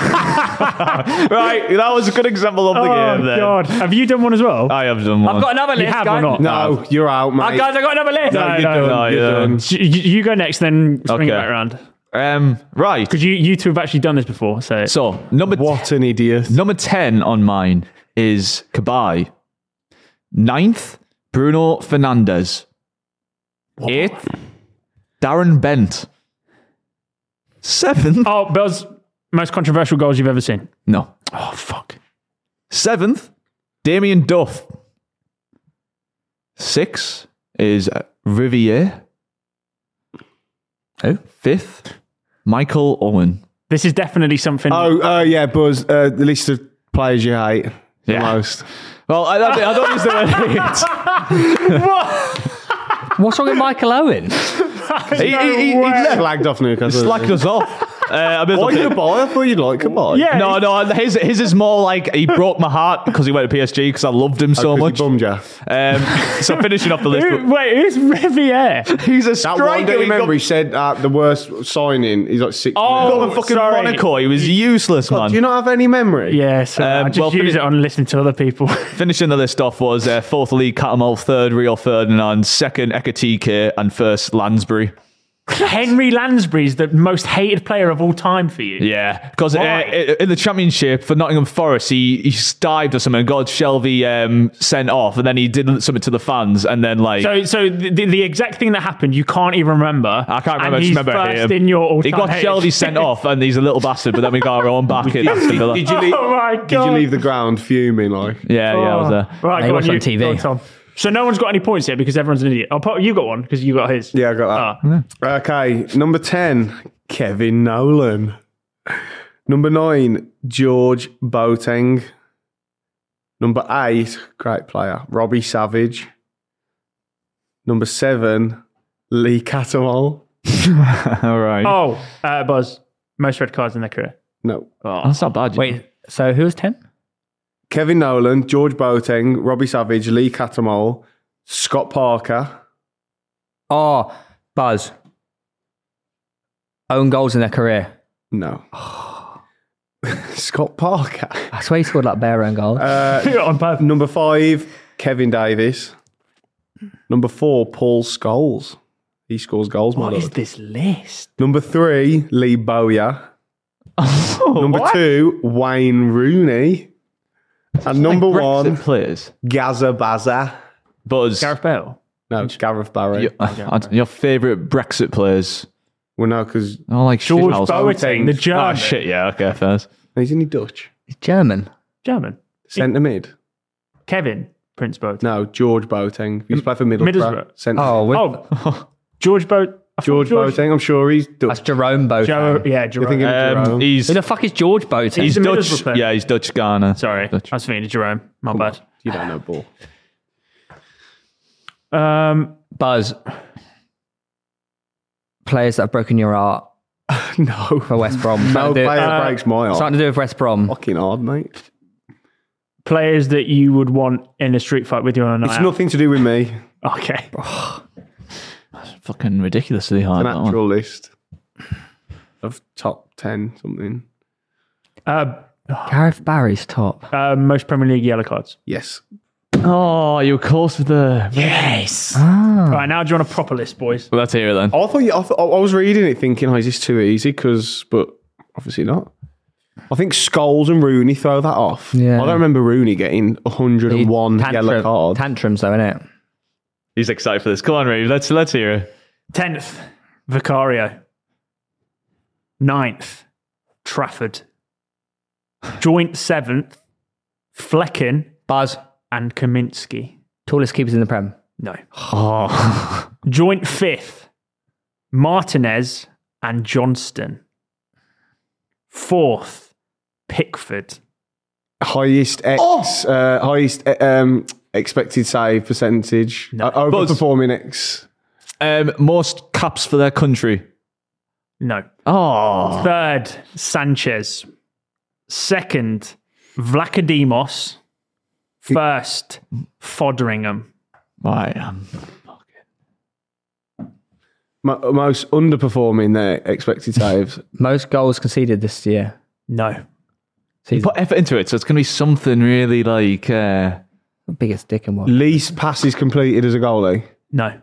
Right, that was a good example of Oh, the game then. Uh, God. Have you done one as well? I have done one. I've got another You list. have guys. or not? no, you're out, Oh, mate. guys, I've got another list. No, you're no. done. No, you're yeah. done. You, you go next, then swing it Okay. back around. um, right. Because you, you two have actually done this before. So, So, number What an idiot. Number 10 on mine is Kabai. Ninth, Bruno Fernandez. Eighth, Darren Bent. Seventh, oh, Bill's most controversial goals you've ever seen. no. Oh, fuck. Seventh, Damien Duff. Six is uh, Riviere. Who? Fifth, Michael Owen. This is definitely something. Oh, uh, yeah, Buzz. Uh, the list of players you hate the Yeah. most. Well, I don't, I don't use the word hate. What's wrong with Michael Owen? He, he, he, he left. Slagged off Newcastle. slacked us off. Uh, I mean, Why you buy? I thought you'd like Come on. Yeah. No, no, his, his is more like he broke my heart because he went to PSG because I loved him so much. Bummed ya. Um, so finishing off the list, Who, wait, who's Riviere? he's a That striker. one, do you he got- remember? He said uh, the worst signing. He's like six. Oh, million. got a fucking sorry. Monaco. He was useless, man. Do you not have any memory? Yeah, so Um, I just well, use finish- it on listening to other people. Finishing the list off was uh, fourth league Catamol, third Rio Ferdinand, second Ekatike, and first Lansbury. Henry Lansbury's the most hated player of all time for you. Yeah, because uh, Why? i- in the championship for Nottingham Forest, he he dived or something, got Shelby um, sent off, and then he did something to the fans, and then like So, so the, the, exact thing that happened, you can't even remember. I can't remember. And I he's just remember first him. in your all-time He got hated. Shelby sent off, and he's a little bastard. But then we got our own back in. Aston Villa. Did you leave? Oh my Did God. you leave the ground fuming like? Yeah, yeah, I was there. Right, They go watch on, on you- TV. go on, Tom. So no one's got any points yet because everyone's an idiot. Oh, Paul, you got one because you got his. Yeah, I got that. Okay, number 10, Kevin Nolan. Number 9, George Boateng. Number 8, great player, Robbie Savage. Number 7, Lee Catamol. All right, Oh, uh, Buzz, most red cards in their career. No. Oh, that's not bad. Wait, so who was 10? Kevin Nolan, George Boateng, Robbie Savage, Lee Catamol, Scott Parker. Oh, Buzz. Own goals in their career. No. Scott Parker. I swear he scored like bare own goals. Uh, on purpose. Number five, Kevin Davis. Number four, Paul Scholes. He scores goals, my What is lord. this list? Number three, Lee Bowyer. Oh, number two, Wayne Rooney. And number one, players. Gaza Baza. Buzz, Gareth Bale. No, Gareth Barry. your, uh, your favorite Brexit players? Well, no, because Oh, like George Schiffhaus. Boateng, the German. Oh shit! Yeah, okay, first. isn't he Dutch? He's German. German. Centre mid. Kevin Prince Boateng. No, George Boateng. He used to play for Middlesbrough. Middlesbrough. Centre. Oh, we- Oh, George Boat. George, George- Boateng, I'm sure he's done. That's Jerome Boateng. Joe, yeah, You're thinking Jerome. of Um, Jerome. he's Who the fuck is George Boateng? he's a Dutch. Middlesbrough player. Yeah, he's Dutch Ghana. Sorry, Dutch. I was thinking of Jerome. My bad. you don't know ball. Um, Buzz. Players that have broken your heart no. for West Brom. No Something to do- player Uh, breaks my heart. Something to do with West Brom. Fucking hard, mate. players that you would want in a street fight with you on a night It's out. nothing to do with me. Okay. Fucking ridiculously hard. An That one. actual list of top 10 something. Uh, Gareth Barry's top. uh, most Premier League yellow cards. Yes. Oh, you were close with the. Right now, do you want a proper list, boys? Let's hear it then. Oh, I thought you, I, thought, I was reading it thinking, oh, is this too easy? Because, but obviously not. I think Scholes and Rooney throw that off. Yeah. I don't remember Rooney getting 101 yellow card. Tantrums, though, innit? He's excited for this. Come on, Reeve. Let's let's hear it. Tenth, Vicario. Ninth, Trafford. Joint seventh, Flecken Buzz. and Kaminsky. Tallest keepers in the Prem. No. Joint fifth, Martinez and Johnston. Fourth, Pickford. highest ex, uh, highest uh, um, expected save percentage. Uh, overperforming ex. Um, most caps for their country. No. Oh, Third, Sanchez. Second, Vlachodimos. First, Fodderingham. right. um, Mo- most underperforming their expected saves. Most goals conceded this year. No. Put effort into it, so it's gonna be something really like. Uh, Biggest dick in one. Least passes completed as a goalie, No.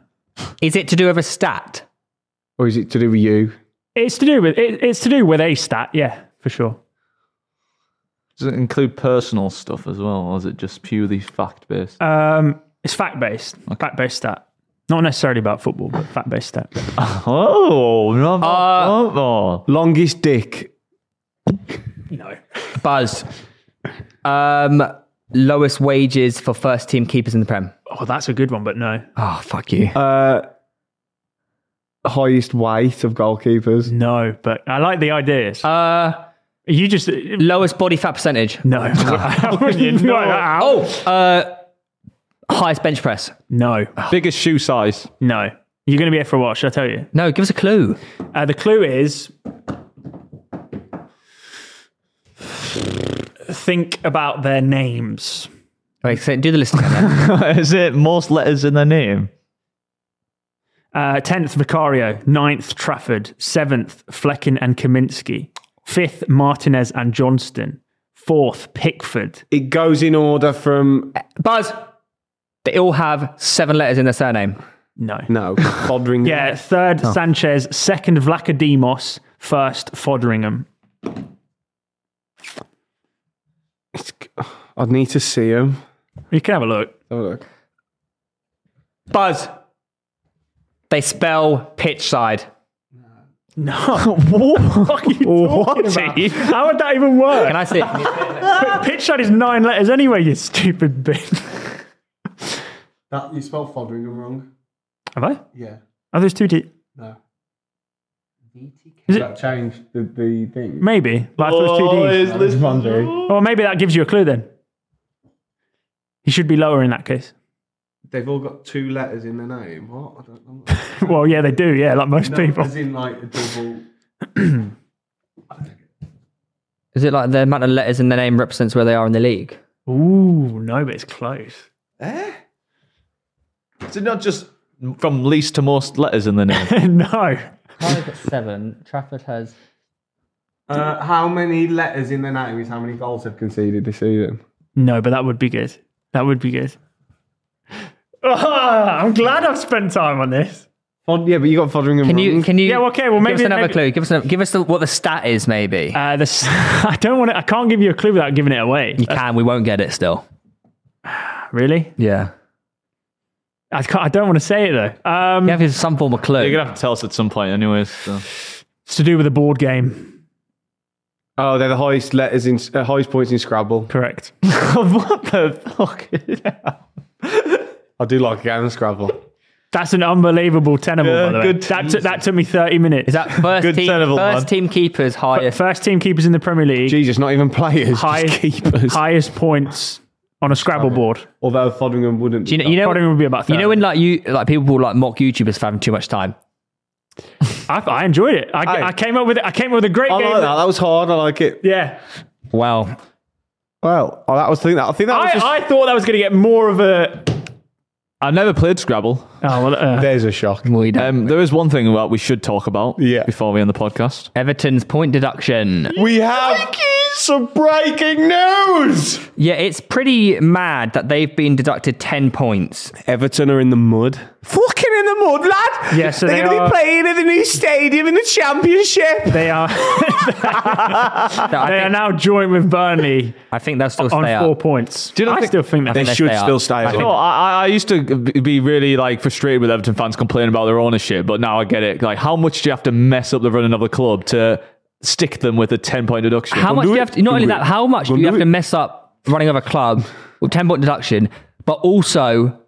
Is it to do with a stat? or is it to do with you? It's to do with it, it's to do with a stat, yeah, for sure. does it include personal stuff as well, or is it just purely fact based? Um, it's fact based, fact based stat. Not necessarily about football, but fact based stat. oh, no, no, Uh, no. Longest dick. No. Buzz. Um, lowest wages for first team keepers in the Prem. Oh, that's a good one, but no. Oh, fuck you. Uh, highest weight of goalkeepers. No, but I like the ideas. Uh, you just lowest body fat percentage. no. I wouldn't write that out. Oh, uh, highest bench press. No, Biggest shoe size. no. You're going to be here for a while. Should I tell you? No, give us a clue. Uh, the clue is think about their names. Wait, so do the list together. is it most letters in their name? Uh, tenth Vicario, ninth Trafford, seventh Flecken and Kaminsky, fifth Martinez and Johnston, fourth Pickford. It goes in order from Buzz. They all have seven letters in their surname. No. no Fodderingham. Yeah, third Sanchez, second Vlachodimos, first Fodderingham. It's- I'd need to see him. You can have a look. Have a look. Buzz. They spell pitch side. No. what? Fuck you talking about? How would that even work? Can I see? Pitch shot is nine letters anyway, you stupid bitch. That you spelled Fodderingham wrong. Have I? Yeah. Oh, there's two D. No. Is That changed the, the thing. Maybe. Like, oh, two D's. Or maybe that gives you a clue then. He should be lower in that case. They've all got two letters in their name. What? I don't know. Well, yeah, they do. Yeah, like most people. in like a double. Is it like the amount of letters in their name represents where they are in the league? Ooh, no, but it's close. Is it not just from least to most letters in the name? no. Cardiff got seven. Trafford has. Uh, how many letters in their name is how many goals have conceded this season? No, but that would be good. That would be good. Ah, I'm glad I've spent time on this. yeah, but you got Fodderingham. Can you? Can you? Yeah, well, okay, well, give maybe- us another maybe- clue. Give us another, give us the, what the stat is. Maybe Uh, this, I don't want to. I can't give you a clue without giving it away. you can. We won't get it still. Really? Yeah. I, can't, I don't want to say it though. Um, You have to have some form of clue. You're gonna have to tell us at some point, anyways. So. It's to do with a board game. Oh, they're the highest letters in uh, highest points in Scrabble. Correct. what the fuck? I do like a game of Scrabble. That's an unbelievable tenable, Yeah, by the way. good that, took that took me 30 minutes. Is that first Good team? tenable, first man. team keepers highest. first team keepers in the Premier League? Jesus, not even players, High- just keepers. highest points on a Scrabble board. Although Foddingham wouldn't. Do you know? You know Foddingham would be about you third. know when like you like people will like mock YouTubers for having too much time. I, I enjoyed it. Aye. I, I came up with I came up with a great I game. like that. That was hard. I like it. Yeah, Wow. Well, oh, that was thing. That I think that was I, just. I thought that was going to get more of a. I've never played Scrabble. Oh well, uh, there's a shock. Well, you don't. Um, there is one thing that we should talk about Yeah. before we end the podcast. Everton's point deduction. We have some breaking news. Yeah, it's pretty mad that they've been deducted ten points. Everton are in the mud. Fucking in the mud, lad. Yeah, so they're they gonna are- be playing at the new stadium in the championship. they are That I, they are think, now joint with Burnley I think they'll still on stay four up. points. you not I think- still think that They Unless should they are. still stay No, up. I, I- I used to b- be really like frustrated with Everton fans complaining about their ownership, but now I get it. Like, how much do you have to mess up the running of the club to stick them with a ten point deduction? How Well, much do do you it. have to, not only that, how much do you do have it. to mess up running of a club with 10 point deduction, but also,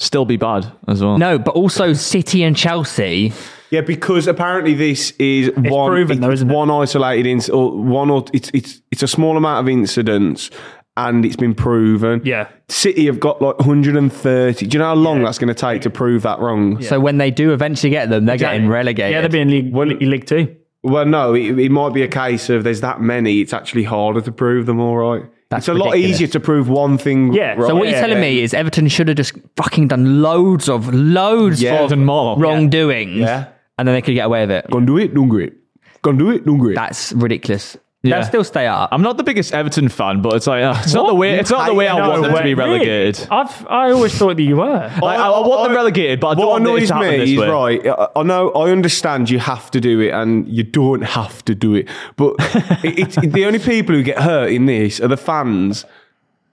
Still be bad as well. no, but also City and Chelsea. Yeah, because apparently this is one proven it- though, isn't it? one isolated inc- or one or it's it's it's a small amount of incidents and it's been proven. Yeah. City have got like 130. Do you know how long that's going to take to prove that wrong? So when they do eventually get them, they're getting yeah, relegated. they'll be in league league two. Well, no, it, it might be a case of there's that many. It's actually harder to prove them all right. That's it's a lot ridiculous. easier to prove one thing. Yeah, so right so what you're Yeah, telling than- me is Everton should have just fucking done loads of loads Yeah. of and more. wrongdoing, Yeah. and then they could get away with it. Gonna do it, don't it. Gonna do it, don't it. That's ridiculous. Yeah. They'll still stay up. I'm not the biggest Everton fan, but it's like uh, it's not the way it's not the way I No want them to way. be Really? relegated. I've I always thought that you were. Like, I, I want them relegated, but I don't What want it annoys to happen this me is way. right. I- I know. I understand you have to do it, and you don't have to do it. But it, it's the only people who get hurt in this are the fans.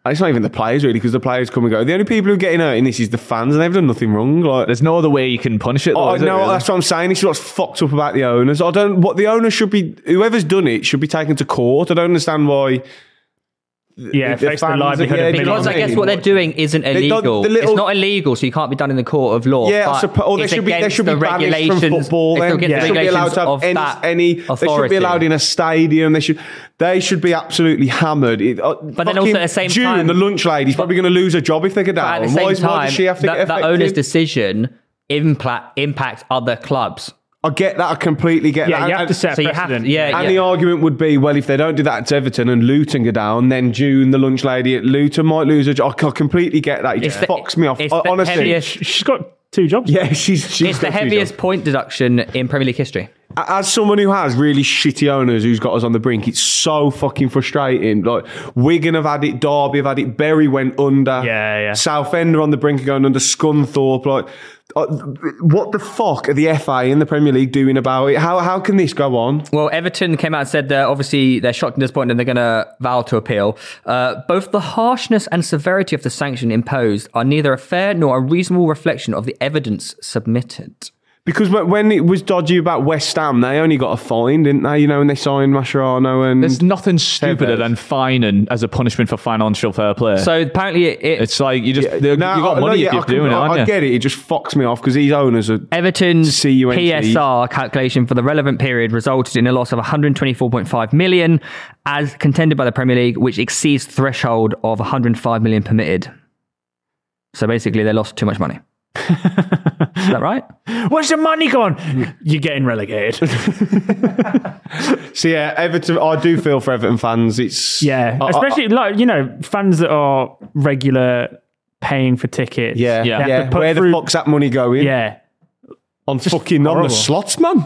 It's not even the players really, because the players come and go. The only people who are getting hurt in this is the fans, and they've done nothing wrong. Like, There's no other way you can punish it. Though, oh, is it, no, really? that's what I'm saying. This is what's fucked up about the owners. I don't. What the owner should be, whoever's done it, should be taken to court. I don't understand why. yeah, the- the face the fans- livelihood yeah, of you know Because millions. what I I mean? guess what they're doing isn't They don't- illegal. the little- it's not illegal, so you can't be done in the court of law. Yeah, I but suppo- or they it's should be they against should be the banished from regulations. football. it's Then. against They the should be allowed regulations to have of any, that any- They should authority. be allowed in a stadium. They should they should be absolutely hammered. It, uh, But then also fucking at the same June, time- the lunch lady's probably going to lose her job if they go But down. at the why, same is- why time, does she have to that, get that affected? owner's decision impla- impacts other clubs. I get that. I completely get Yeah, that. you have And- to set So you have precedent. to, yeah, And yeah. the argument would be, well, if they don't do that to Everton and Luton go down, then June, the lunch lady at Luton, might lose her job. I completely get that. It just the- fucks me off. it's I- the Uh, honestly, heaviest- She- She's got two jobs. yeah, she's, she's it's the got two jobs. heaviest point deduction in Premier League history. as someone who has really shitty owners who's got us on the brink, it's so fucking frustrating. Like Wigan have had it, Derby have had it, Berry went under, Yeah, yeah. Southend are on the brink of going under, Scunthorpe. Like, uh, what the fuck are the FA and the Premier League doing about it? How how can this go on? Well, Everton came out and said that obviously they're shocked and disappointed and they're going to vow to appeal. Uh, both the harshness and severity of the sanction imposed are neither a fair nor a reasonable reflection of the evidence submitted. Because when- when it was dodgy about West Ham, they only got a fine, didn't they? You know, when they signed Mascherano and There's nothing stupider Fair than fining as a punishment for financial fair play. So apparently, it, it, it's like you just Yeah, you no, got no, money yeah, if I you keep can- doing it, I, aren't I you? get it. It just fucks me off because these owners are. Everton's CUNT. E. PSR calculation for the relevant period resulted in a loss of 124.5 million, as contended by the Premier League, which exceeds the threshold of 105 million permitted. So basically, they lost too much money. Is that right? Where's the money gone? You're getting relegated. So yeah, uh, Everton. I do feel for Everton fans. It's Yeah, I- I- especially like you know fans that are regular paying for tickets. Yeah, Yeah. yeah. They have to put Where through- the fuck's that money going? yeah, on fucking on horrible. the slots, man.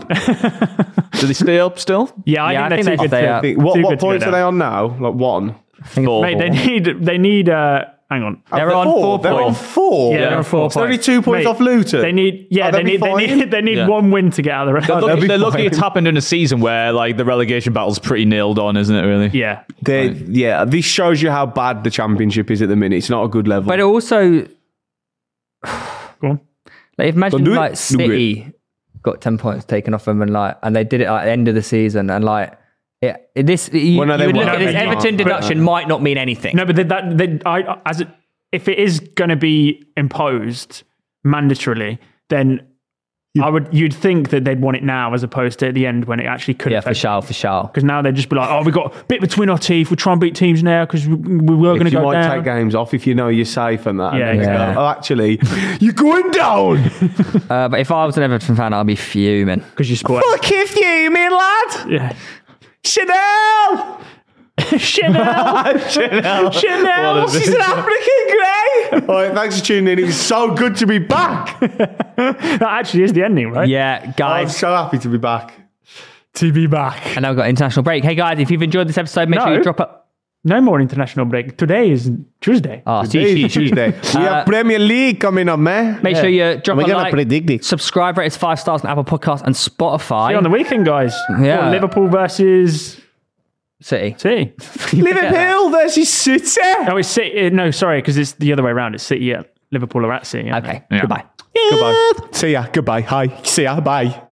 Do they stay up still? yeah. I Yeah, I think, think they they're too good stay to- up. Think, what too what good to go points are down. they on now? Like one. Four. Mate, they need they need. Uh, hang on. They're on four They're on points. four. Yeah, they're on four It's only points. two points Mate, off Luton. They need yeah. they Oh, they'll be need they fine. need they need Yeah. one win to get out of the They're, rest. lucky, be they're lucky fine. it's happened in a season where like the relegation battle's pretty nailed on, isn't it? Really? Yeah, They- yeah, this shows you how bad the championship is at the minute. It's not a good level. But it also, go on. like, imagine Don't do it. like Do it. City got ten points taken off them, and like, and they did it at the end of the season, and like, it, this you, Well, no, you they would look won't. at No, this they Everton can't. deduction might not mean anything. No, but that, that they, I as it, if it is going to be imposed mandatorily, then I would you'd think that they'd want it now as opposed to at the end when it actually could Yeah, for sure, for sure. Because now they'd just be like, oh, we got a bit between our teeth. We'll try and beat teams now because we, we were going to If you go might down. take games off if you know you're safe and that. Yeah, And then exactly. go, Oh, actually, you're going down. Uh, but if I was an Everton fan, I'd be fuming. Because you sport. Fuck if you, mean lad. Yeah. Chanel. Chanel. Chanel. Chanel. She's an African grey. All right, thanks for tuning in. It was so good to be back. that actually is the ending, right? Yeah, I'm guys. so happy to be back. To be back. And now we've got international break. Hey, guys, if you've enjoyed this episode, make sure No. you drop a. No more international break. Today is Tuesday. Oh, Today she, is Tuesday. we have Premier League coming up, man. Make sure you drop We're a gonna like, predict it. subscribe, rate us five stars on Apple Podcasts and Spotify. See you on the weekend, guys. Yeah. Got Liverpool versus City. City. Liverpool versus City. No, it's City. uh, No, sorry, because it's the other way around. It's City at Liverpool are at City. aren't they? Okay, goodbye. Goodbye. See ya. Goodbye. Hi. See ya. Bye.